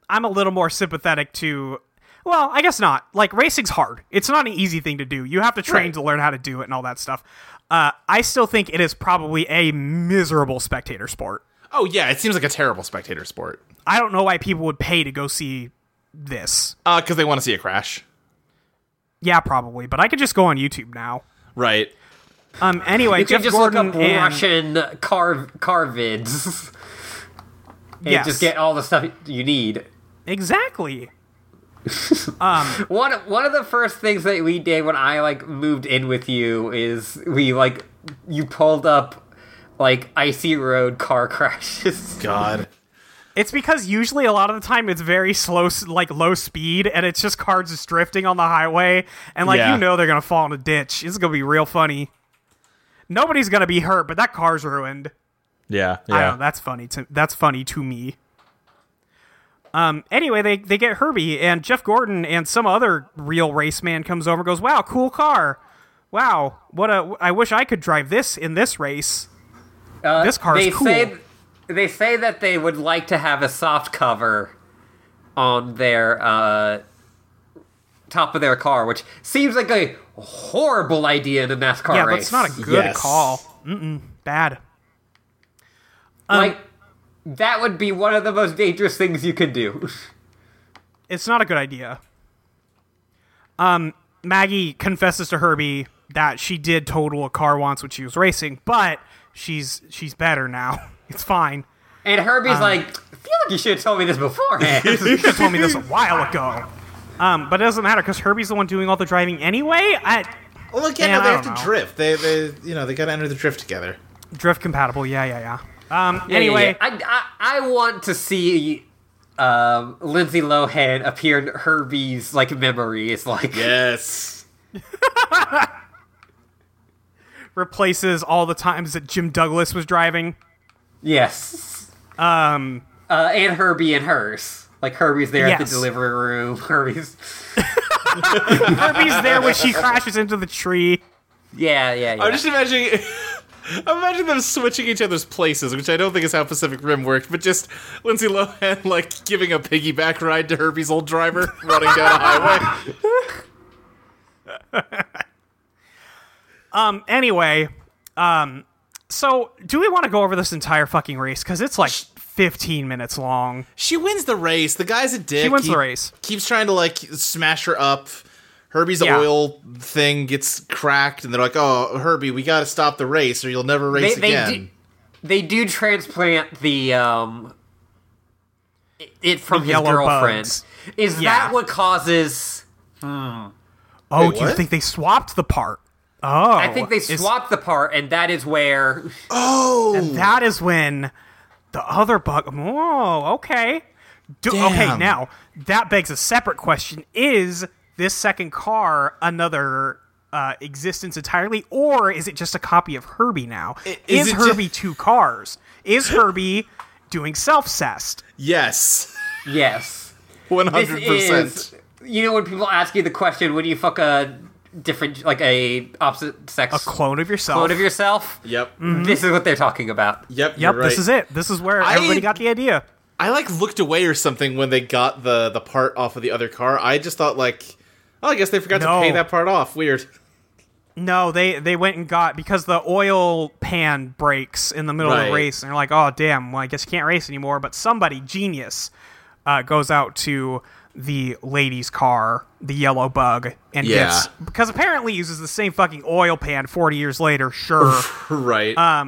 I'm a little more sympathetic to well, I guess not. Like racing's hard. It's not an easy thing to do. You have to train Right. to learn how to do it and all that stuff. Uh, I still think it is probably a miserable spectator sport. oh yeah, it seems like a terrible spectator sport. I don't know why people would pay to go see this. Uh, because they want to see a crash. Yeah, probably, but I could just go on YouTube now. Right. Um. Anyway, You Jeff can just Gordon look up and Russian car car vids and Yes. just get all the stuff you need. exactly. One one of the first things that we did when I like moved in with you is we like you pulled up like icy road car crashes. God. It's because usually a lot of the time it's very slow, s- like low speed, and it's just cars just drifting on the highway, and like Yeah. you know they're gonna fall in a ditch. This is gonna be real funny. Nobody's gonna be hurt, but that car's ruined. Yeah. I don't know. That's funny to that's funny to me. Um. Anyway, they they get Herbie and Jeff Gordon and some other real race man comes over and goes, "Wow, cool car. Wow, what a. I wish I could drive this in this race. Uh, This car is they cool." say they say that they would like to have a soft cover on their uh top of their car, which seems like a horrible idea in a NASCAR yeah, race. but it's not a good Yes. call. Mm-mm, bad. like um, that would be one of the most dangerous things you could do. It's not a good idea. Um, Maggie confesses to Herbie that she did total a car once when she was racing, but she's she's better now. It's fine. And Uh. Herbie's like, I feel like you should have told me this beforehand. You should have told me this a while ago. Um, but it doesn't matter because Herbie's the one doing all the driving anyway. I, Well, again, Man, no, they I have to don't know. drift. They, they, you know, they got to enter the drift together. drift compatible. Yeah, yeah, yeah. Um, Yeah, yeah, anyway, yeah. I, I I want to see um, Lindsay Lohan appear in Herbie's like memories. Like, Yes. replaces all the times that Jim Douglas was driving. yes, Um, uh, and Herbie and hers. Like Herbie's there at Yes. the delivery room. Herbie's, Herbie's there when she crashes into the tree. yeah, yeah, yeah. I'm just imagining. I'm imagining them switching each other's places, which I don't think is how Pacific Rim worked, but just Lindsay Lohan like giving a piggyback ride to Herbie's old driver running down a highway. Um, anyway, um, so do we want to go over this entire fucking race? Because it's like 15 minutes long. She wins the race. The guy's a dick. She wins the race. Keeps trying to like smash her up. Herbie's Yeah. oil thing gets cracked, and they're like, "Oh, Herbie, we got to stop the race, or you'll never race again." do, they do transplant the um it- it from his yellow girlfriend. bugs. Is Yeah. that what causes? Oh, Wait, do you what? think they swapped the part? Oh, I think they swapped the part, and that is where oh, Mm. That is when the other bug. Whoa, okay. Do, okay, Damn. now that begs a separate question: Is this second car another uh, existence entirely, or is it just a copy of Herbie now? is is it Herbie two cars? Is Herbie doing self-cest? yes, yes, one this hundred percent. is. You know when people ask you the question, "Would you fuck a different, like a opposite sex A Hmm? clone of yourself. clone of yourself?" Yep. This is what they're talking about. Yep. Mm. Yep, this is it. This is where I- everybody got the idea. I like looked away or something when they got the the part off of the other car. I just thought like, oh, I guess they forgot No. to pay that part off. Weird. No, they they went and got because the oil pan breaks in the middle of the Right. race, and they're like, "Oh damn, well I guess you can't race anymore." But somebody genius uh, goes out to the lady's car, the yellow bug, and Yeah. gets because apparently uses the same fucking oil pan forty years later. Sure, Right. Uh,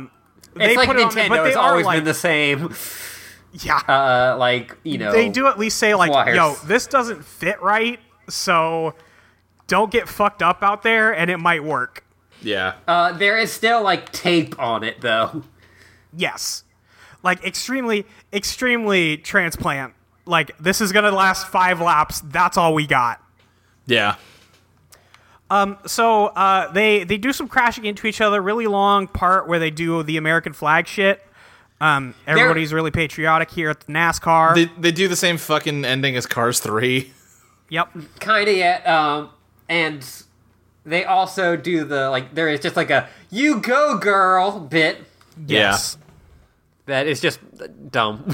they it's like put it on Nintendo. there, but they it's are always like, been the same. yeah, Uh, like you know, they do at least say like, Flyers. "Yo, this doesn't fit right," so don't get fucked up out there, and it might work. yeah. Uh, there is still like tape on it though. Yes. Like extremely, extremely transplant. Like this is gonna last five laps. That's all we got. yeah. So uh, they they do some crashing into each other. Really long part where they do the American flag shit. Um, everybody's really patriotic here at the NASCAR. They, they do the same fucking ending as Cars Three. yep. kind of yet um and they also do the like there is just like a you go girl bit Yes. that is just dumb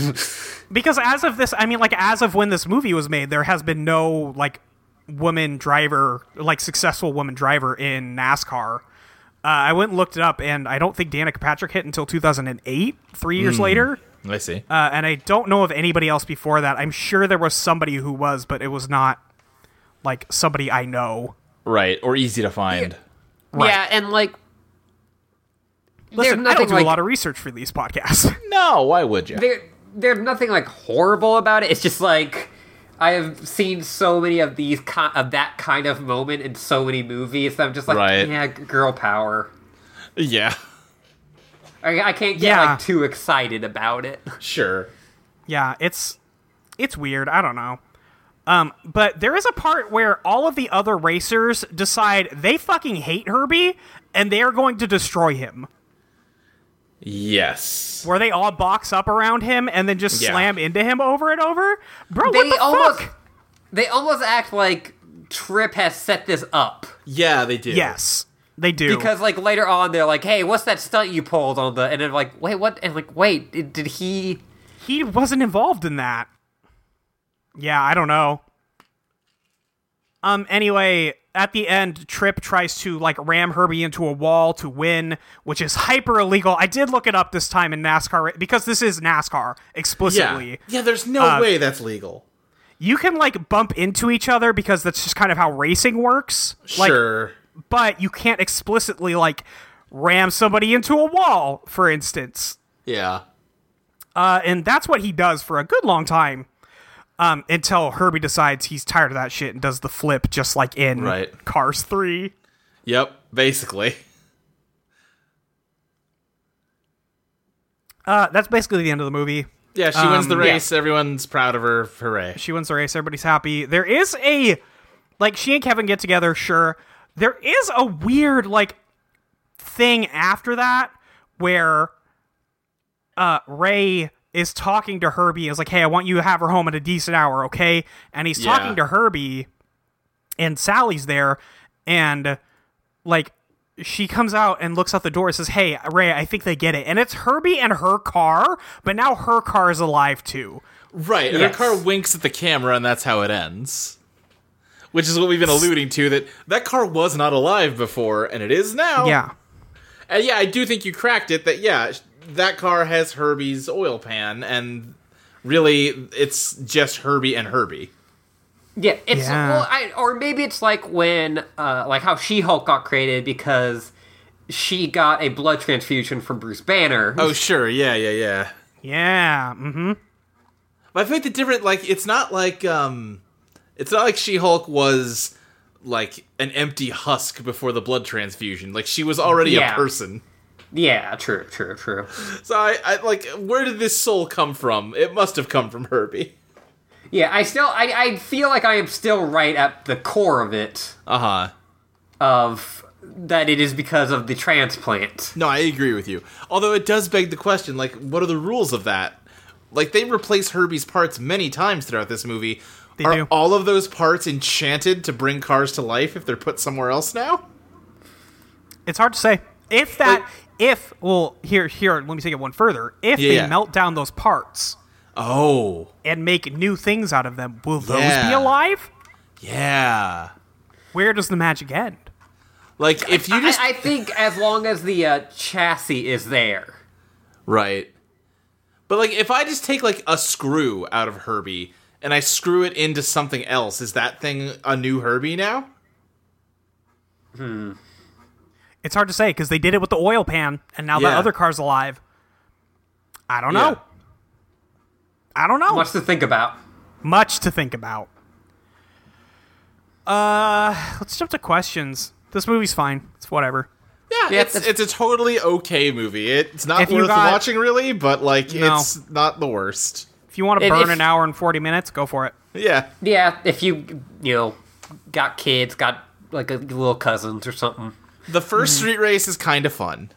Because as of this, I mean, like as of when this movie was made, there has been no like woman driver, like successful woman driver in NASCAR. Uh, I went and looked it up, and I don't think Danica Patrick hit until 2008, three years later. I see. Uh, and I don't know of anybody else before that. I'm sure there was somebody who was, but it was not like somebody I know. right. Or easy to find. yeah and like Listen, I don't do like, a lot of research for these podcasts. No. Why would you? there, there's nothing like horrible about it it's just like I have seen so many of these ki of that kind of moment in so many movies that I'm just like Right. yeah g- girl power yeah. I, I can't get Yeah. like too excited about it Sure. yeah, it's it's weird. I don't know. Um, but there is a part where all of the other racers decide they fucking hate Herbie and they are going to destroy him. Yes. Where they all box up around him and then just Yeah. slam into him over and over. Bro, they what the almost fuck? they almost act like Trip has set this up Yeah, they do. Yes, they do. because like later on they're like, "Hey, what's that stunt you pulled on the?" And then like, "Wait, what?" And like, "Wait, did, did he?" he wasn't involved in that. Yeah, I don't know. Um. Anyway, at the end, Trip tries to like ram Herbie into a wall to win, which is hyper illegal. I did look it up this time in NASCAR because this is NASCAR explicitly. Yeah. Yeah, there's no Uh, way that's legal. You can like bump into each other because that's just kind of how racing works. Like, sure. but you can't explicitly like ram somebody into a wall, for instance. Yeah. Uh, and that's what he does for a good long time. Um, until Herbie decides he's tired of that shit and does the flip just like in Right. Cars 3. Yep, basically. Uh, that's basically the end of the movie. Yeah, she wins the Um, yeah. race. Everyone's proud of her. Hooray. She wins the race, everybody's happy. There is a like she and Kevin get together, sure. There is a weird like thing after that where uh Ray is talking to Herbie is like, "Hey, I want you to have her home at a decent hour, okay?" And he's Yeah. talking to Herbie and Sally's there and like she comes out and looks out the door and says, "Hey, Ray, I think they get it." And it's Herbie and her car, but now her car is alive too. Right, and her Yes. car winks at the camera, and that's how it ends. Which is what we've been alluding to that that car was not alive before, and it is now. Yeah. and yeah, I do think you cracked it. That yeah, that car has Herbie's oil pan, and really, it's just Herbie and Herbie. Yeah, it's Yeah. Well, I, or maybe it's like when, uh, like how She Hulk got created because she got a blood transfusion from Bruce Banner. Oh sure, yeah, yeah, yeah. Yeah. Mm-hmm. But I think the different like it's not like um it's not like She-Hulk was like an empty husk before the blood transfusion. Like she was already Yeah. a person. yeah, true, true, true. So I, I like where did this soul come from? It must have come from Herbie. Yeah, I still, I, I feel like I am still right at the core of it Uh-huh. of that it is because of the transplant. No, I agree with you. Although it does beg the question like what are the rules of that? Like they replace Herbie's parts many times throughout this movie. They are do. all of those parts enchanted to bring cars to life if they're put somewhere else now? It's hard to say. If that, Like- if well, here, here, let me take it one further. If they Yeah. melt down those parts Oh. and make new things out of them, will those be Yeah. alive? Yeah. Where does the magic end? Like if you just I, I think as long as the uh, chassis is there. Right. But like if I just take like a screw out of Herbie and I screw it into something else, is that thing a new Herbie now? It's hard to say because they did it with the oil pan, and now that Yeah. other car's alive. I don't know. Yeah. I don't know. Much to think about. Much to think about. Uh, let's jump to questions. This movie's fine. It's whatever. Yeah, it's that's- it's a totally okay movie. It's not If you worth got- watching really, but like No. it's not the worst. If you want to And burn if- an hour and forty minutes, go for it. Yeah. Yeah, if you, you know, got kids, got like a little cousins or something. The 1st Mm-hmm. street race is kind of fun.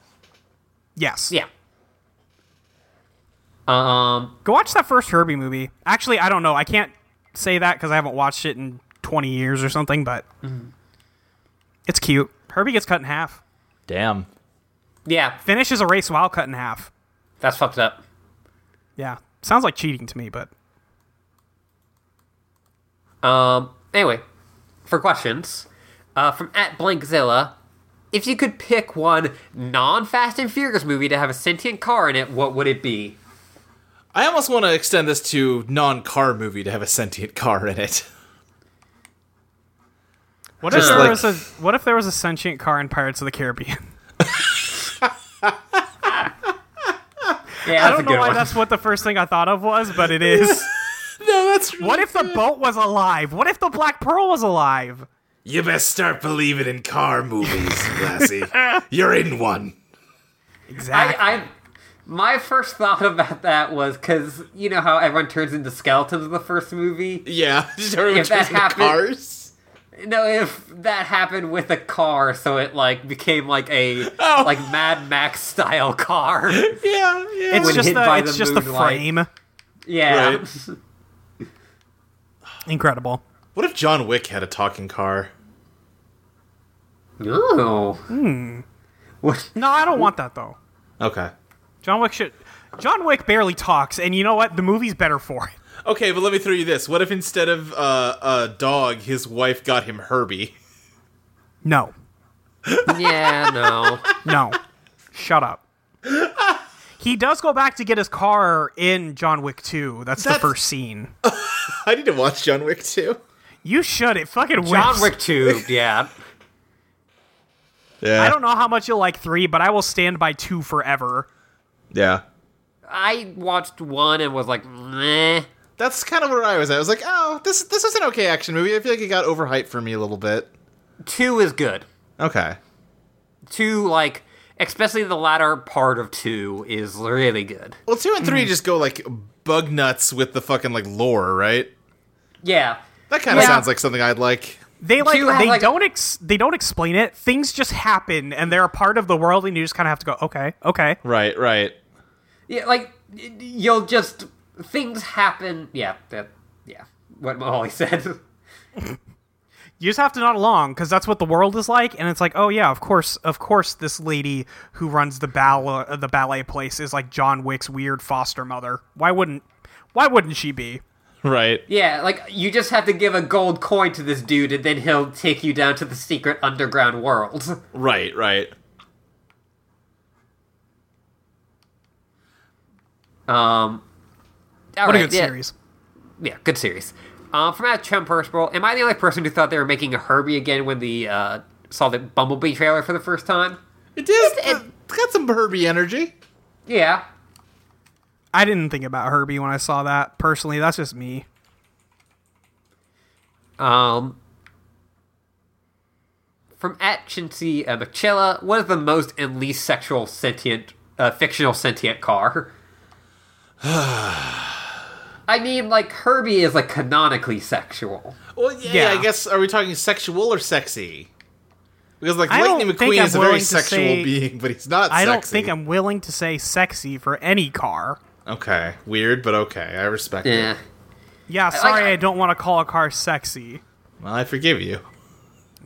Yes. Yeah. Um. Go watch that first Herbie movie. Actually, I don't know. I can't say that because I haven't watched it in 20 years or something, but it's cute. Herbie gets cut in half. Damn. Yeah, Finishes a race while cut in half. that's fucked up. Yeah. Sounds like cheating to me, but Um. Anyway, for questions, uh, from at Blankzilla, if you could pick one non-Fast and Furious movie to have a sentient car in it, what would it be? I almost want to extend this to non-car movie to have a sentient car in it. what if, Just there like- was a, what if there was a sentient car in Pirates of the Caribbean? Yeah, I that's a don't know good why one. that's what the first thing I thought of was, but it is. no, that's what if the boat was alive? What if the Black Pearl was alive? You best start believing in car movies, Lassie. You're in one. Exactly. I, I my first thought about that was because you know how everyone turns into skeletons in the first movie. Yeah, just everyone If that turns into happened- cars. No, if that happened with a car, so it like became like a Oh. like Mad Max style car. Yeah, yeah. it's when just hit by the, it's the just the moonlight. frame. Yeah, Right. Incredible. what if John Wick had a talking car? Ooh. Hmm. What? No, I don't want that though. Okay. John Wick should. John Wick barely talks, and you know what? The movie's better for it. Okay, but let me throw you this. What if instead of uh, a dog, his wife got him Herbie? No. yeah, no. No. Shut up. He does go back to get his car in John Wick 2. That's, the That's- first scene. I need to watch John Wick too. You should. It fucking whips. John Wick 2, yeah. Yeah. I don't know how much you'll like 3, but I will stand by 2 forever. Yeah. I watched one and was like, meh. That's kind of where I was at. I was like, oh, this this is an okay action movie. I feel like it got overhyped for me a little bit. Two is good. Okay. Two, like, especially the latter part of two is really good. Well, two and three just go like bug nuts with the fucking like lore, right? Yeah. That kind of Yeah. sounds like something I'd like. They like you have, they like- don't ex- they don't explain it. Things just happen and they're a part of the world and you just kind of have to go, "Okay, okay." Right, right. Yeah, like, y- you'll just. Things happen. Yeah, that. Yeah. What Molly said. You just have to nod along cuz that's what the world is like and it's like, "Oh yeah, of course, of course this lady who runs the ballet the ballet place is like John Wick's weird foster mother. Why wouldn't why wouldn't she be?" Right. Yeah, like you just have to give a gold coin to this dude, and then he'll take you down to the secret underground world. Right, right. Um, all What a right, good yeah, series. Yeah, good series. Um, from Matt Chumperspiral, am I the only person who thought they were making a Herbie again when the uh, saw the Bumblebee trailer for the first time? It is. it's got some Herbie energy. Yeah, I didn't think about Herbie when I saw that personally. That's just me. Um, from at Chintzy uh, Machilla, what is the most and least sexual sentient, uh, fictional sentient car? I mean, like Herbie is like canonically sexual. Well, yeah, yeah, Yeah. I guess are we talking sexual or sexy? Because like I don't Lightning think McQueen I'm is a very willing to sexual say- being, but he's not. I don't sexy. think I'm willing to say sexy for any car. Okay, weird, but okay, I respect Yeah, it. Yeah, sorry, I- I don't want to call a car sexy. Well, I forgive you.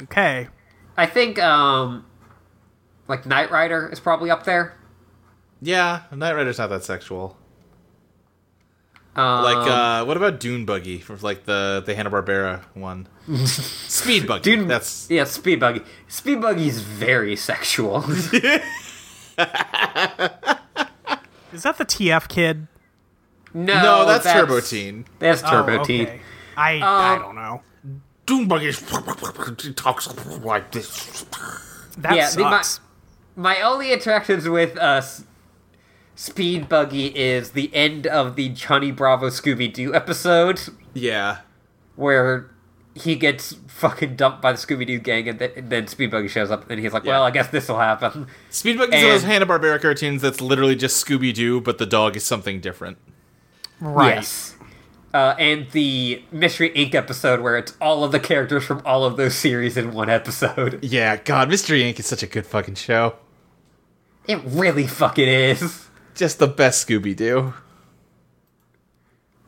Okay. I think um, like Knight Rider is probably up there. Yeah, Knight Rider's not that sexual. Um, Like, uh, what about Dune Buggy from like the the Hanna Barbera one? Speed Buggy. Dune, That's yeah, Speed Buggy. Speed Buggy is very sexual. Is that the TF kid? no, no, oh, that's, Turbo Teen. That's Turbo Um, oh, Teen. okay. I, I don't know. Dune Buggy talks like this. That Yeah, they might- sucks. My only interactions with uh, S- Speed Buggy is the end of the Johnny Bravo Scooby Doo episode Yeah, where he gets fucking dumped by the Scooby Doo gang, and, th- and then Speed Buggy shows up, and he's like, "Well, I guess this will happen." Speed Buggy's one of those And- Hanna Barbera cartoons that's literally just Scooby Doo, but the dog is something different. right. Yes. Uh, and the Mystery Inc. episode where it's all of the characters from all of those series in one episode. Yeah, God, Mystery Inc. is such a good fucking show. It really fucking is. Just the best Scooby Doo.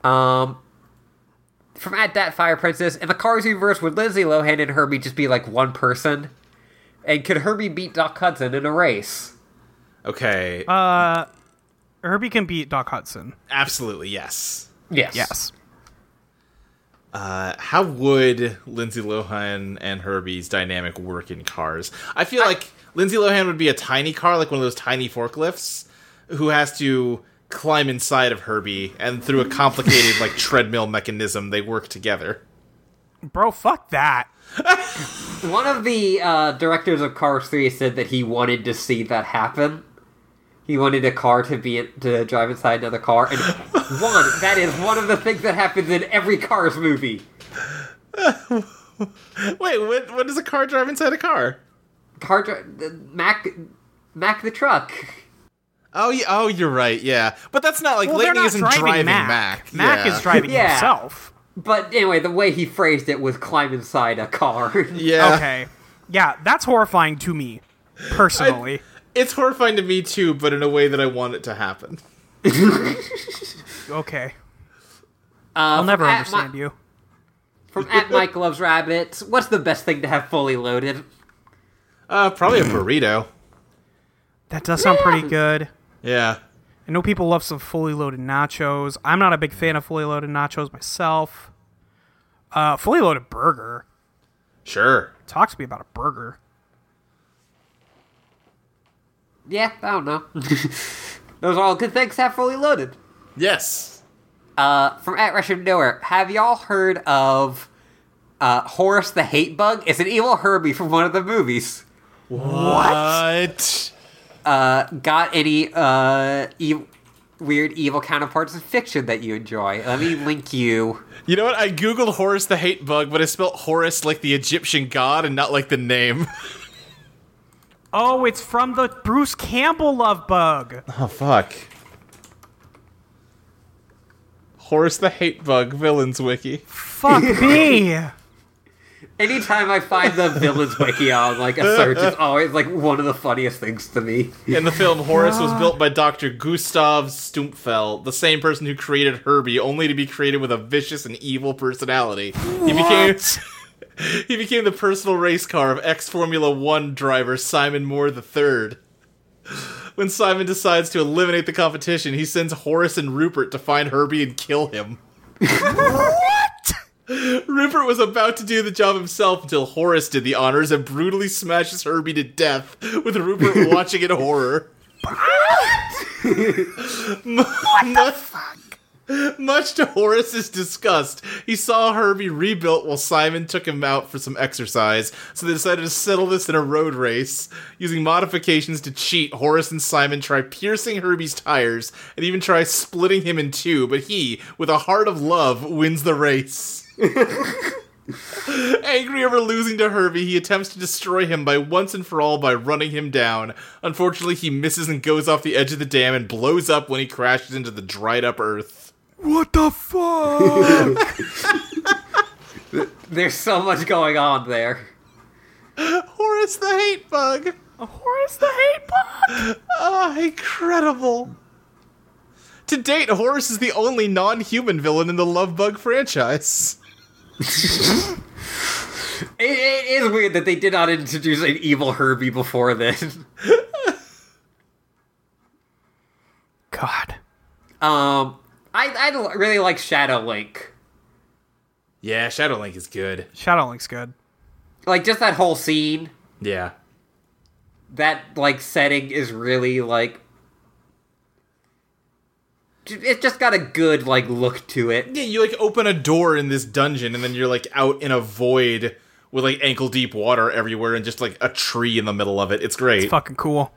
Um, from at that Fire Princess, in the Cars universe, would Lindsay Lohan and Herbie just be like one person? And could Herbie beat Doc Hudson in a race? Okay, Herbie can beat Doc Hudson. absolutely yes. Yes. Yes. Uh, how would Lindsay Lohan and Herbie's dynamic work in cars? I feel like Lindsay Lohan would be a tiny car, like one of those tiny forklifts, who has to climb inside of Herbie, and through a complicated like treadmill mechanism, they work together. Bro, fuck that. One of the uh, directors of Cars 3 said that he wanted to see that happen. He wanted a car to be to drive inside another car, and one that is one of the things that happens in every Cars movie. Wait, what? What does a car drive inside a car? Car dri- Mac Mac the truck. Oh, yeah, oh, you're right. Yeah, but that's not like Well, they're Lightning not isn't driving, driving Mac. Mac. Mac Yeah. is driving Yeah. himself. But anyway, the way he phrased it was climb inside a car. Yeah. Okay. Yeah, that's horrifying to me, personally. It's horrifying to me too, but in a way that I want it to happen. okay. I'll I'll never understand you. From at Mike loves rabbits. What's the best thing to have fully loaded? Uh, probably a burrito. That does sound pretty good. Yeah. I know people love some fully loaded nachos. I'm not a big fan of fully loaded nachos myself. Uh, fully loaded burger. Sure. Talk to me about a burger. Yeah, I don't know. Those are all good things to have fully loaded. Yes. Uh, from at Rush of Nowhere, have y'all heard of uh, Horace the Hate Bug? It's an evil Herbie from one of the movies. What? Uh, got any uh, ev- weird evil counterparts in fiction that you enjoy? Let me link you. You know what? I googled Horus the Hate Bug, but I spelt Horus like the Egyptian god and not like the name. Oh, it's from the Bruce Campbell love bug. Oh fuck. Horus the Hate Bug villains wiki. Fuck me. Anytime I find the villains wiki on like a search, it's always like one of the funniest things to me. In the film, Horus was built by Dr. Gustav Stumpfel, the same person who created Herbie, only to be created with a vicious and evil personality. He became He became the personal race car of ex Formula One driver Simon Moore III. When Simon decides to eliminate the competition, he sends Horace and Rupert to find Herbie and kill him. what? Rupert was about to do the job himself until Horace did the honors and brutally smashes Herbie to death, with Rupert watching in horror. what the fuck? Much to Horace's disgust, he saw Herbie rebuilt while Simon took him out for some exercise, so they decided to settle this in a road race. Using modifications to cheat, Horace and Simon try piercing Herbie's tires and even try splitting him in two, but he, with a heart of love, wins the race. Angry over losing to Hervey, he attempts to destroy him by once and for all by running him down. Unfortunately, he misses and goes off the edge of the dam and blows up when he crashes into the dried up earth. What the fuck? There's so much going on there. Horace the Hate Bug! Horace the hate bug. Ah, incredible! To date, Horace is the only non human villain in the Love Bug franchise. It, it is weird that they did not introduce an evil Herbie before then. God. Um, I I l- really like Shadow Link. Yeah, Shadow Link is good. Shadowlink's good. Like just that whole scene, Yeah. that like setting is really like ju- it just got a good like look to it. Yeah, you like open a door in this dungeon and then you're like out in a void with like ankle deep water everywhere and just like a tree in the middle of it. It's great. Fucking cool.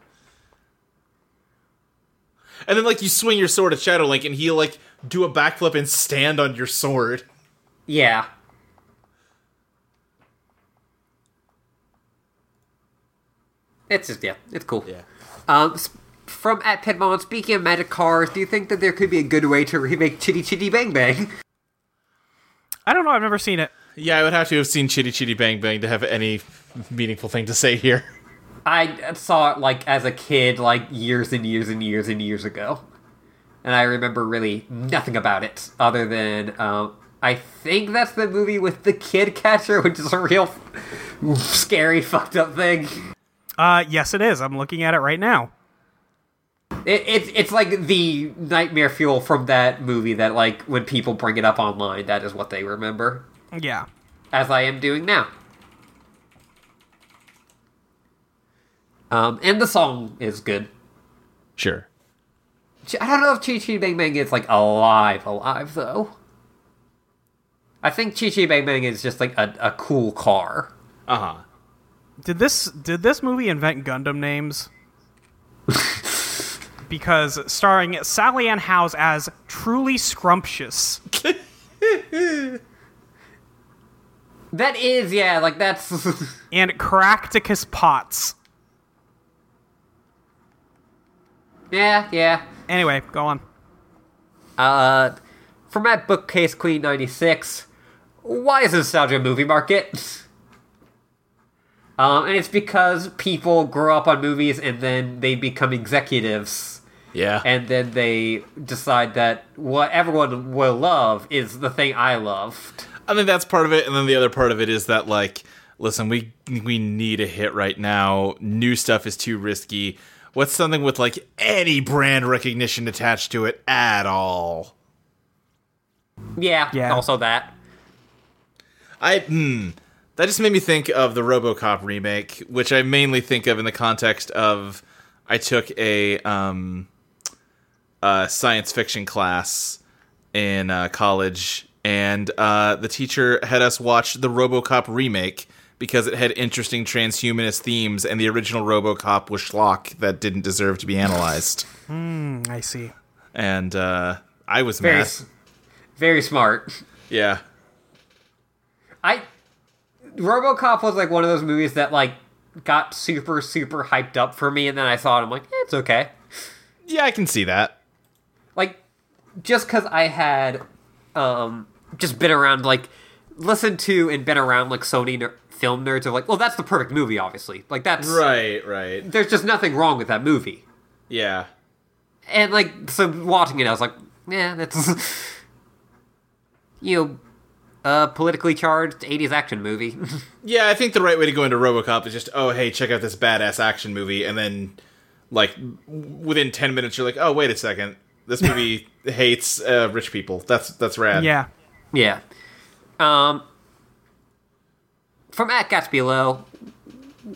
and then like you swing your sword at Shadow Link and he'll like do a backflip and stand on your sword. Yeah. It's just yeah, it's cool. Um, s- from at Pedmon, speaking of magic cars, do you think that there could be a good way to remake Chitty Chitty Bang Bang? I don't know. I've never seen it. Yeah, I would have to have seen Chitty Chitty Bang Bang to have any meaningful thing to say here. I saw it like as a kid, like years and years and years and years ago, and I remember really nothing about it other than um, I think that's the movie with the kid catcher, which is a real scary, fucked up thing. Uh, yes, it is. I'm looking at it right now. It, it's it's like the nightmare fuel from that movie that like when people bring it up online, that is what they remember, Yeah. as I am doing now. Um, and the song is good. Sure. Ch- I don't know if Chi Chi Bang Bang is like alive, alive though. I think Chi Chi Bang Bang is just like a, a cool car. Uh-huh. Did this did this movie invent Gundam names? because starring Sally Ann Howes as truly scrumptious. That is, yeah, like that's. and Caractacus Potts. yeah, yeah. Anyway, go on. Uh, for my bookcase queen 96, why is nostalgia a movie market? Um, and it's because people grow up on movies and then they become executives. Yeah. And then they decide that what everyone will love is the thing I loved. I think that's part of it, and then the other part of it is that like, listen, we we need a hit right now. New stuff is too risky. What's something with like any brand recognition attached to it at all? Yeah, Yeah. also that. I hmm. That just made me think of the RoboCop remake, which I mainly think of in the context of I took a um, uh, science fiction class in uh, college, and uh, the teacher had us watch the RoboCop remake because it had interesting transhumanist themes, and the original RoboCop was schlock that didn't deserve to be analyzed. I see. and uh, I was Very, mad. s- very smart. Yeah, I RoboCop was like one of those movies that like got super super hyped up for me, and then I saw it. I'm like, eh, it's okay. yeah, I can see that. Like just because I had um just been around like listened to and been around like Sony ner- film nerds are like, well, that's the perfect movie, obviously. Like that's Right, right. there's just nothing wrong with that movie. Yeah. And like so watching it, I was like, yeah, that's you know, uh, politically charged '80s action movie. Yeah, I think the right way to go into RoboCop is just, oh, hey, check out this badass action movie, and then, like, w- within ten minutes, you're like, oh, wait a second, this movie hates uh, rich people. That's that's rad. Yeah. Yeah. Um, from At Gatsby Low,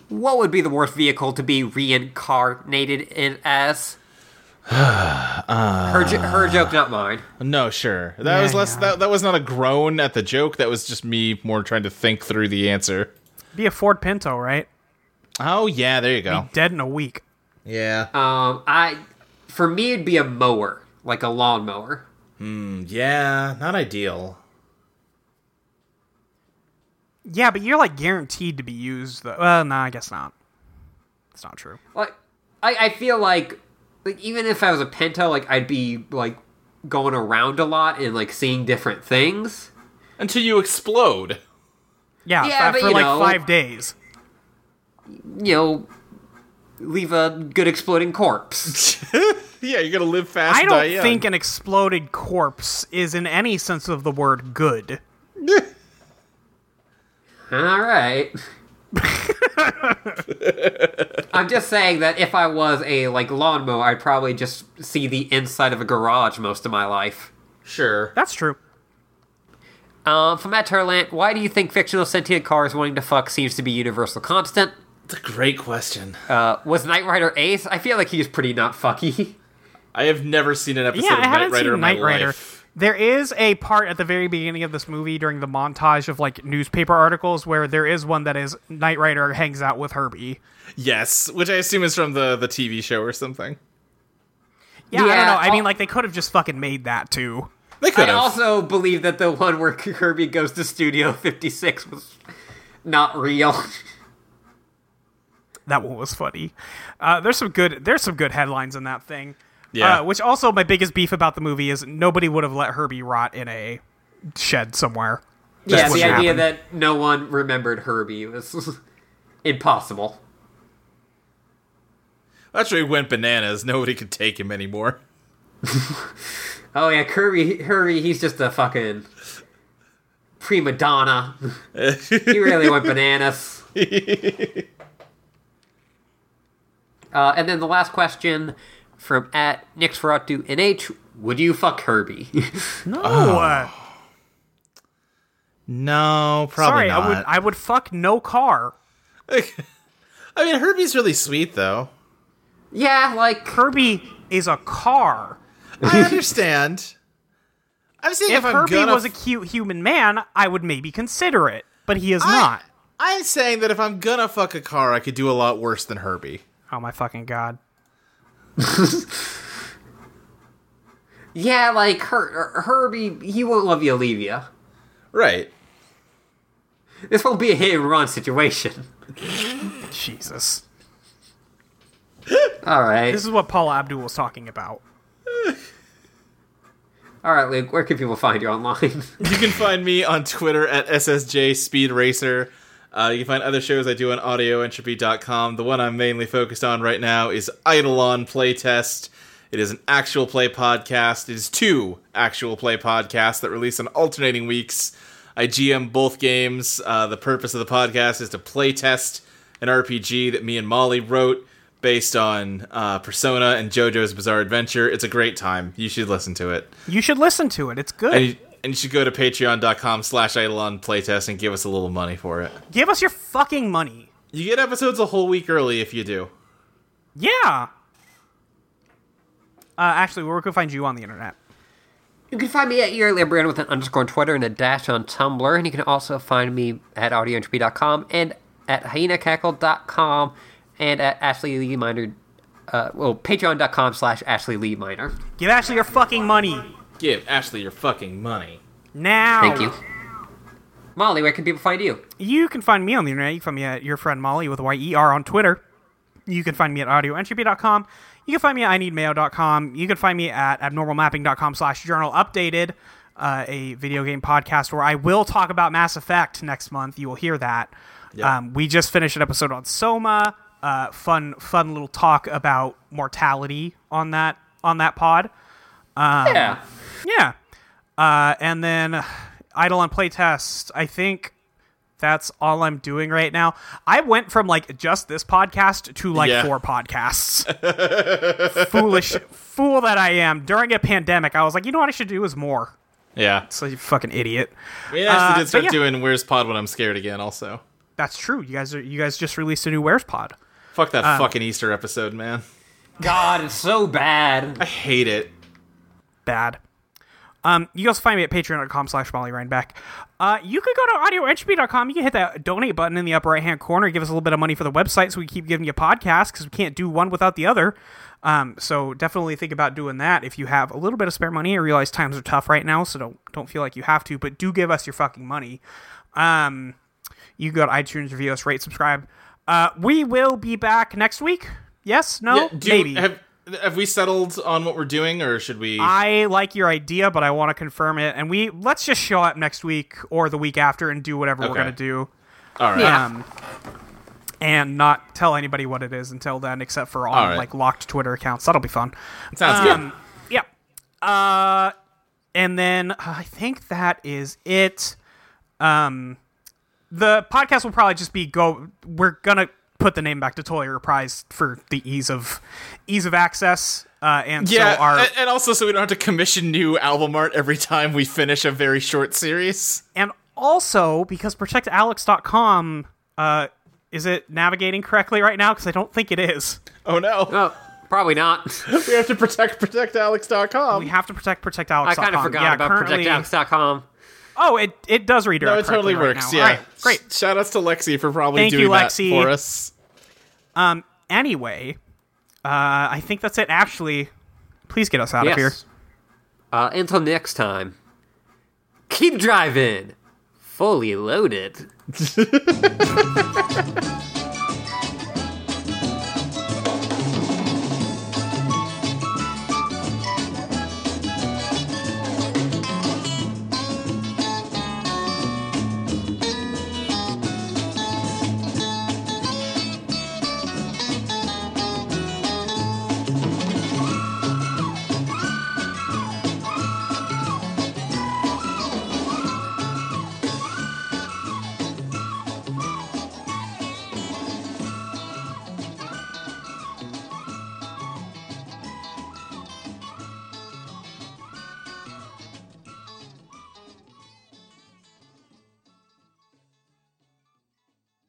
what would be the worst vehicle to be reincarnated in as? her, jo- her joke, not mine. No, sure. That was less. yeah. That that was not a groan at the joke. That was just me more trying to think through the answer. Be a Ford Pinto, right? Oh yeah, there you go. Dead in a week. Yeah. Um, I, for me, it'd be a mower, like a lawnmower. Um, Yeah. Not ideal. Yeah, but you're like guaranteed to be used. Though. Well, no, I guess not. It's not true. Like, I, I feel like, like even if I was a Pinto, like I'd be like going around a lot and like seeing different things. Until you explode. Yeah, Yeah, fi- but for you like know- five days. You know, leave a good exploding corpse. Yeah, you're gonna live fast. I die don't young. think an exploded corpse is in any sense of the word good. All right. I'm just saying that if I was a like lawnmower, I'd probably just see the inside of a garage most of my life. Sure. That's true. Um, from Matt Turlant, why do you think fictional sentient cars wanting to fuck seems to be universal constant? That's a great question. Uh, was Knight Rider Ace? I feel like he's pretty not fucky. I have never seen an episode yeah, of I haven't Knight Rider seen in my Knight Rider. life. There is a part at the very beginning of this movie during the montage of like newspaper articles where there is one that is Knight Rider hangs out with Herbie. Yes, which I assume is from the the TV show or something. Yeah, I Yeah, don't know. I I'll- mean, like they could have just fucking made that too. They could I have. also believe that the one where Kirby goes to Studio 56 was not real. That one was funny. Uh, there's some good. There's some good headlines in that thing. Yeah. Uh, which also, my biggest beef about the movie is nobody would have let Herbie rot in a shed somewhere. yeah, That's the what idea happened. that no one remembered Herbie was impossible. Actually, he went bananas. Nobody could take him anymore. Oh yeah, Kirby, Kirby, he's just a fucking prima donna. he really went bananas. uh, and then the last question from at Nixferatu NH: Would you fuck Kirby? No. uh, No, sorry, I would. I would fuck no car. I mean, Herbie's really sweet, though. yeah, like Herbie is a car. I understand. I'm saying If, if, I'm Herbie gonna was a cute human man, I would maybe consider it. But he is not. I, am saying that if I'm gonna fuck a car, I could do a lot worse than Herbie. Oh my fucking god. yeah, like Her- Herbie, he won't love you, leave you. Right. This won't be a hit and run situation. Jesus. All right, This is what Paula Abdul was talking about. all right, Luke. Where can people find you online? You can find me on Twitter at SSJ Speed Racer. Uh, you can find other shows I do on audioentropy.com. The one I'm mainly focused on right now is Eidolon Playtest. It is an actual play podcast. It is two actual play podcasts that release on alternating weeks. I GM both games. Uh, the purpose of the podcast is to play test an RPG that me and Molly wrote based on uh, Persona and JoJo's Bizarre Adventure. It's a great time. You should listen to it. You should listen to it. It's good. And you, and you should go to patreon.com slash Eidolon Playtest and give us a little money for it. Give us your fucking money. You get episodes a whole week early if you do. Yeah. Uh, actually, where can we find you on the internet? You can find me at Eerily Brand with an underscore on Twitter and a dash on Tumblr, and you can also find me at audioentropy.com and at hyenacackle.com and at Ashley Lee Minor, uh, well, patreon.com slash Ashley Lee Minor. Give Ashley your fucking money Give Ashley your fucking money. now. Thank you. Molly, where can people find you? You can find me on the internet. You can find me at your friend Molly with Y-E-R on Twitter. You can find me at audioentropy.com. You can find me at ineedmayo.com. You can find me at abnormalmapping.com slash journal updated, uh, a video game podcast where I will talk about Mass Effect next month. You will hear that. Um, we just finished an episode on Soma. Uh, fun, fun little talk about mortality on that on that pod. yeah. Yeah. Uh, and then uh, Idle on Playtest. I think that's all I'm doing right now. I went from like just this podcast to like Yeah. four podcasts. Foolish fool that I am. During a pandemic, I was like, you know what I should do is more. Yeah. So you fucking idiot. We actually Uh, did start but yeah. doing Where's Pod When I'm Scared again also. That's true. You guys are you guys just released a new Where's Pod. Fuck that fucking Easter episode, man. God, it's so I bad. hate it. bad. Um, you can also find me at patreon.com slash Molly Reinbeck. Uh, you could go to audioentropy.com. You can hit that donate button in the upper right hand corner. Give us a little bit of money for the website so we keep giving you podcasts because we can't do one without the other. Um, so definitely think about doing that if you have a little bit of spare money. I realize times are tough right now, so don't don't feel like you have to, but do give us your fucking money. Um, you can go to iTunes, review us, rate, subscribe. Uh, we will be back next week. Yes? No? Yeah, do- Maybe. Uh, Have, have we settled on what we're doing, or should we? I like your idea, but I want to confirm it. And we let's just show up next week or the week after and do whatever we're Okay. gonna do, All right. Yeah. um, and not tell anybody what it is until then, except for on All right. like locked Twitter accounts. That'll be fun. Sounds good. Yeah. Uh, and then uh, I think that is it. Um, the podcast will probably just be go. We're gonna put the name back to Toy Reprise for the ease of ease of access. Uh, and Yeah, so our and- and also so we don't have to commission new album art every time we finish a very short series. And also because protectalex.com uh is it navigating correctly right now cuz I don't think it is. Oh no. Oh, probably not. we have to protect protectalex.com. We have to protect protectalex.com. I kind of forgot yeah, about currently- projectalex.com. Oh, it it does redirect no, it totally correctly right works. now. yeah. All right, great. Sh- Shout outs to Lexi for probably Thank doing you, that Lexi. for us. Anyway, uh I think that's it actually. Please get us out of here. Yes. Uh, until next time, keep driving, fully loaded.